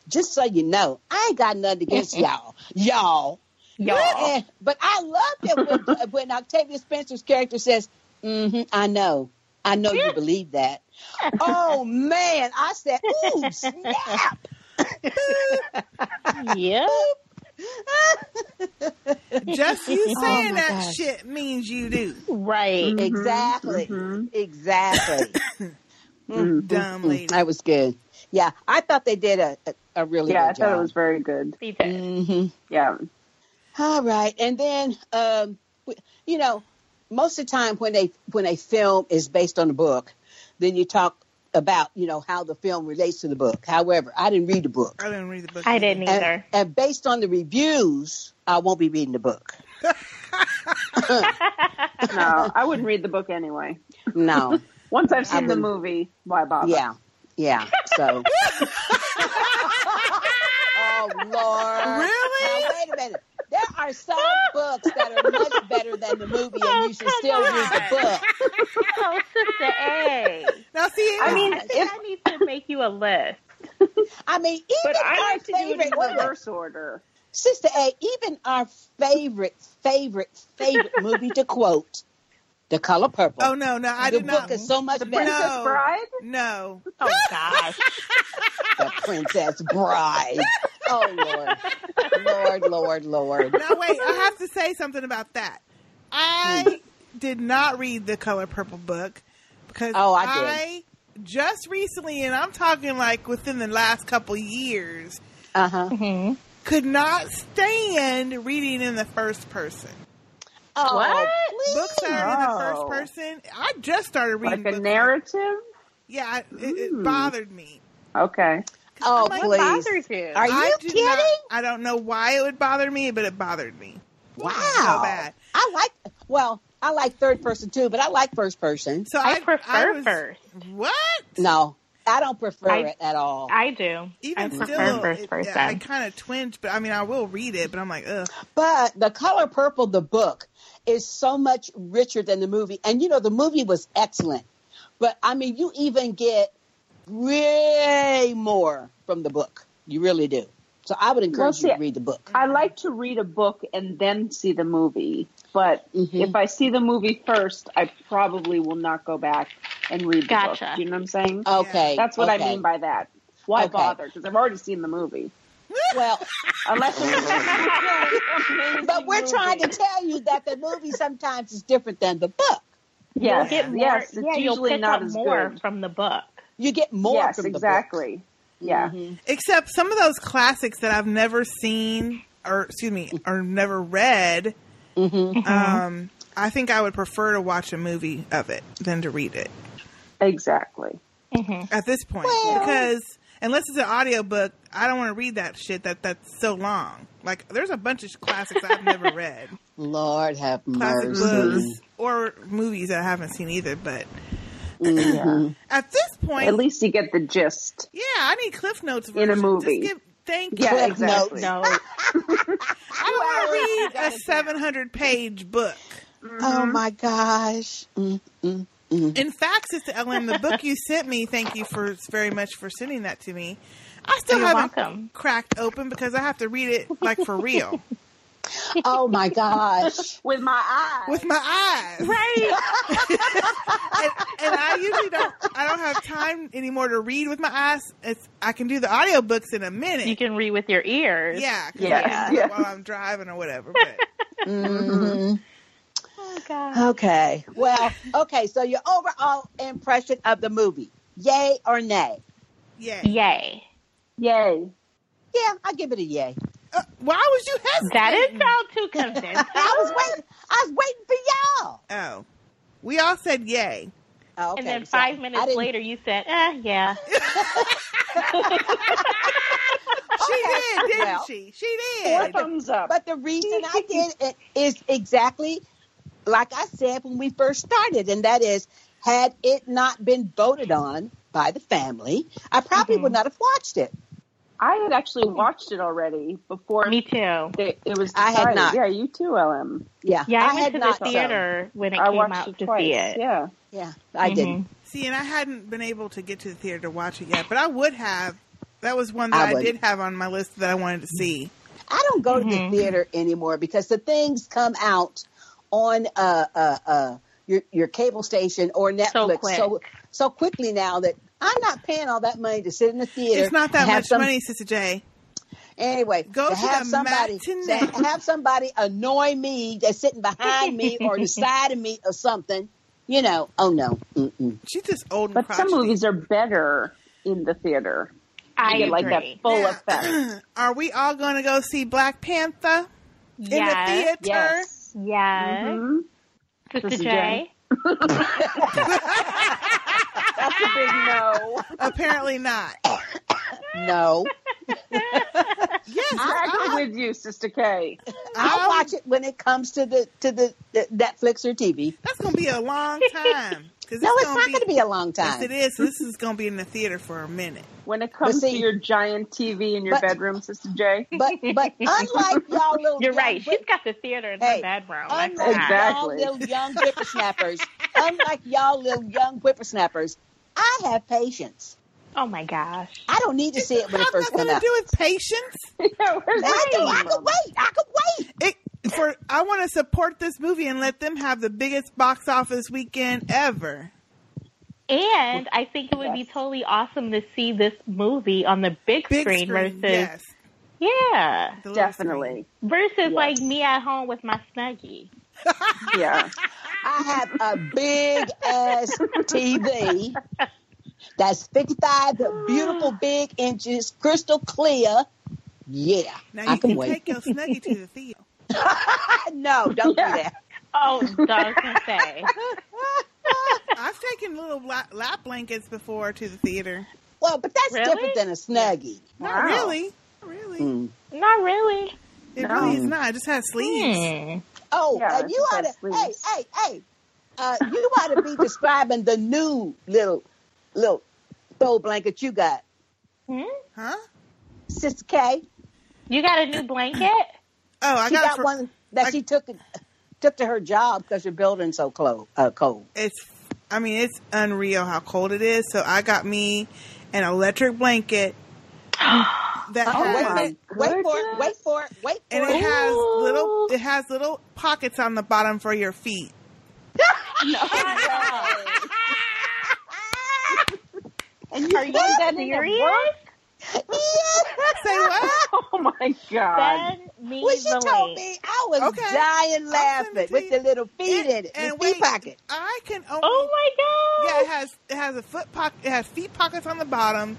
S2: just so you know, I ain't got nothing against y'all, y'all,
S3: Y'all.
S2: And- but I love it when, uh, when Octavia Spencer's character says, mm-hmm, "I know, I know you believe that." oh man, I said, "Ooh, snap!"
S3: yeah.
S1: Just you
S3: Oh,
S1: saying
S3: my
S1: that
S3: gosh.
S1: shit means you do.
S3: Right.
S4: Mhm,
S2: exactly,
S4: mhm.
S2: exactly.
S4: Mm.
S2: Mm-hmm.
S1: Dumb lady.
S2: That was good. Yeah, I thought they did a a, a really
S4: Yeah, I
S2: good job.
S4: thought it was very good.
S3: He did.
S2: hmm
S4: Yeah.
S2: All right, and then um, w- you know, most of the time when they when a film is based on a book, then you talk about you know how the film relates to the book. However, I didn't read the book,
S1: I didn't read the book.
S3: I didn't either.
S2: and, and based on the reviews, I won't be reading the book.
S4: No, I wouldn't read the book anyway.
S2: No,
S4: Once I've
S2: I
S4: seen the
S2: wouldn't-
S4: movie, why bother?
S2: yeah, yeah. So, oh Lord,
S1: Really?
S2: Now, wait a minute. There are some books that are much better than the movie, and you should still read the book.
S3: oh, sister A.
S1: Now, see,
S4: I mean,
S3: I think I need to make you a list.
S2: I mean, even
S4: but I
S2: our
S4: like to do it
S2: favorite
S4: in
S2: women-
S4: reverse order.
S2: Sister A, even our favorite, favorite, favorite movie to quote, The Color Purple.
S1: Oh no, no, I
S2: the
S1: did
S2: book
S1: not.
S2: is so much
S4: The
S2: better.
S4: Princess
S1: No.
S4: Bride?
S1: no,
S3: Oh gosh.
S2: the Princess Bride. Oh Lord, Lord, Lord, Lord.
S1: now wait, I have to say something about that. I did not read the Color Purple book because
S2: Hmm. Oh, I did.
S1: I just recently, and I'm talking like within the last couple years,
S2: Uh huh.
S3: hmm
S1: could not stand reading in the first person.
S2: Oh,
S3: What?
S2: please.
S1: Books that are
S4: No.
S1: in the first person. I just started reading
S4: Like a
S1: books
S4: narrative?
S1: Yeah, I- it, it
S4: Ooh.
S1: bothered me.
S4: Okay.
S2: Hmm. Oh,
S1: What
S3: What
S2: please.
S3: bothers you?
S2: Are you
S1: do
S2: kidding?
S1: not- I don't know why it would bother me, but it bothered me.
S2: Wow.
S1: So bad.
S2: I like. Well, I like third person too, but I like first person.
S1: So I,
S3: I prefer
S1: I was,
S3: first.
S1: What?
S2: No, I don't prefer
S3: I-
S2: it at all.
S3: I do. I
S1: Even
S3: prefer
S1: still,
S3: first
S1: it-
S3: person.
S1: I kind of twinge, but I mean, I will read it, but I'm like, ugh.
S2: But The Color Purple, the book, is so much richer than the movie. And you know, the movie was excellent. But I mean, you even get way more from the book. You really do. So I would encourage
S4: Well,
S2: you
S4: see,
S2: to read the book.
S4: I like to read a book and then see the movie. But
S2: Mhm.
S4: if I see the movie first, I probably will not go back and read the
S3: Gotcha.
S4: book. Do you know what I'm saying?
S2: Okay.
S4: That's what
S2: okay.
S4: I mean by that. Why
S2: Okay.
S4: bother? Because I've already seen the movie.
S2: Well,
S4: Unless it's an amazing
S2: but we're trying to
S4: movie.
S2: tell you that the movie sometimes is different than the book.
S4: yes,
S3: You'll get more.
S4: yes, it's
S3: yeah, you'll
S4: usually
S3: pick
S4: not
S3: up
S4: as
S3: more
S4: good.
S3: from the book.
S2: You get more
S4: yes,
S2: from the book.
S4: exactly. Yeah.
S2: Mhm.
S1: Except some of those classics that I've never seen, or excuse me, or never read.
S2: Mhm.
S3: Mm-hmm.
S1: Um, I think I would prefer to watch a movie of it than to read it.
S4: Exactly.
S1: at this point
S2: Well-
S1: because unless it's an audiobook, I don't want to read that shit that that's so long. Like there's a bunch of classics I've never read.
S2: Lord have
S1: Classic
S2: mercy.
S1: books or movies that I haven't seen either, but
S2: Mm-hmm.
S4: Yeah.
S1: at this point
S4: At least you get the gist.
S1: yeah, I need cliff notes
S4: In a
S1: version.
S4: movie.
S1: Just give thank
S4: Yeah,
S1: you.
S2: Cliff
S4: exactly.
S3: No,
S1: I don't want to read a 700 page book.
S2: Oh
S3: Mm-hmm.
S2: my gosh. Mm, mm, mm.
S1: In fact, Sister Ellen, the book you sent me, thank you for very much for sending that to me. I still
S3: You're
S1: haven't
S3: welcome.
S1: cracked open because I have to read it like for real
S2: Oh my gosh.
S4: With my eyes.
S1: with my eyes.
S3: right?
S1: and, and I usually don't. I don't have time anymore to read with my eyes. It's I can do the audiobooks in a minute.
S3: You can read with your ears.
S1: yeah, 'cause I
S4: Yeah.
S1: can do it
S4: Yeah.
S1: while I'm driving or whatever. But
S2: Mhm.
S3: Oh god.
S2: Okay. Well, okay. So your overall impression of the movie, yay or nay?
S1: yeah.
S3: Yay.
S4: Yay.
S2: Yeah, I give it a yay.
S1: Uh, why was you hesitant?
S3: That didn't sound too convincing.
S2: I was waiting. I was waiting for y'all.
S1: Oh, we all said yay.
S2: Oh, okay.
S3: and then
S2: So
S3: five
S2: I
S3: minutes
S2: didn't-
S3: later, you said, eh, "Yeah."
S1: She
S2: Okay,
S1: did, didn't
S2: well,
S1: she? She
S4: Four
S1: did.
S4: thumbs up.
S2: But the reason I did it is exactly like I said when we first started, and that is, had it not been voted on by the family, I probably
S3: Mm-hmm.
S2: would not have watched it.
S4: I had actually watched it already before
S3: Me too.
S4: it, it was
S2: I had
S4: decided.
S2: not.
S4: Yeah, you too, Ellen.
S2: Yeah,
S3: Yeah, I, went
S2: had
S3: to
S2: not.
S3: the
S2: so-
S3: theater when it
S4: I
S3: came
S4: watched
S3: out
S4: it
S3: to
S4: twice.
S3: see it.
S4: Yeah.
S2: yeah, I
S3: Mm-hmm.
S2: didn't.
S1: See, and I hadn't been able to get to the theater to watch it yet, but I would have. That was one
S2: I
S1: that I,
S2: would.
S1: did have on my list that I wanted to see.
S2: I don't go to
S1: Mm-hmm.
S2: the
S3: Mhm.
S2: theater anymore because the things come out on uh, uh, uh, your your cable station or Netflix
S3: quick.
S2: so so quickly now that I'm not paying all that money to sit in the theater.
S1: It's not that
S2: and have
S1: much
S2: some-
S1: money, Sister J.
S2: Anyway,
S1: Go
S2: to
S1: to
S2: have
S1: the
S2: somebody to
S1: matinee.
S2: have somebody annoy me that's sitting behind me or the side of me or something. You know, oh no, Mm-mm.
S1: She's just old and
S4: But some
S1: crotchety.
S4: movies are better in the theater.
S3: I
S4: You get
S3: agree.
S4: like that full
S1: Now,
S4: effect.
S1: Are we all going to go see Black Panther in
S3: yes.
S1: the theater?
S4: Yes.
S3: Yes.
S2: Mm-hmm.
S4: Mhm.
S3: Sister
S4: Sister
S3: J.
S4: J. That's a big no.
S1: Apparently not.
S2: no.
S1: Yes,
S4: Tracking with you, Sister K.
S2: I'll
S1: Um,
S2: watch it when it comes to the to the, the Netflix or TV.
S1: that's going to be a long time. 'Cause
S2: No, it's
S1: gonna
S2: not going to be a long
S1: Yes,
S2: time.
S1: it is. This is going to be in the theater for a minute.
S4: When it comes
S2: see-
S4: to your giant TV in your
S2: But-
S4: bedroom, Sister J.
S2: But but unlike y'all little
S3: You're
S2: young
S3: right. Oh
S2: Brit-
S3: She's got the theater in
S2: Hey,
S3: her bedroom. I
S2: unlike
S3: forgot.
S4: Exactly.
S2: y'all little young whippersnappers, unlike y'all little young whippersnappers, I have patience.
S3: Oh my gosh.
S2: I don't need to see it when it
S1: Have
S2: first
S1: nothing
S2: comes
S1: to
S2: out.
S1: do with patience.
S4: yeah, where's
S2: I
S4: that?
S2: can, I can wait. I can wait.
S1: It, for I want to support this movie and let them have the biggest box office weekend ever.
S3: And I think it would be
S4: Yes.
S3: totally awesome to see this movie on the big,
S1: Big
S3: screen,
S1: screen,
S3: versus
S1: yes,
S3: yeah
S1: The little
S4: Definitely.
S3: versus
S4: Yes.
S3: like me at home with my snuggie.
S4: Yeah.
S2: I have a big ass TV that's 55, beautiful big inches, crystal clear. Yeah,
S1: Now you
S2: I can,
S1: can,
S2: wait.
S1: take your snuggie to the theater.
S2: no, don't
S4: Yeah.
S2: do that.
S3: Oh, dog can say.
S1: I've taken little lap, lap blankets before to the theater.
S2: Well, but that's
S3: Really?
S2: different than a snuggie.
S1: Not
S4: Wow.
S1: really, Not really.
S2: Mm.
S3: Not really.
S1: It
S4: No.
S1: really is not. It just has sleeves.
S3: Hmm.
S2: Oh,
S4: Yeah,
S2: and you ought
S4: that's
S2: to,
S4: what
S2: hey,
S4: that
S2: hey, hey, uh, you ought to be describing the new little, little throw blanket you got,
S3: Hmm?
S1: Huh?
S2: Sister K.
S3: You got a new blanket?
S1: Oh, I
S2: she
S1: got,
S2: got,
S1: it for,
S2: one that
S1: I-
S2: she took took to her job because your building's so clo- uh, cold.
S1: It's, I mean, it's unreal how cold it is. So I got me an electric blanket that
S2: Oh, wait,
S1: has,
S2: a
S4: my
S2: minute. wait for it, wait for it, wait for
S1: and
S2: it.
S1: it has
S3: Ooh.
S1: little, it has little pockets on the bottom for your feet.
S4: And you
S3: Are you
S4: plugged that in at
S3: serious?
S4: work?
S2: Yes.
S1: Say what?
S4: Oh my god.
S3: Send me
S2: When she
S3: the
S2: told
S3: link.
S2: me, I was
S1: Okay.
S2: dying
S1: I'll send
S2: laughing
S1: it to
S2: with
S1: you.
S2: the little feet
S1: It-
S2: in it,
S1: and
S2: the feet
S1: wait.
S2: pocket.
S1: I can only,
S3: Oh my
S1: yeah,
S3: god!
S1: it has, it has a foot pocket, it has feet pockets on the bottom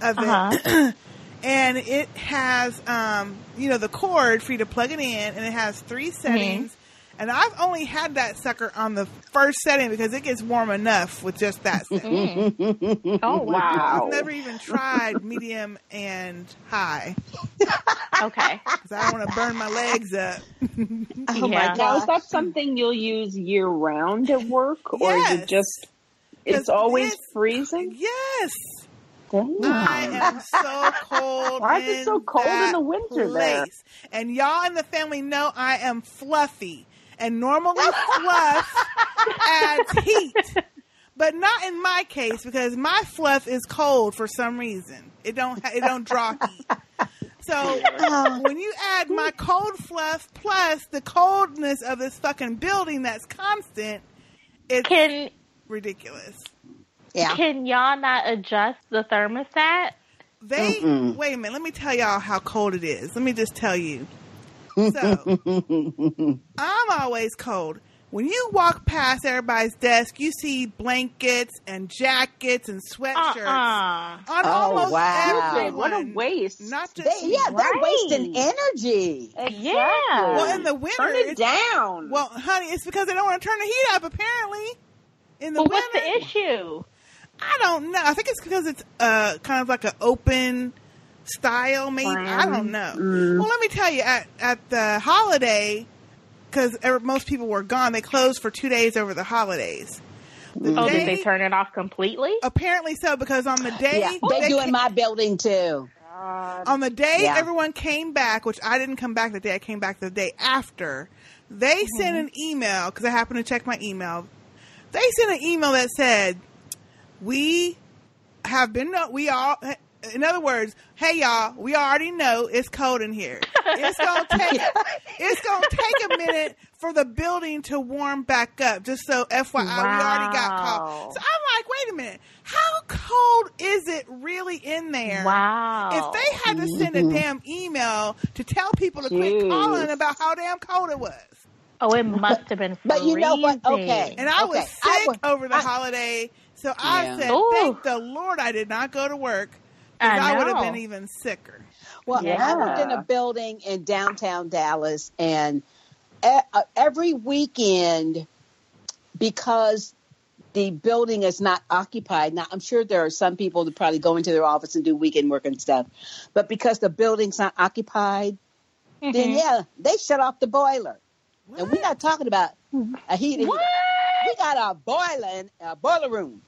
S1: of it.
S3: Uh-huh.
S1: and it has um, you know the cord for you to plug it in and it has three settings and i've only had that sucker on the first setting because it gets warm enough with just that setting
S3: Mm. Oh wow.
S4: Wow.
S1: i've never even tried medium and high
S3: Okay.
S1: because i don't want to burn my legs up
S2: Oh my
S3: Yeah.
S4: Now is
S2: god!
S4: that something you'll use year round at work or is
S1: Yes.
S4: it just
S1: Because
S4: it's always
S1: it's-
S4: freezing?
S1: yes
S4: Damn.
S1: I am so cold.
S4: Why is it so cold in
S1: that
S4: the winter there?
S1: place. And y'all in the family know I am fluffy. And normally fluff adds heat. But not in my case because my fluff is cold for some reason. It don't ha- it don't draw heat. So when you add my cold fluff plus the coldness of this fucking building that's constant, it's
S3: Can
S1: ridiculous.
S2: Yeah.
S3: can y'all not adjust the thermostat?
S1: They
S2: Mm-mm.
S1: wait a minute. Let me tell y'all how cold it is. Let me just tell you. So I'm always cold. When you walk past everybody's desk, you see blankets and jackets and sweatshirts
S3: Uh-uh.
S1: on
S2: Oh,
S1: almost
S2: wow.
S4: Stupid.
S1: everyone.
S4: What a waste.
S1: Not just
S2: They, yeah, they're
S3: Right.
S2: wasting energy.
S4: exactly.
S3: Yeah.
S1: well in the winter.
S4: Turn it
S1: it's-
S4: down.
S1: Well, honey, it's because they don't want to turn the heat up. Apparently, in the
S3: Well,
S1: winter,
S3: what's the issue?
S1: I don't know. I think it's because it's uh, kind of like an open style, maybe. I don't know.
S4: Mm.
S1: Well, let me tell you, at, at the holiday, because most people were gone, they closed for two days over the holidays. The
S3: Oh, did
S1: day-
S3: they turn it off completely?
S1: Apparently so, because on the day
S2: Yeah, they do
S1: ca-
S2: in my building too.
S4: God.
S1: on the day
S2: Yeah.
S1: everyone came back, which I didn't come back the day I came back the day after, they sent an email because I happened to check my email. They sent an email that said, "We have been no- we all." In other words, hey y'all, we already know it's cold in here. It's gonna take it's gonna take a minute for the building to warm back up. Just so FYI, we already got
S3: Wow.
S1: cold. So I'm like, wait a minute, how cold is it really in there?
S3: Wow.
S1: If
S2: Oh.
S1: they had to send a damn email to tell people to quit
S4: Jeez.
S1: calling about how damn cold it was,
S3: oh, it must have been freezing.
S2: But you know what? Okay.
S1: and I was
S2: Okay,
S1: sick
S2: I would-
S1: over the
S2: I-
S1: holiday, so I
S2: Yeah.
S1: said,
S3: Ooh.
S1: "Thank the Lord, I did not go to work, 'cause
S3: I,
S1: I,
S3: know.
S1: would have been even sicker."
S2: Well, I worked in
S4: Yeah.
S2: a building in downtown Dallas, and e- uh, every weekend, because the building is not occupied. Now, I'm sure there are some people that probably go into their office and do weekend work and stuff, but because the building's not occupied, then
S3: Mhm.
S2: yeah, they shut off the boiler. And we're not talking about a heater.
S3: What?
S2: What? We got a boiler in a boiler room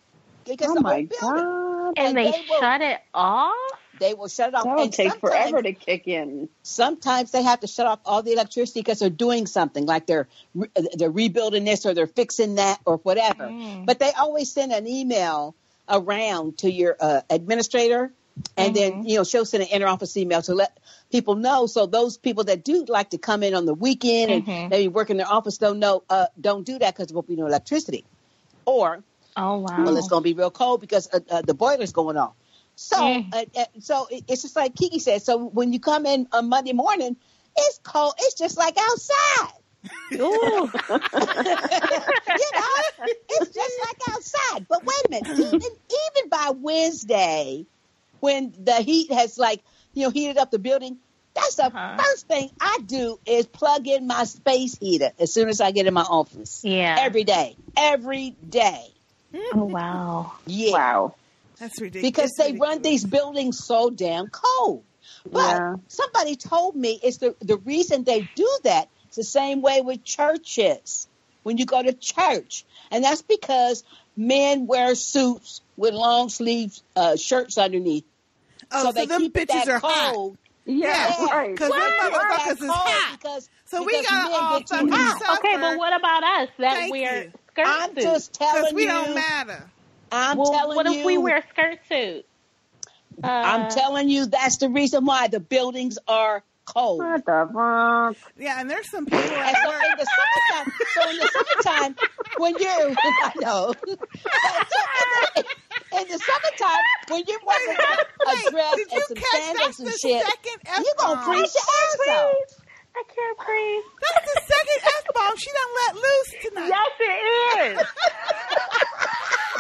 S2: because
S4: oh
S2: the
S4: my
S2: whole building
S4: god.
S3: And
S2: and
S3: they,
S2: they will-
S3: shut it off?
S2: they will shut it off.
S4: That'll
S2: and
S4: take
S2: sometimes-
S4: forever to kick in.
S2: sometimes they have to shut off all the electricity because they're doing something like they're re- they're rebuilding this or they're fixing that or whatever
S3: Mm.
S2: but they always send an email around to your uh, administrator, and
S4: Mm-hmm.
S2: then you know she'll send an inner office email to let people know. So those people that do like to come in on the weekend and
S4: Mm-hmm.
S3: Mhm.
S2: maybe work in their office don't know uh, don't do that because there won't be no electricity, or
S3: Oh wow.
S2: well, it's going to be real cold because uh, uh, the boiler's going off. So,
S3: Mm.
S2: uh, uh, so it- it's just like Kiki said. So when you come in on Monday morning, it's cold. It's just like outside.
S3: Ooh.
S2: you know, it's just like outside. But wait a minute, even even by Wednesday, when the heat has like you know heated up the building, that's the
S3: Uh-huh.
S2: first thing I do is plug in my space heater as soon as I get in my office.
S3: Yeah.
S2: Every day, every day.
S3: oh wow.
S2: Yeah,
S4: Wow.
S1: That's ridiculous.
S2: because they run these buildings so damn cold. But
S4: Yeah.
S2: somebody told me it's the the reason they do that. It's the same way with churches. When you go to church, and that's because men wear suits with long sleeve uh, shirts underneath,
S1: Oh,
S2: so
S1: so,
S2: they
S1: them
S2: keep it
S1: bitches
S2: that
S1: are hot.
S2: cold.
S4: Yeah,
S1: Yeah,
S4: right.
S1: 'cause them
S2: Keep it that
S1: motherfuckers is
S2: cold
S1: hot.
S2: because
S1: So we
S2: because
S1: gotta
S2: men
S1: all
S2: get too
S1: fucking
S2: hot.
S1: suffer.
S3: Okay, but what about us that
S1: Thank
S3: wear
S1: you.
S3: skirt
S2: I'm
S3: suits?
S2: just
S1: Because
S2: telling
S1: we
S2: you.
S1: don't matter.
S2: I'm
S3: well,
S2: telling
S3: what
S2: you.
S3: if we wear skirt suits? Uh,
S2: I'm telling you that's the reason why the buildings are cold.
S4: What the fuck?
S1: Yeah, and there's some people at
S2: And so
S1: work.
S2: in the summertime, so in the summertime, when you're, I know, But so in, the, in the summertime, when you're wearing a,
S1: Wait,
S2: dress
S1: did
S2: and
S1: you
S2: some
S1: catch
S2: sandals
S1: that's
S2: and
S1: the
S2: shit,
S1: second F
S2: you're going to
S1: bomb.
S2: freeze your ass out.
S3: please. I can't breathe.
S1: That's the second F bomb she done let loose tonight.
S3: Yes, it is.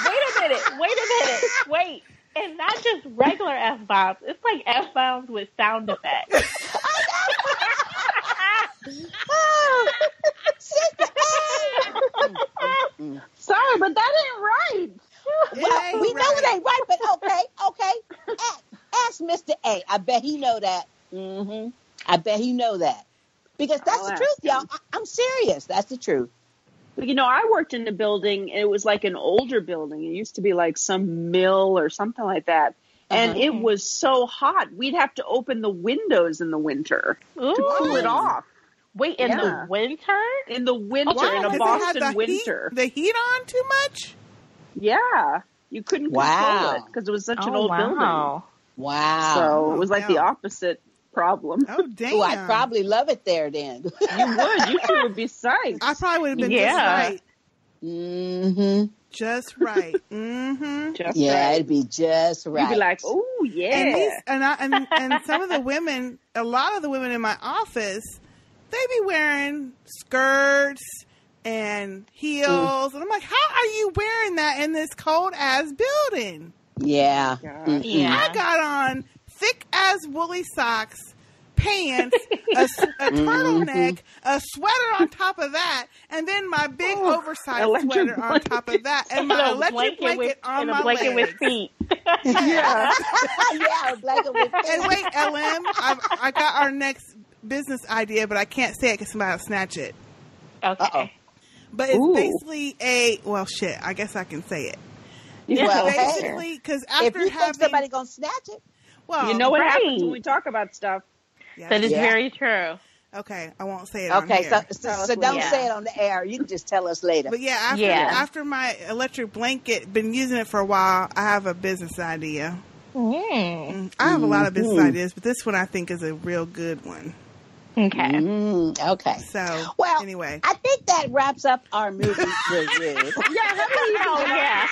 S3: wait a minute. Wait a minute. Wait. And not just regular f bombs. It's like f bombs with sound effects.
S2: Oh, sister, oh.
S4: Sorry, but that ain't right.
S1: It
S2: well,
S1: ain't
S2: we know
S1: right.
S2: it ain't right, but okay, okay. Ask, ask Mr. A. I bet he know that.
S4: Mm-hmm.
S2: hmm I bet he know that. Because that's
S4: I'll
S1: Oh,
S2: the
S4: ask
S2: truth, y'all.
S4: him.
S2: I, I'm serious. That's the truth.
S4: You know, I worked in a building, and it was like an older building. It used to be like some mill or something like that. And
S2: Uh-huh.
S4: it was so hot, we'd have to open the windows in the winter to cool it
S3: Ooh.
S4: off.
S3: Wait, in
S4: Yeah. Oh,
S3: the winter?
S4: In the winter,
S3: Why?
S4: in a
S1: 'Cause they had
S4: Boston
S1: the
S4: winter.
S1: Heat, the heat on too much?
S4: Yeah. You couldn't
S2: Wow.
S4: control it because it was such an
S3: oh,
S4: old building.
S3: wow.
S2: Wow.
S4: So
S1: Oh,
S4: it was like the
S1: hell.
S4: opposite problem.
S1: Oh, damn.
S2: Oh, I'd probably love it there then.
S4: you would. You two would be psyched.
S1: I probably would have been
S3: Yeah.
S1: just right.
S2: hmm
S1: Just right. mm-hmm.
S4: Just
S2: Yeah,
S4: right.
S2: it'd be just right.
S4: You'd be like, oh, yeah.
S1: And these and I, and and some of the women, a lot of the women in my office, they be wearing skirts and heels, and I'm like, how are you wearing that in this cold ass building?
S2: yeah. mm.
S4: Yeah.
S2: Mm-mm.
S3: Yeah.
S1: I got on thick as woolly socks, pants, a, s- a
S3: Mm-hmm.
S1: turtleneck, a sweater on top of that, and then my big
S4: Oh,
S1: oversized
S4: electric
S1: sweater on top of that, and my
S3: a
S1: electric blanket,
S3: with,
S1: on
S3: and
S1: my
S3: a blanket
S1: legs.
S3: with feet.
S4: yeah.
S2: yeah, black and white.
S1: And wait, LM, I've, I got our next business idea, but I can't say it because somebody will snatch it.
S3: Okay.
S2: Uh-oh.
S1: But it's
S4: Ooh.
S1: basically a well, shit. I guess I can say it.
S4: You
S3: Well,
S4: can
S2: hey.
S4: go there.
S1: Basically, because
S2: If
S1: after
S2: you
S1: having
S2: think somebody gonna snatch it,
S1: well,
S4: You know what
S3: Right.
S4: happens when we talk about stuff.
S1: yeah,
S3: That is
S2: Yeah.
S3: very true.
S1: okay. I won't say it. on
S2: okay. So,
S1: here.
S2: so,
S4: Tell us
S2: so
S4: later.
S2: don't
S3: Yeah.
S2: say it on the air. You can just tell us later.
S1: But yeah, after
S3: Yeah.
S1: after my electric blanket, been using it for a while. I have a business idea.
S3: Mm.
S1: Mm, I have a lot of business
S2: Mhm.
S1: ideas, but this one I think is a real good one.
S3: Okay.
S2: Mm, okay.
S1: So
S2: Well,
S1: anyway,
S2: I think that wraps up our movie review.
S4: Yeah, how do you
S3: Oh,
S4: know
S3: yeah.
S4: yeah.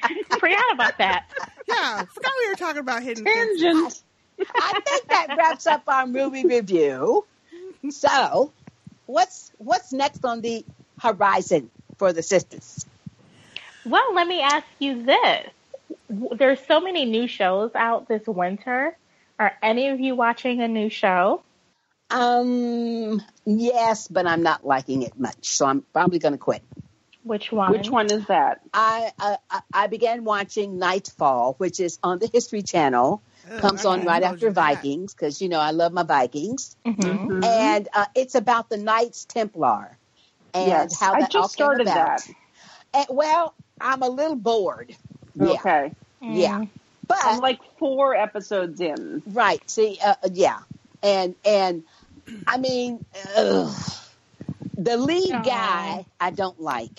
S4: subject?
S3: Forgot about that.
S1: yeah, forgot we were talking about hidden. fences.
S4: Tangent.
S2: I think that wraps up our movie review. So, what's what's next on the horizon for the sisters?
S3: Well, let me ask you this. W- There's so many new shows out this winter. Are any of you watching a new show?
S2: Um, yes, but I'm not liking it much, so I'm probably going to quit.
S3: Which one?
S4: Which one is that?
S2: I, uh, I I began watching Nightfall, which is on the History Channel.
S1: Ugh,
S2: Comes
S1: I
S2: on
S1: can't
S2: right
S1: hold
S2: after
S1: you back.
S2: Vikings because you know I love my Vikings,
S1: Mm-hmm.
S3: Mhm.
S4: Mhm.
S2: and uh, it's about the Knights Templar and
S4: yes,
S2: how
S4: I
S2: that
S4: just
S2: all
S4: started
S2: came about.
S4: that.
S2: And, well, I'm a little bored. Yeah,
S4: Okay,
S2: Mm-hmm. yeah, but
S4: I'm like four episodes in.
S2: Right. See, uh, yeah, and and I mean, ugh. the lead
S3: Aw.
S2: guy I don't like.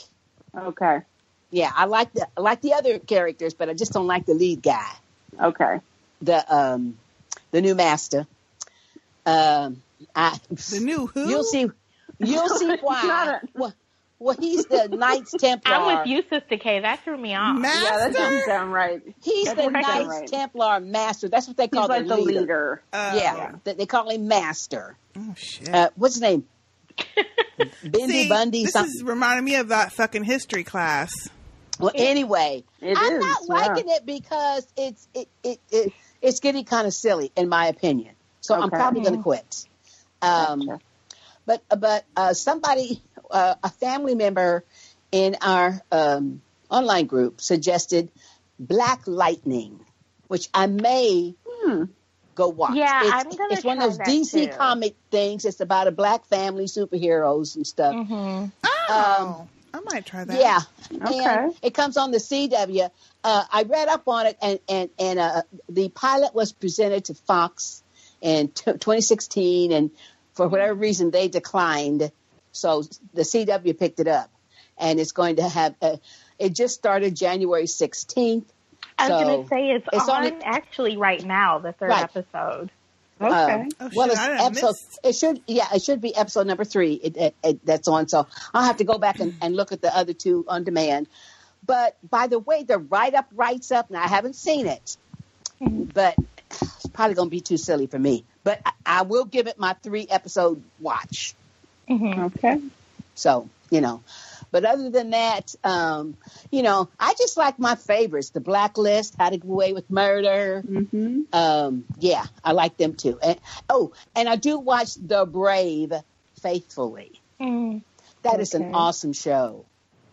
S4: Okay,
S2: yeah, I like the I like the other characters, but I just don't like the lead guy,
S4: Okay.
S2: the um, the new master. Um, I
S1: The new who?
S2: you'll see, you'll see
S4: Not
S2: why.
S4: a-
S2: well, well, he's the Knights Templar.
S3: I'm with you, Sister K. That threw me off.
S1: Master.
S4: Yeah, that sounds down right.
S2: He's
S4: That
S2: the
S4: doesn't
S2: Knights
S4: sound right.
S2: Templar master. That's what they
S4: He's
S2: call
S4: like
S2: the
S4: the
S2: leader.
S4: leader.
S1: Uh,
S2: yeah, They, they call him master.
S1: Oh shit.
S2: Uh, what's his name? Bindi
S1: See,
S2: Bundy.
S1: this
S2: Something.
S1: is reminding me of that fucking history class.
S2: well, anyway,
S4: It
S2: I'm
S4: is,
S2: not
S4: yeah.
S2: liking it because it's it, it, it it's getting kind of silly in my opinion. So I'm
S4: Okay.
S2: probably going to quit. Um,
S4: Gotcha.
S2: But but uh, somebody, uh, a family member in our um, online group suggested Black Lightning, which I may
S4: Hmm.
S2: go watch.
S3: Yeah,
S2: it's,
S3: I'm gonna
S2: It's one
S3: try
S2: of those
S3: that
S2: DC
S3: too.
S2: comic things. It's about a black family, superheroes and stuff.
S3: Mhm.
S1: Oh, I might try that.
S2: Um, Yeah, and
S4: Okay.
S2: it comes on the CW. Uh, I read up on it, and and and uh, the pilot was presented to Fox in t- 2016, and for whatever reason they declined. So the CW picked it up, and it's going to have. Uh, it just started January 16th.
S3: I was
S2: so,
S3: going to say it's,
S2: it's
S3: on,
S2: on it-
S3: actually right now, the third
S2: Right.
S3: episode.
S4: Okay.
S2: um,
S1: Oh,
S2: well,
S1: shit,
S2: it's
S1: I done
S2: episode.
S1: missed.
S2: It should, yeah, it should be episode number three. It, it, it, that's on. So I'll have to go back and, and look at the other two on demand. But by the way, the write up writes up, and I haven't seen it,
S1: Mm-hmm.
S2: but it's probably going to be too silly for me. But I, I will give it my three episode watch.
S1: Mm-hmm.
S3: Mhm.
S4: Okay.
S2: So you know, but other than that, um, you know, I just like my favorites: the Blacklist, How to Get Away with Murder.
S4: Mm-hmm.
S2: um yeah i like them too and oh and i do watch the brave faithfully
S3: Mm.
S2: That is an
S4: Okay.
S2: awesome show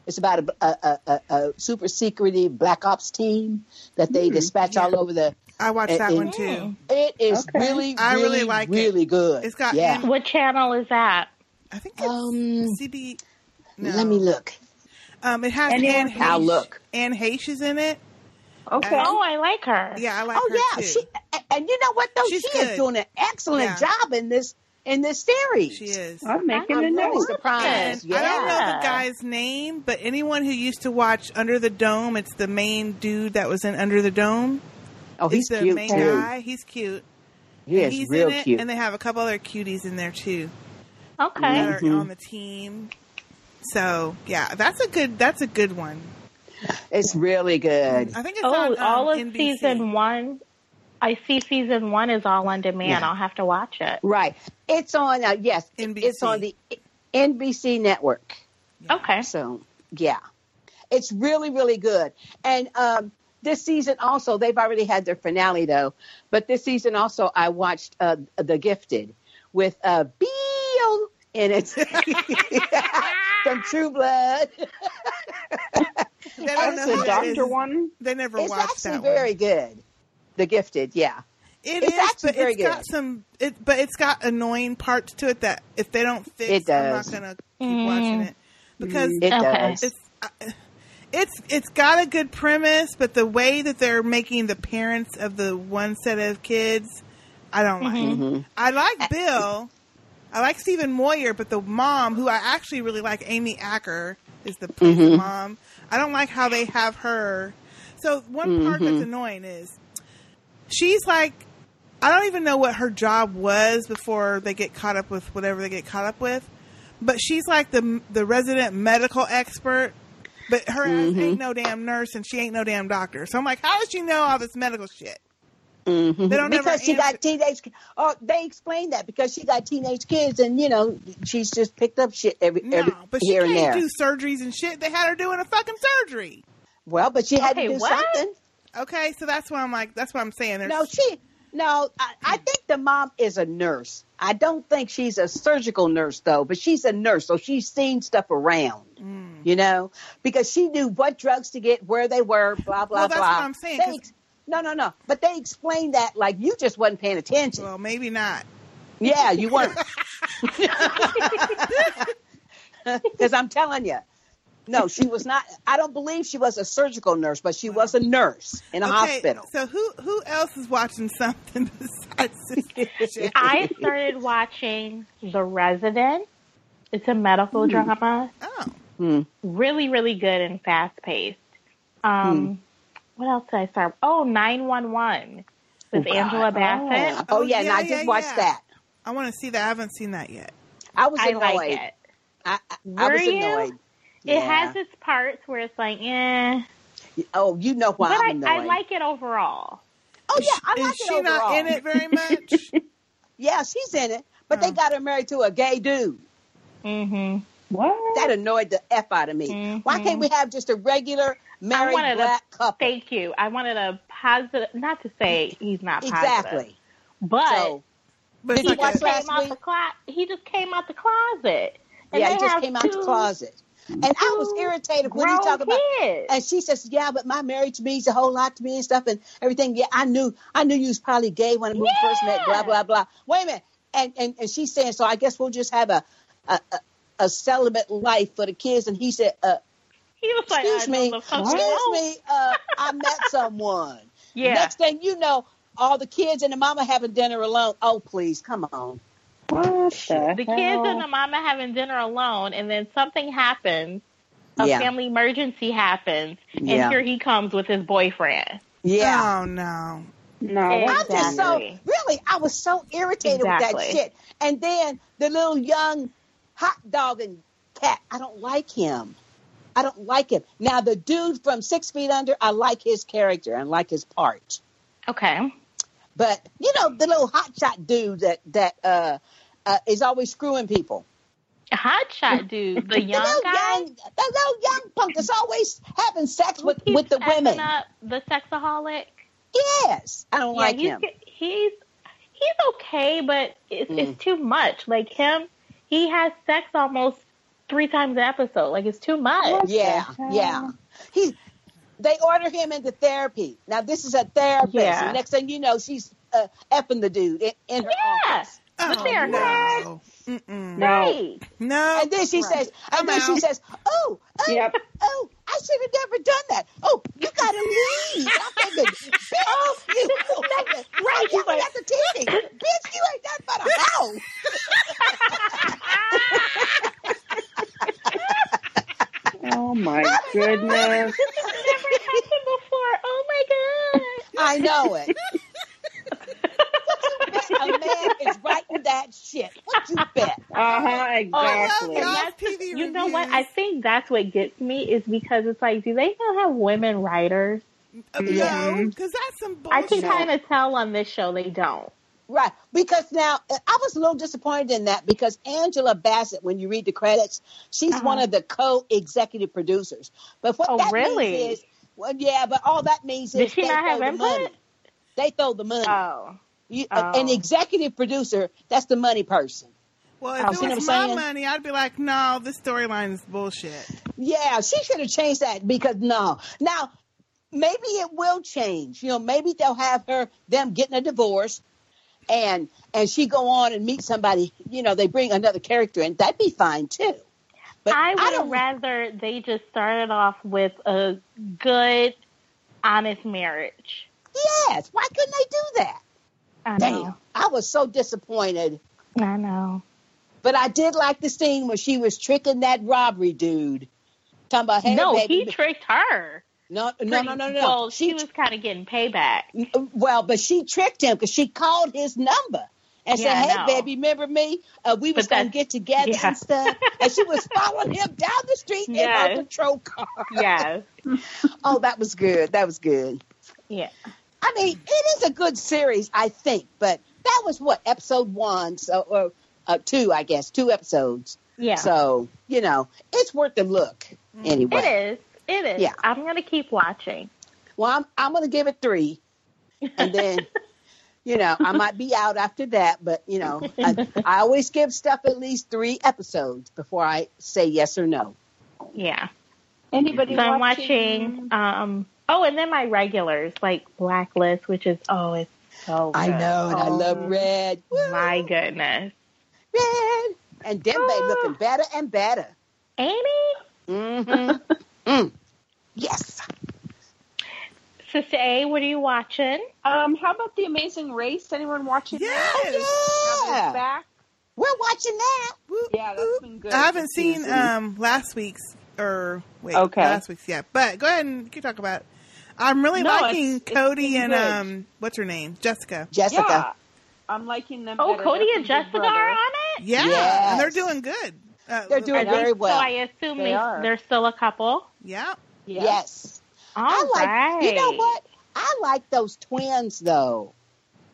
S2: it's about a, a, a, a, a super secretive black ops team that they
S4: Hmm,
S2: dispatch all over the
S1: I watched
S2: it-
S1: that
S2: it-
S1: one too.
S2: it is
S4: Okay.
S2: really
S1: I
S2: really
S1: really like it.
S2: really good
S1: It's got
S2: yeah
S1: Ann-
S3: What channel is that?
S1: I think it's
S2: um
S1: CD. No.
S2: let me look
S1: Um, it has Anne
S4: Anyone-
S1: Heche.
S2: I'll look.
S1: Anne Heche is in it.
S4: Okay.
S1: Um,
S3: Oh, I like her.
S1: Yeah, I like her
S2: oh yeah
S1: too.
S2: she a- and you know what though
S1: She's
S2: she
S1: good.
S2: is doing an excellent
S1: Yeah.
S2: job in this in this series
S1: She is.
S4: I'm making
S3: I'm
S4: a
S2: i'm really
S4: note.
S3: noticing.
S2: surprised
S1: And I don't
S2: yeah
S1: know the
S3: Yeah.
S1: guy's name, but anyone who used to watch Under the Dome, it's the main dude that was in Under the Dome.
S2: oh he's
S1: it's the
S2: cute
S1: main
S2: too
S1: guy. He's cute.
S2: he
S1: And
S2: is
S1: he's
S2: real
S1: in it,
S2: cute
S1: and they have a couple other cuties in there too
S3: Okay.
S1: that
S2: Mm-hmm.
S1: are on the team. So yeah, that's a good. That's a good one.
S2: it's really good
S1: I think it's
S3: Oh,
S1: on um,
S3: all of
S1: NBC.
S3: season one. I see season one is all on demand.
S2: Yeah.
S3: I'll have to watch it.
S2: Right. It's on. Uh, yes,
S1: NBC.
S2: it's on the NBC network.
S3: Okay.
S2: So yeah, it's really really good. And um, this season also, they've already had their finale though. But this season also, I watched uh, The Gifted with uh, Beale in it from True Blood.
S1: They don't know
S2: It's
S4: The
S1: who
S2: a
S1: that
S4: doctor
S1: is.
S4: one.
S1: They never
S2: It's
S1: watched
S2: actually
S1: that
S2: very
S1: one.
S2: good. The Gifted, yeah.
S1: It
S2: it's
S1: is,
S2: actually
S1: but
S2: very
S1: it's got
S2: good.
S1: some. It, but it's got annoying parts to it that if they don't fix,
S2: It does. Mm-hmm.
S1: I'm not gonna keep watching it because
S2: It
S3: Okay.
S2: does.
S1: it's it's it's got a good premise, but the way that they're making the parents of the one set of kids, I don't like.
S2: Mm-hmm.
S1: I like Bill. I like Stephen Moyer, but the mom, who I actually really like, Amy Acker, is the plays
S2: Mm-hmm.
S1: the mom. I don't like how they have her. So one part that's
S2: Mm-hmm.
S1: annoying is she's like, I don't even know what her job was before they get caught up with whatever they get caught up with, but she's like the the resident medical expert. But her
S2: Mm-hmm.
S1: ass ain't no damn nurse, and she ain't no damn doctor. So I'm like, how does she know all this medical shit? They don't ever
S2: Mm-hmm. because she
S1: answer-
S2: got teenage. Oh, they explained that because she got teenage kids, and you know she's just picked up shit every,
S1: No,
S2: every
S1: but she
S2: here and
S1: can't
S2: there.
S1: do surgeries and shit. They had her doing a fucking surgery.
S2: well, but she had
S3: Okay,
S2: to do
S3: what?
S2: something.
S1: Okay, so that's why I'm like, that's what I'm saying. There's,
S2: No, she. No, I, I think the mom is a nurse. I don't think she's a surgical nurse though, but she's a nurse, so she's seen stuff around.
S1: Mm.
S2: You know, because she knew what drugs to get, where they were, blah blah
S1: Well, that's
S2: blah.
S1: what I'm saying,
S2: They
S1: 'cause-
S2: ex- no, no, no. But they explained that like you just wasn't paying attention.
S1: well, maybe not.
S2: Yeah, you weren't. Because I'm telling you, no, she was not. I don't believe she was a surgical nurse, but she was a nurse in a
S1: okay,
S2: hospital.
S1: So who who else is watching something besides this shit?
S3: I started watching The Resident. It's a medical drama.
S1: Oh,
S2: Hmm.
S3: Really, really good and fast paced.
S2: Hmm.
S3: Um, What else did I start? Oh, 911 with
S2: God.
S3: Angela Bassett.
S2: Oh, yeah, and I
S1: yeah,
S2: just
S1: yeah,
S2: watched
S1: yeah.
S2: that.
S1: I want to see that. I haven't seen that yet.
S2: I was
S3: I
S2: annoyed.
S3: like it.
S2: I, I, I
S3: Were
S2: was
S3: you?
S2: annoyed.
S3: It has its parts where it's like, eh.
S2: Oh, you know why
S3: but
S2: I'm
S3: I,
S2: annoyed.
S3: I like it overall.
S2: oh yeah, I
S1: Is
S2: like it
S1: she
S2: overall.
S1: not in it very much?
S2: Yeah, she's in it, but they
S1: Oh.
S2: got her married to a gay dude.
S3: Mm-hmm.
S4: What?
S2: That annoyed the f out of me. Why can't
S3: Mhm.
S2: we have just a regular married
S3: wanted a
S2: black couple?
S3: Thank you. I wanted a positive, not to say he's not positive,
S2: exactly.
S3: but
S2: So
S1: But
S2: Did you
S3: he
S1: it's like
S2: watch
S3: just
S1: a,
S2: that?
S3: came
S2: last
S3: out
S2: week?
S3: the closet. He just came out the closet. And
S2: yeah,
S3: they
S2: he just
S3: have
S2: came out the
S3: two
S2: closet, and I was
S3: two
S2: irritated when he
S3: grown
S2: talked about.
S3: kids.
S2: And she says, "Yeah, but my marriage means a whole lot to me and stuff and everything." Yeah, I knew, I knew you was probably gay when we first met. Blah
S3: Yeah.
S2: blah blah. Wait a minute, and and and she's saying, "So I guess we'll just have a a, a, a celibate life for the kids." And he said, uh,
S3: he was like,
S2: "Excuse
S3: I
S2: me,
S3: don't know,
S2: excuse me, uh, I met someone."
S3: Yeah.
S2: Next thing you know, all the kids and the mama having dinner alone. Oh, please, come on.
S4: What the,
S3: the
S4: hell?
S3: kids and the mama having dinner alone, and then something happens. A
S2: yeah,
S3: family emergency happens, and
S2: Yeah.
S3: here he comes with his boyfriend.
S2: yeah.
S1: Oh no.
S4: no,
S3: I'm
S2: I'm just so
S3: Exactly.
S2: really, I was so irritated with that
S3: Exactly.
S2: shit. And then the little young hot dog and cat, I don't like him. I don't like him. Now the dude from Six Feet Under, I like his character and like his part.
S3: Okay.
S2: But you know the little hotshot dude that that uh, uh, is always screwing people.
S3: Hotshot dude, the
S2: the
S3: young
S2: little
S3: guy.
S2: young, the little young punk that's always having sex
S3: who
S2: with
S3: keeps
S2: with the
S3: effing
S2: women.
S3: Up the sexaholic.
S2: Yes, I don't like
S3: he's,
S2: him.
S3: He's he's okay, but it's,
S2: Mm.
S3: it's too much. Like him, he has sex almost three times an episode. Like it's too much.
S2: Yeah,
S4: the hell?
S2: yeah. He's they order him into therapy. Now this is a therapist.
S3: Yeah.
S2: And next thing you know, she's uh, effing the dude in, in her
S3: Yeah.
S2: office.
S1: Oh,
S3: But they're
S1: no. Mm-mm.
S4: No.
S3: Right.
S1: No.
S2: And then she
S4: Right.
S2: says, and then
S1: out.
S2: she says, oh, oh,
S4: Yep.
S2: oh, I should have never done that. Oh, you gotta leave. I'm thinking, bitch, you,
S3: right.
S2: right, you
S3: She's like-
S2: at the TV. bitch, you ain't nothing but a hoe.
S3: Ah,
S4: Oh my goodness.
S3: Never happened before. Oh my god.
S2: I know it. What you bet a man is writing that shit? What you bet?
S4: Uh huh. Exactly.
S1: I
S3: And
S1: love
S3: that's
S1: y'all's
S3: the-
S1: TV
S3: you know what? I
S1: reviews.
S3: think that's what gets me is because it's like, do they not have women writers?
S1: Uh, No,
S4: Mhm.
S1: because that's some
S2: Oh,
S3: I
S1: bullshit.
S3: can kind of tell on this show they don't.
S2: Right, because now uh, I was a little disappointed in that because Angela Bassett, when you read the credits, she's
S3: Uh-huh.
S2: one of the co-executive producers. But what
S3: Oh,
S2: that
S3: really?
S2: means is, well, yeah, but all that means is
S3: Did she
S2: they
S3: not
S2: throw
S3: have
S2: the
S3: input?
S2: money. They throw the money.
S3: Oh.
S2: you, uh, An
S3: oh.
S2: executive producer, that's the money person.
S1: Well, if
S3: Oh,
S1: it
S3: see what
S1: was
S2: I'm
S1: my
S2: saying?
S1: money, I'd be like, no, this storyline is bullshit.
S2: Yeah, she should have changed that because no, now maybe it will change. You know, maybe they'll have her them getting a divorce, and and she go on and meet somebody. You know, they bring another character, and that'd be fine too. But
S3: I
S2: I,
S3: would have
S2: don't.
S3: rather they just started off with a good, honest marriage.
S2: yes, why couldn't they do that?
S3: I
S2: Damn,
S3: know.
S2: I was so disappointed.
S3: I know.
S2: But I did like the scene where she was tricking that robbery dude. Talking about hey,
S3: no,
S2: baby,
S3: he tricked her.
S2: no, no, no, no, no.
S3: Well,
S2: she
S3: she was kind of getting payback.
S2: Well, but she tricked him because she called his number and
S3: Yeah, I
S2: said, "Hey,
S3: know.
S2: baby, remember me? Uh, we was
S3: But
S2: gonna
S3: that's-
S2: get together
S3: yeah.
S2: and stuff." And she was following him down the street in
S3: Yes.
S2: her patrol car.
S3: Yes.
S2: Oh, that was good. That was good.
S3: Yeah.
S2: I mean, it is a good series, I think. But that was what episode one, so or uh, two, I guess, two episodes.
S3: Yeah. Mm-hmm.
S2: So you know, it's worth a look anyway.
S3: it is. It is.
S2: Yeah.
S3: I'm going to keep watching.
S2: Well, I'm I'm gonna give it three, and then you know I might be out after that. But you know, I, I always give stuff at least three episodes before I say yes or no.
S3: Yeah.
S4: Anybody
S3: So I'm watching. Um, oh, and then my regulars, like Blacklist, which is, oh, it's so
S2: I
S3: good.
S2: know, and I love Red. Woo,
S3: My goodness.
S2: Red and Dembe
S3: Ah.
S2: looking better and better.
S3: Amy?
S2: Mm-hmm. mm. Yes.
S3: Sister A, what are you watching?
S4: Um, how about the Amazing Race? Anyone watching? that?
S1: Yes.
S4: Now that it's
S2: Yeah.
S4: back.
S2: We're watching that.
S1: Woo,
S4: Yeah, that's
S1: woo.
S4: been good.
S1: I haven't
S4: this
S1: seen
S4: season.
S1: um last week's or wait,
S4: Okay.
S1: last week's. Yeah, but go ahead and you can talk about. It. I'm really
S4: No, it's-
S1: liking
S4: it's
S1: Cody and
S4: been good.
S1: um, what's her name, Jessica.
S2: Jessica.
S4: Yeah. I'm liking them.
S3: Oh,
S4: better.
S3: Cody
S4: They're
S3: and
S4: from Big
S3: Jessica
S4: Brother.
S3: are on it.
S1: Yeah,
S2: Yes.
S1: and they're doing good. Uh,
S2: They're doing
S3: Are they-
S2: very well.
S3: So I assume
S4: They
S3: they
S4: are.
S3: are still a couple.
S1: Yeah,
S2: Yes.
S3: All
S2: I
S3: right.
S2: like. You know what? I like those twins though.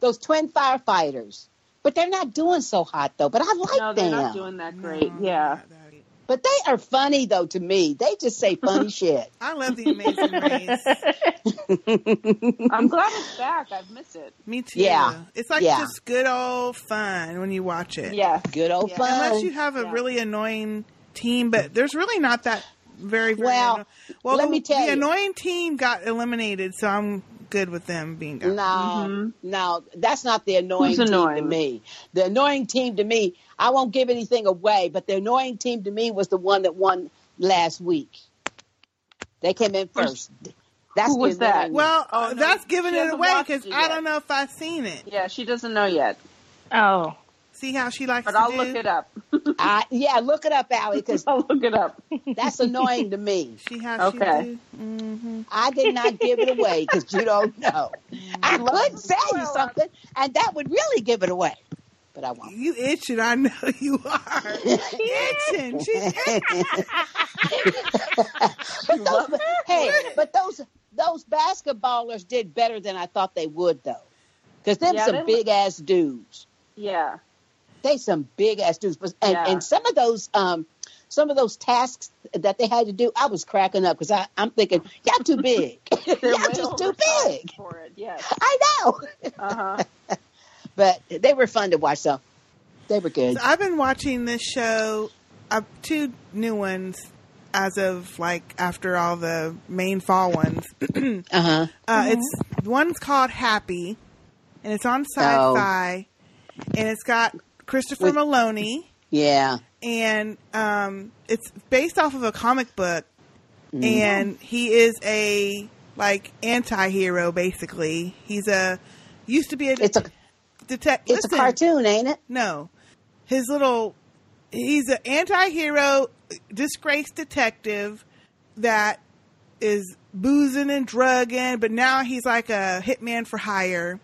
S2: Those twin firefighters, but they're not doing so hot though. But I like
S4: No, they're
S2: them.
S4: not doing that great.
S3: Mm.
S1: No,
S4: Yeah.
S1: Mm, not that. e-,
S2: but they are funny though to me. They just say funny shit.
S1: I love the Amazing Race.
S4: I'm glad it's back. I've missed it.
S1: Me too.
S2: Yeah.
S1: it's like
S2: Yeah.
S1: just good old fun when you watch it.
S4: Yeah.
S2: Good old
S4: Yeah.
S2: fun.
S1: unless you have a
S4: Yeah.
S1: really annoying team, but there's really not that very. very
S2: Well,
S1: anno- well,
S2: let
S1: the,
S2: me tell
S1: the
S2: you.
S1: annoying team got eliminated, so I'm good with them being
S2: No,
S1: gone.
S4: Mhm.
S2: no, that's not the annoying
S4: Who's
S2: team to
S4: annoying?
S2: me. The annoying team to me, I won't give anything away, but the annoying team to me was the one that won last week. They came in first. That's
S4: Who was
S2: the annoying one.
S4: that?
S1: Well, uh,
S4: Oh, no,
S1: that's giving
S4: she
S1: it
S4: hasn't
S1: away
S4: watched
S1: because
S4: it
S1: I
S4: yet.
S1: don't know if I've seen it.
S4: Yeah, she doesn't know yet,
S3: Oh.
S1: See how she likes
S4: but
S1: to
S4: I'll
S1: do.
S4: look it up.
S2: I, yeah, look it up, Allie, because
S4: I'll look it up.
S2: that's annoying to me.
S1: She how
S4: Okay.
S1: she do. hmm
S2: I did not give it away because you don't know. I
S4: Love
S2: could
S4: the
S2: sell you
S4: spoiler.
S2: something, and that would really give it away, but I won't.
S1: You itching? I know you are itching. She's
S2: But those, hey, but those those basketballers did better than I thought they would, though, because them
S4: Yeah,
S2: some
S4: they-
S2: big ass dudes.
S4: Yeah.
S2: They some big ass dudes, But- and
S4: Yeah.
S2: and some of those um some of those tasks that they had to do, I was cracking up because I I'm thinking y'all too big, y'all
S4: They're way
S2: just too
S4: oversized
S2: big.
S4: for it. Yes.
S2: I know,
S4: Uh-huh.
S2: but they were fun to watch though. They were good.
S1: So I've been watching this show, uh, two new ones, as of like after all the main fall ones.
S2: Uh huh.
S1: Uh, It's one's called Happy, and it's on
S2: Oh.
S1: Sci-Fi, and it's got Christopher
S2: With-
S1: Maloney,
S2: Yeah.
S1: and um, it's based off of a comic book,
S2: Mm-hmm.
S1: and he is a like anti-hero basically. He's a used to be a
S2: It's a
S1: detective.
S2: it's a cartoon, ain't it?
S1: No. His little he's an anti-hero disgraced detective that is boozing and drugging, but now he's like a hitman for hire.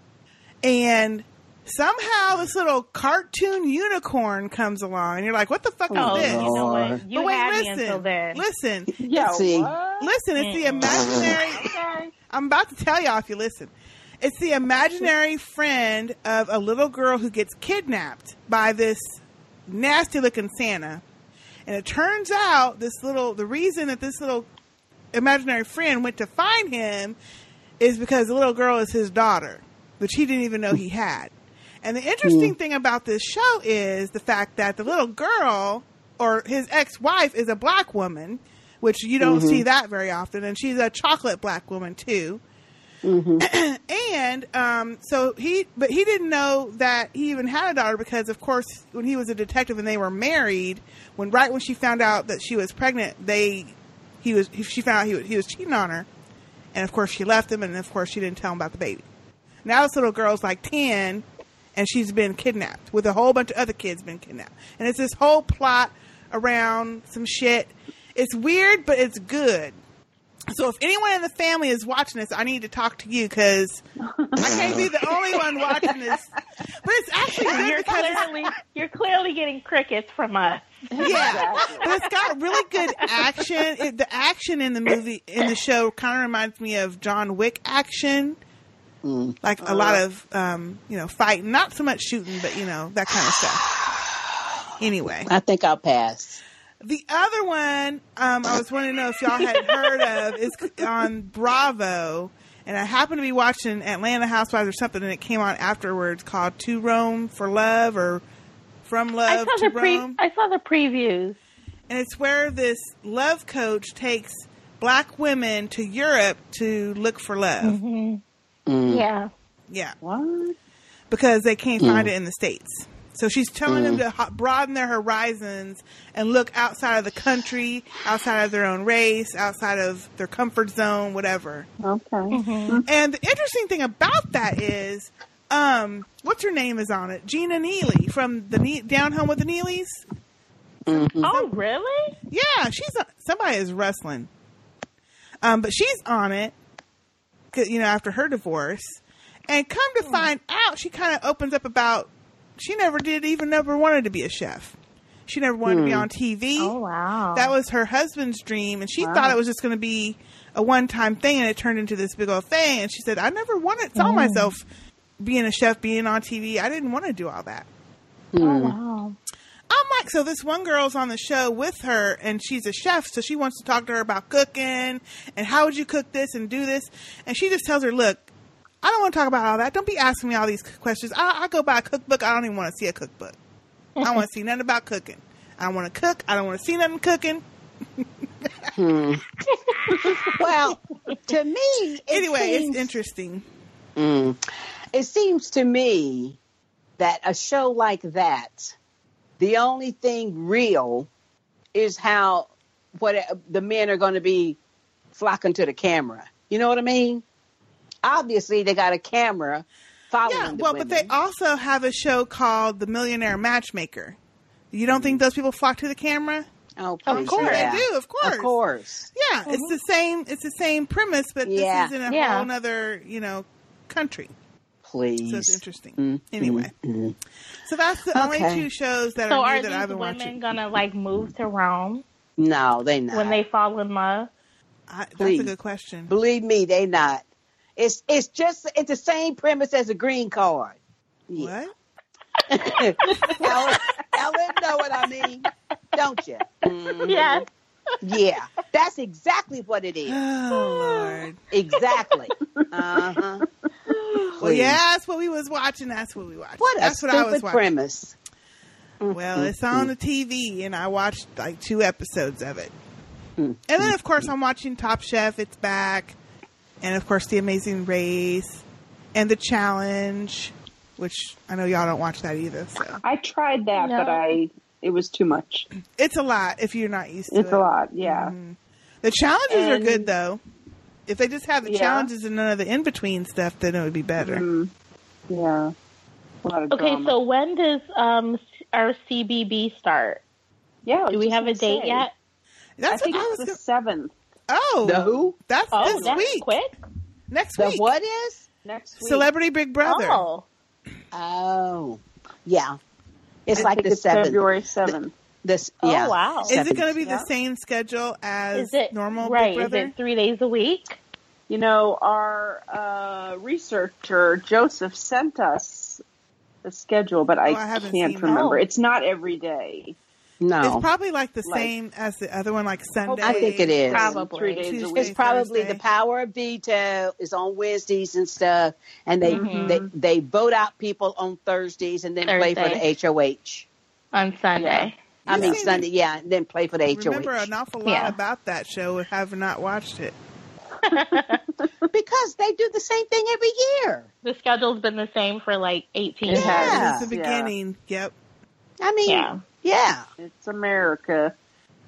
S1: And somehow this little cartoon unicorn comes along and you're like, "What the fuck
S3: Oh,
S1: is this?"
S3: you know
S2: Lord.
S3: what? You
S1: but wait,
S3: had me
S1: listen.
S3: until then.
S1: Listen.
S4: Yeah.
S2: see.
S4: what?
S1: Listen, it's the
S3: Mm-mm.
S1: imaginary
S4: Okay.
S1: I'm about to tell y'all if you listen. It's the imaginary friend of a little girl who gets kidnapped by this nasty looking Santa. And it turns out this little the reason that this little imaginary friend went to find him is because the little girl is his daughter, which he didn't even know he had. And the interesting thing about this show is the fact that the little girl or his ex wife is a black woman, which you don't see that very often, and she's a chocolate black woman too. and um, so he, but he didn't know that he even had a daughter because, of course, when he was a detective and they were married, when right when she found out that she was pregnant, they he was she found out he was, he was cheating on her, and of course she left him, and of course she didn't tell him about the baby. Now this little girl's like ten, and she's been kidnapped with a whole bunch of other kids been kidnapped, and it's this whole plot around some shit. It's weird, but it's good. So if anyone in the family is watching this, I need to talk to you because I can't be the only one watching this. But it's actually good
S3: You're
S1: because it's
S3: clearly you're clearly getting crickets from us.
S1: yeah,
S4: Exactly.
S1: but it's got really good action. It, the action in the movie in the show kind of reminds me of John Wick action, like a lot of um, you know fighting, not so much shooting, but you know that kind of stuff. Anyway,
S2: I think I'll pass.
S1: the other one um, I was wanting to know if y'all had heard of is on Bravo, and I happened to be watching Atlanta Housewives or something, and it came on afterwards called "To Rome for Love" or "From
S3: I
S1: Love
S3: saw
S1: to
S3: the pre-
S1: Rome."
S3: I saw the previews.
S1: and it's where this love coach takes black women to Europe to look for love.
S4: Mm.
S3: Yeah.
S1: Yeah,
S4: Mm-hmm. What?
S1: because they can't find it in the states. So she's telling them to ho- broaden their horizons and look outside of the country, outside of their own race, outside of their comfort zone, whatever.
S4: Okay. Mm-hmm.
S1: And the interesting thing about that is, um, what's her name is on it? Gina Neely from the ne- Down Home with the Neelys.
S4: Mm.
S3: Oh, really?
S1: Yeah, she's somebody is wrestling. Um, but she's on it, 'cause, you know, after her divorce, and come
S3: Hmm.
S1: to find out, she kind of opens up about she never did even never wanted to be a chef. She never wanted to be on TV.
S3: Oh, wow.
S1: That was her husband's dream, and she thought it was just going to be a one-time thing, and it turned into this big old thing. And she said, "I never wanted saw
S3: Hmm.
S1: myself being a chef, being on TV. I didn't want to do all that."
S4: Mm.
S3: oh, wow.
S1: I'm like, so this one girl's on the show with her, and she's a chef, so she wants to talk to her about cooking and how would you cook this and do this, and she just tells her, "Look, I don't want to talk about all that. Don't be asking me all these questions. I, I go buy a cookbook. I don't even want to see a cookbook. I don't want to see nothing about cooking. I want to cook. I don't want to see nothing cooking.
S2: well, to me, it
S1: Anyway,
S2: seems-
S1: it's interesting.
S2: Mm. It seems to me that a show like that, the only thing real is how what the men are going to be flocking to the camera. You know what I mean? Obviously, they got a camera following.
S1: Yeah,
S2: the
S1: well, but they
S2: women.
S1: also have a show called The Millionaire Matchmaker. You don't think those people flock to the camera?
S2: oh,
S3: Of
S2: please,
S3: course.
S2: Mm-hmm. yeah.
S1: They do, of course.
S2: Of course.
S1: Yeah, it's the same. It's the same premise, but
S2: Yeah.
S1: this is in a
S3: Yeah.
S1: whole other, you know, country.
S2: Please.
S1: So it's interesting. Anyway, so that's the only
S2: Okay.
S1: two shows that
S3: So
S1: are
S3: are
S1: new
S3: these
S1: that I've been
S3: women
S1: watching.
S3: gonna like move to Rome
S2: No, they not.
S3: when they fall in love?
S1: I, that's
S2: Please.
S1: a good question.
S2: Believe me, they not. It's it's just it's the same premise as a green card. Yeah.
S1: What?
S2: Ellen, Ellen, know what I mean, don't you?
S4: Mm.
S2: Mhm.
S3: Yes.
S2: Yeah, that's exactly what it is.
S1: Oh Lord!
S2: Exactly. Uh-huh.
S1: Well, yeah, that's what we was watching. That's what we watched.
S2: What a
S1: that's what
S2: stupid
S1: I was watching.
S2: premise.
S1: Well, it's on the TV, and I watched like two episodes of it. And then, of course, I'm watching Top Chef. It's back, and of course, The Amazing Race and The Challenge, which I know y'all don't watch that either. So
S4: I tried that,
S3: No.
S4: but I it was too much.
S1: it's a lot if you're not used to
S4: It's
S1: it.
S4: a lot. Yeah.
S3: Mm-hmm.
S1: The challenges are
S4: And-
S1: good though. If they just had the
S4: Yeah.
S1: challenges and none of the in between stuff, then it would be better.
S4: Mm. Yeah. A lot of
S3: Okay,
S4: drama.
S3: so when does um our CBB start?
S4: yeah, I was
S3: Do we
S4: Oh, just
S3: have a
S4: gonna
S3: date
S4: say.
S3: yet?
S4: I
S1: That's
S4: think
S1: what I
S4: it's
S1: was.
S4: the
S1: Gonna,
S4: seventh
S1: oh,
S2: The who?
S1: That's
S3: Oh,
S1: this
S3: that's
S1: week.
S3: quick.
S1: Next
S2: The
S1: week.
S2: what is?
S4: next week.
S1: Celebrity Big Brother.
S3: Oh,
S2: Oh, yeah. It's
S4: I
S2: like
S4: think
S2: the
S4: it's
S2: seventh.
S4: February seventh.
S2: This.
S3: Oh,
S2: Yeah.
S3: wow. Is
S1: Is
S3: it
S1: it
S2: seventh.
S1: going to be
S4: Yeah.
S1: the same schedule as
S3: is it
S1: normal
S3: right?
S1: Big Brother?
S3: Is it three days a week?
S4: You know, our uh, researcher Joseph sent us the schedule, but I,
S1: Oh, I haven't
S4: can't
S1: seen that.
S4: remember.
S3: Oh.
S4: It's not every day.
S1: It's
S2: No.
S1: probably like the
S4: Like-
S1: same as the other one, like Sunday.
S2: I think it is.
S3: Probably.
S4: three days a
S1: Tuesday.
S4: week.
S2: it's probably
S1: Thursday.
S2: the power of veto is on Wednesdays and stuff, and they they, they vote out people on Thursdays and then play
S3: Thursday.
S2: for the HOH.
S3: on Sunday.
S2: I
S1: You
S2: mean
S1: seem to
S2: Sunday, yeah, and then play for the HOH
S1: Remember an awful lot
S3: Yeah.
S1: about that show. if I Have not watched it.
S2: because they do the same thing every year.
S3: The schedule's been the same for like 18
S4: It
S3: years.
S4: has.
S2: Yeah.
S1: Since the
S4: Yeah.
S1: beginning. Yep.
S2: I mean, yeah,
S3: Yeah.
S4: It's America.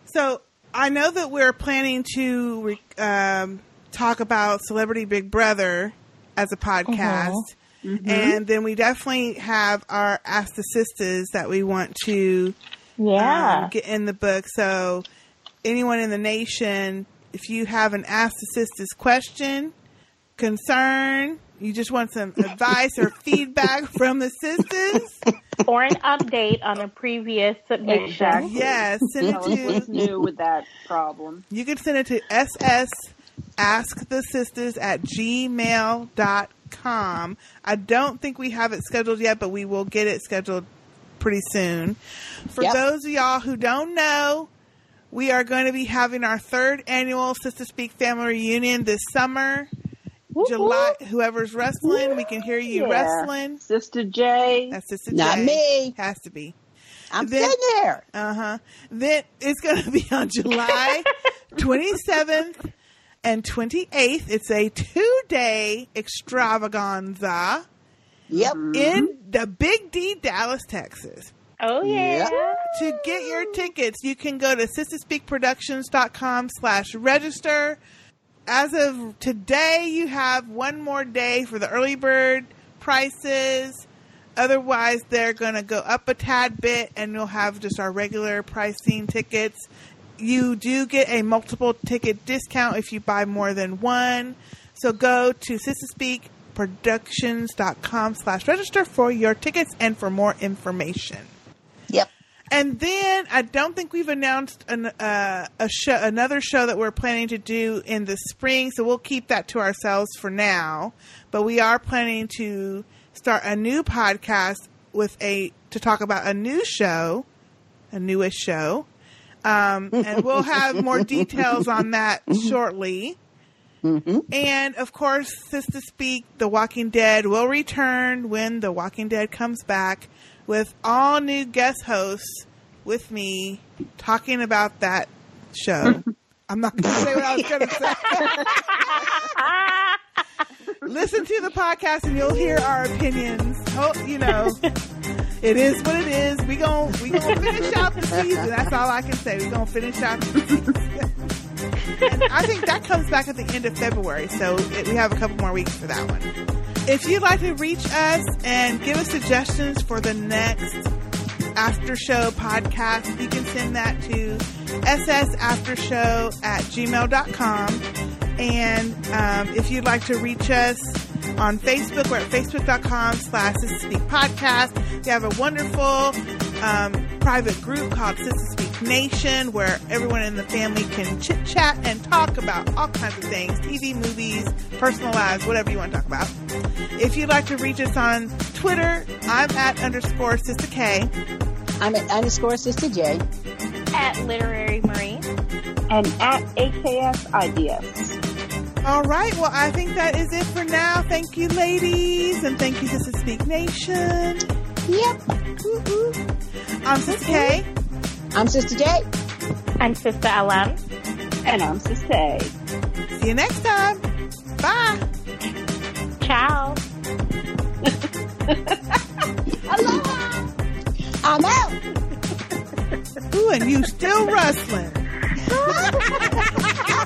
S1: So I know that we're planning to re- um, talk about Celebrity Big Brother as a
S2: Uh-huh.
S1: podcast.
S2: Mm-hmm.
S1: And then we definitely have our Ask the Sisters that we want to
S3: Yeah.
S1: um, get in the book. So anyone in the nation, if you have an Ask the Sisters question, concern, you just want some advice or feedback from the sisters,
S3: or an update on a previous submission.
S4: Um, Exactly.
S1: yes, send
S4: Tell us
S1: it
S4: what's
S1: to
S4: new with that problem.
S1: You can send it to SS Ask the Sisters at gmail.com. I don't think we have it scheduled yet, but we will get it scheduled pretty soon. For
S2: Yep.
S1: those of y'all who don't know, we are going to be having our third annual Sister Speak family reunion this summer. July, whoever's wrestling, we can hear you
S4: Yeah.
S1: wrestling.
S4: Sister J.
S1: That's Sister
S2: Not
S1: J.
S2: me.
S1: Has to be.
S2: I'm
S1: Then-
S2: sitting there.
S1: Uh huh. Then it's going to be on July 27th and 28th. It's a two day extravaganza
S2: Yep.
S1: in the Big D, Dallas, Texas.
S3: Oh, yeah.
S2: Yeah.
S1: To get your tickets, you can go to sisterspeakproductions.com slash register. As of today, you have one more day for the early bird prices. Otherwise, they're going to go up a tad bit, and you'll have just our regular pricing tickets. You do get a multiple ticket discount if you buy more than one. So go to sisterspeakproductions.com slash register for your tickets and for more information.
S2: Yep.
S1: And then I don't think we've announced an, uh, a show, another show that we're planning to do in the spring, so we'll keep that to ourselves for now. But we are planning to start a new podcast with a to talk about a new show, a newish show, um, and we'll have more details on that shortly. And of course, Sister Speak, The Walking Dead will return when The Walking Dead comes back with all new guest hosts with me talking about that show. I'm not going to say what I was going to say.
S3: Ah.
S1: Listen to the podcast and you'll hear our opinions. Oh, you know, it is what it is. We gon' we gonna finish out the season. That's all I can say. We gonna finish out the and I think that comes back at the end of February, so it, we have a couple more weeks for that one. If you'd like to reach us and give us suggestions for the next after show podcast, you can send that to ssaftershow at gmail.com. And um, if you'd like to reach us on Facebook, we're at facebook.com slash Sister Speak Podcast. We have a wonderful um, private group called Sister Speak Nation where everyone in the family can chit chat and talk about all kinds of things TV, movies, personal lives, whatever you want to talk about. If you'd like to reach us on Twitter, I'm at underscore Sister K.
S2: I'm at underscore Sister J.
S3: At Literary Marine.
S4: And at AKS IDS.
S1: All right. Well, I think that is it for now. Thank you, ladies, and thank you, Sister Speak Nation.
S2: Yep.
S1: Woo woo. Mm-hmm. I'm Sister K,
S2: I'm Sister J.
S3: I'm Sister LM.
S4: And I'm Sister A.
S1: See you next time. Bye.
S3: Ciao.
S4: Aloha!
S2: I'm out.
S1: Ooh, and you still rustling.
S2: I'm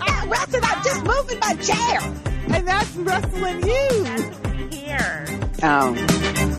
S2: not resting. I'm just moving my chair.
S1: And that's rustling you.
S3: That's what we hear.
S2: Oh.